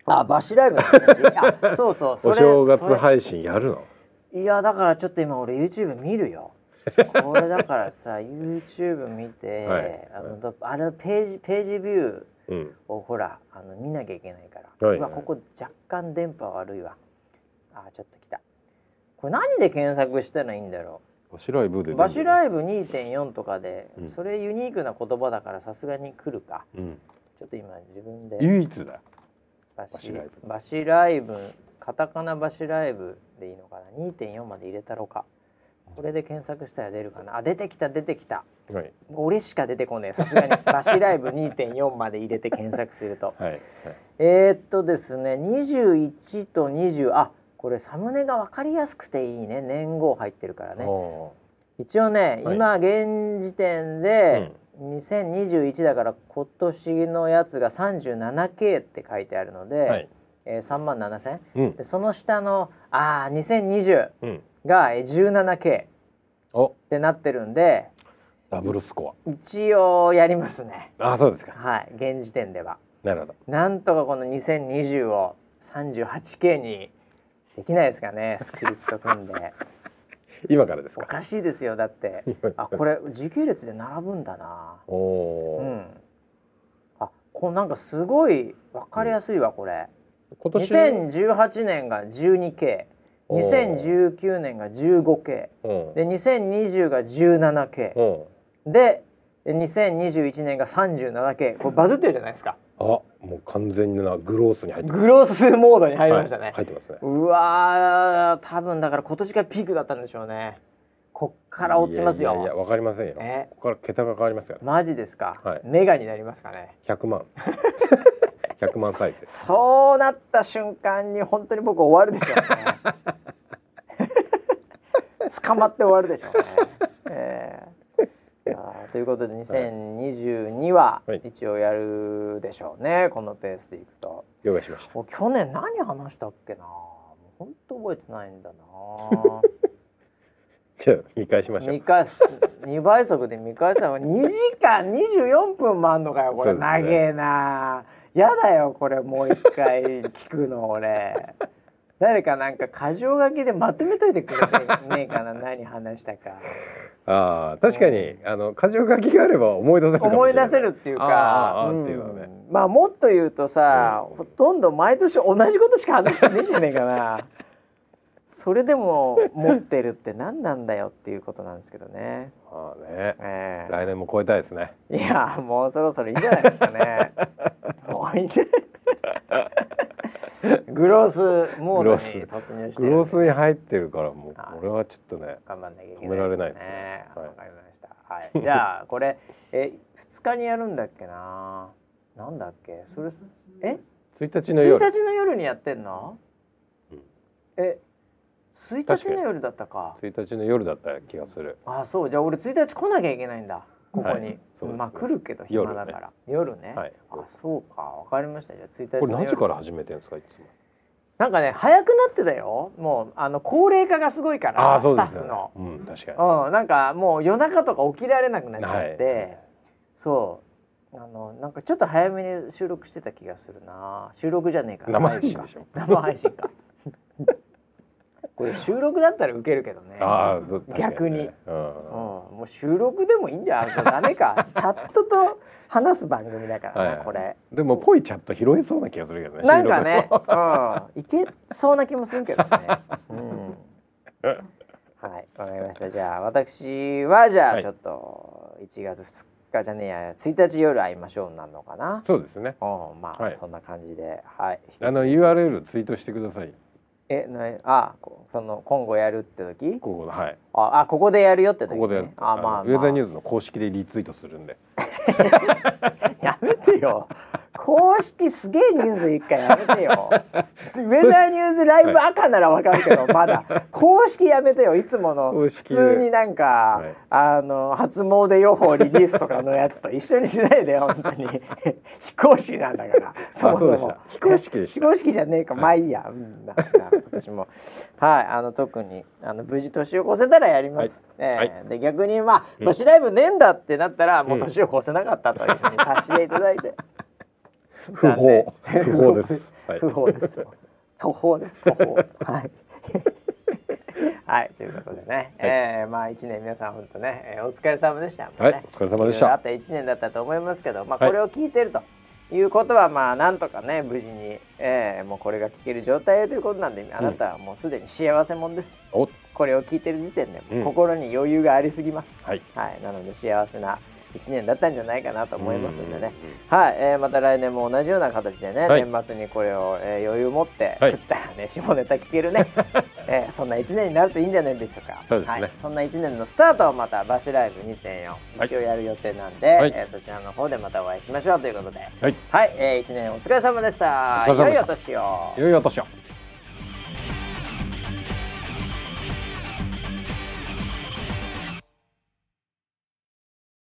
[SPEAKER 1] あバシライブの話 あそうそうそ
[SPEAKER 2] お
[SPEAKER 1] れ
[SPEAKER 2] 正
[SPEAKER 1] そ
[SPEAKER 2] 月
[SPEAKER 1] れ
[SPEAKER 2] 配信やるの？
[SPEAKER 1] いやだからちょっと今俺 YouTube 見るよこれだからさ YouTube 見て、
[SPEAKER 2] はい
[SPEAKER 1] あのどあれのページページビュー
[SPEAKER 2] うん。
[SPEAKER 1] をほらあの見なきゃいけないから、
[SPEAKER 2] はい
[SPEAKER 1] 今ここ若干電波悪いわあちょっと来たこれ何で検索したらいいんだろ
[SPEAKER 2] バシライブで
[SPEAKER 1] う
[SPEAKER 2] 出るん
[SPEAKER 1] バ
[SPEAKER 2] だよ
[SPEAKER 1] シライブ2.4とかで、
[SPEAKER 2] うん
[SPEAKER 1] それユニークな言葉だからさすがに来るか
[SPEAKER 2] うん、
[SPEAKER 1] ちょっと今自分で
[SPEAKER 2] 唯一だよ
[SPEAKER 1] バ
[SPEAKER 2] バシライブ
[SPEAKER 1] バシライブカタカナバシライブでいいのかな2.4まで入れたろかこれで検索したら出るかなあ出てきた出てきた
[SPEAKER 2] はい
[SPEAKER 1] 俺しか出てこねえさすがにバシライブ2.4まで入れて検索すると
[SPEAKER 2] はい、はい、
[SPEAKER 1] えーっとですね21と20あこれサムネが分かりやすくていいね年号入ってるからね
[SPEAKER 2] お
[SPEAKER 1] 一応ね、
[SPEAKER 2] はい
[SPEAKER 1] 今現時点で2021だから今年のやつが 37K って書いてあるので、
[SPEAKER 2] ーはい
[SPEAKER 1] えー、3万7000
[SPEAKER 2] うん
[SPEAKER 1] でその下のあー2020
[SPEAKER 2] うん
[SPEAKER 1] がえー 17K っ
[SPEAKER 2] お
[SPEAKER 1] てなってるんで
[SPEAKER 2] ダブルスコ
[SPEAKER 1] 一応やりますね
[SPEAKER 2] アあそうですか
[SPEAKER 1] はい現時点では
[SPEAKER 2] なるほど
[SPEAKER 1] なんとかこの2020を 38K にできないですかねスクリプト組ん で
[SPEAKER 2] 今からです
[SPEAKER 1] お
[SPEAKER 2] か
[SPEAKER 1] かしいですよだってあこれ時系列で並ぶんだな
[SPEAKER 2] お
[SPEAKER 1] う
[SPEAKER 2] おー、
[SPEAKER 1] んあこうなんかすごい分かりやすいわこれ、
[SPEAKER 2] 今年
[SPEAKER 1] 2018年が 12K
[SPEAKER 2] おー
[SPEAKER 1] 2019年が 15K
[SPEAKER 2] うん
[SPEAKER 1] で2020が 17K
[SPEAKER 2] うん
[SPEAKER 1] で2021年が 37K これバズってるじゃないですか
[SPEAKER 2] あもう完全なグロースに入って
[SPEAKER 1] グロースモードに入りましたね、
[SPEAKER 2] はい入ってますね
[SPEAKER 1] うわー多分だから今年がピークだったんでしょうねこっから落ちますよ
[SPEAKER 2] いやいやいやわかりませんよ
[SPEAKER 1] え
[SPEAKER 2] ここから桁が変わりますから
[SPEAKER 1] マジですか、
[SPEAKER 2] はい
[SPEAKER 1] メガになりますかね
[SPEAKER 2] 100万 100万再生
[SPEAKER 1] そうなった瞬間に本当に僕終わるでしょ うね。捕まって終わるでしょうね。ええあーということで2022は
[SPEAKER 2] はい
[SPEAKER 1] 一応やるでしょうね、このペースでいくと。
[SPEAKER 2] 了解しました
[SPEAKER 1] お去年何話したっけなもう本当覚えてないんだな
[SPEAKER 2] じゃあ見返しましょう
[SPEAKER 1] 見返す2倍速で見返すの2時間24分もあんのかよこれ、
[SPEAKER 2] そうですね
[SPEAKER 1] 長えなやだよこれもう一回聞くの 俺誰かなんか箇条書きでまとめといてくれねえかな何話したか
[SPEAKER 2] ああ確かにあの箇条書きがあれば思い出せるかもしれ
[SPEAKER 1] 思
[SPEAKER 2] ない
[SPEAKER 1] い出せるっていう
[SPEAKER 2] あ
[SPEAKER 1] か
[SPEAKER 2] ああ
[SPEAKER 1] う
[SPEAKER 2] あ
[SPEAKER 1] ん
[SPEAKER 2] っていうのね
[SPEAKER 1] まあもっと言うとさ、
[SPEAKER 2] うん
[SPEAKER 1] ほとんど毎年同じことしか話してねえんじゃねえかなそれでも持ってるって何なんだよっていうことなんですけどね。
[SPEAKER 2] ああね
[SPEAKER 1] ええ
[SPEAKER 2] 来年も超えたいですね
[SPEAKER 1] いやもうそろそろいいんじゃないですか ね。もういいんじゃない。グロースモードに突入して
[SPEAKER 2] グ
[SPEAKER 1] る
[SPEAKER 2] ロースに入ってるからもう
[SPEAKER 1] はい
[SPEAKER 2] これはちょっとね
[SPEAKER 1] 頑張んなきゃいけない、
[SPEAKER 2] 止められないですね
[SPEAKER 1] わ、
[SPEAKER 2] はい
[SPEAKER 1] かりました。はい。じゃあこれえ二日にやるんだっけな。なんだっけそれえ
[SPEAKER 2] 1日
[SPEAKER 1] 一
[SPEAKER 2] の夜
[SPEAKER 1] 日の夜にやってんの？
[SPEAKER 2] うん
[SPEAKER 1] え一日の夜だったか。
[SPEAKER 2] 1日の夜だった気がする
[SPEAKER 1] あそうじゃあ俺一日来なきゃいけないんだここに、
[SPEAKER 2] はいそうですね
[SPEAKER 1] まあ来るけど暇だから夜ね
[SPEAKER 2] はい
[SPEAKER 1] あそうかわかりましたじゃあ1日の
[SPEAKER 2] これ何
[SPEAKER 1] 夜
[SPEAKER 2] 時から始めてるんですかいつも
[SPEAKER 1] なんかね早くなってたよもうあの高齢化がすごいから
[SPEAKER 2] ああそうです
[SPEAKER 1] スタッ
[SPEAKER 2] よ
[SPEAKER 1] フ
[SPEAKER 2] ね
[SPEAKER 1] の、
[SPEAKER 2] うん確かに
[SPEAKER 1] うん、なんかもう夜中とか起きられなくなっちゃって、
[SPEAKER 2] はい
[SPEAKER 1] そうあのなんかちょっと早めに収録してた気がするな収録じゃねえか
[SPEAKER 2] 生配信でしょ
[SPEAKER 1] 生配信か これ収録だったらウケるけどね
[SPEAKER 2] ああ確かね
[SPEAKER 1] 逆に
[SPEAKER 2] うん
[SPEAKER 1] うん、もう収録でもいいんじゃんもうダメかチャットと話す番組だからな、
[SPEAKER 2] はい
[SPEAKER 1] これ
[SPEAKER 2] でもぽいチャット拾えそうな気がするけどね
[SPEAKER 1] なんか
[SPEAKER 2] 収録
[SPEAKER 1] ね、うん、いけそうな気もするけどね、うん、はいわかりましたじゃあ私はじゃ
[SPEAKER 2] は
[SPEAKER 1] あ
[SPEAKER 2] い
[SPEAKER 1] ちょっと1月2日じゃねえや1日夜会いましょうなのかな
[SPEAKER 2] そうですね
[SPEAKER 1] うんまあ、
[SPEAKER 2] はい
[SPEAKER 1] そんな感じではい
[SPEAKER 2] あの
[SPEAKER 1] 引き続き
[SPEAKER 2] URL ツイートしてください
[SPEAKER 1] えなあこその今後やるって時
[SPEAKER 2] ここのはい
[SPEAKER 1] ああここでやるよって時、
[SPEAKER 2] こ
[SPEAKER 1] ね、
[SPEAKER 2] こで
[SPEAKER 1] あまあ、まあ、
[SPEAKER 2] のウェザーニューズの公式でリツイートするんで
[SPEAKER 1] やめてよ。公式すげえ人数一回やめてよ。ウェザーニューズライブ赤ならわかるけど、まだ公式やめてよ。いつもの
[SPEAKER 2] 公
[SPEAKER 1] 普
[SPEAKER 2] 式で
[SPEAKER 1] 通になんか、
[SPEAKER 2] はい
[SPEAKER 1] あの初詣予報リリースとかのやつと一緒にしないでよ本当に 非公式なんだから。そもそ
[SPEAKER 2] そう
[SPEAKER 1] も
[SPEAKER 2] でした非公式でした
[SPEAKER 1] 非公式じゃねえか。まあいいや。うん、なな私もはいあの特にあの無事年を越せたらやります。えー
[SPEAKER 2] はい
[SPEAKER 1] で逆にまあ、
[SPEAKER 2] うん
[SPEAKER 1] バシライブねえんだってなったらもう
[SPEAKER 2] うん
[SPEAKER 1] 年を越せなかったというふうにさせていただいて
[SPEAKER 2] 不法
[SPEAKER 1] 残念
[SPEAKER 2] 不法ですはい
[SPEAKER 1] 不法です途方です途 方はいはいということでね、えーまあ一年皆さん本当ね、えーお疲れ様でした、もうね
[SPEAKER 2] はいお疲れ様でした
[SPEAKER 1] いろいろあった一年だったと思いますけどまあこ
[SPEAKER 2] はい
[SPEAKER 1] れを聞いてると、い、うことはまあなんとかね無事に、えーもうこれが聞ける状態ということなんであなたはもうすでに幸せもんです、
[SPEAKER 2] お
[SPEAKER 1] これを聞いてる時点でもう
[SPEAKER 2] うん
[SPEAKER 1] 心に余裕がありすぎます、
[SPEAKER 2] はい
[SPEAKER 1] はい、なので幸せな1年だったんじゃないかなと思いますんでね、
[SPEAKER 2] うんうん
[SPEAKER 1] はい、えーまた来年も同じような形でね、
[SPEAKER 2] はい
[SPEAKER 1] 年末にこれを、えー余裕持って、
[SPEAKER 2] はい
[SPEAKER 1] 食ったらね 下ネタ聞ける ね、えーそんな1年になるといいんじゃないでしょうか
[SPEAKER 2] そうですね
[SPEAKER 1] はい、そんな1年のスタートをまた「バシライブ2.4」
[SPEAKER 2] はい
[SPEAKER 1] 一応やる予定なんで、
[SPEAKER 2] はい
[SPEAKER 1] えーそちらの方でまたお会いしましょうということで、
[SPEAKER 2] はい
[SPEAKER 1] はいえー、1年お疲れ様でした
[SPEAKER 2] お疲れ様で
[SPEAKER 1] 良
[SPEAKER 2] した
[SPEAKER 1] いお年を
[SPEAKER 2] 良いお年を。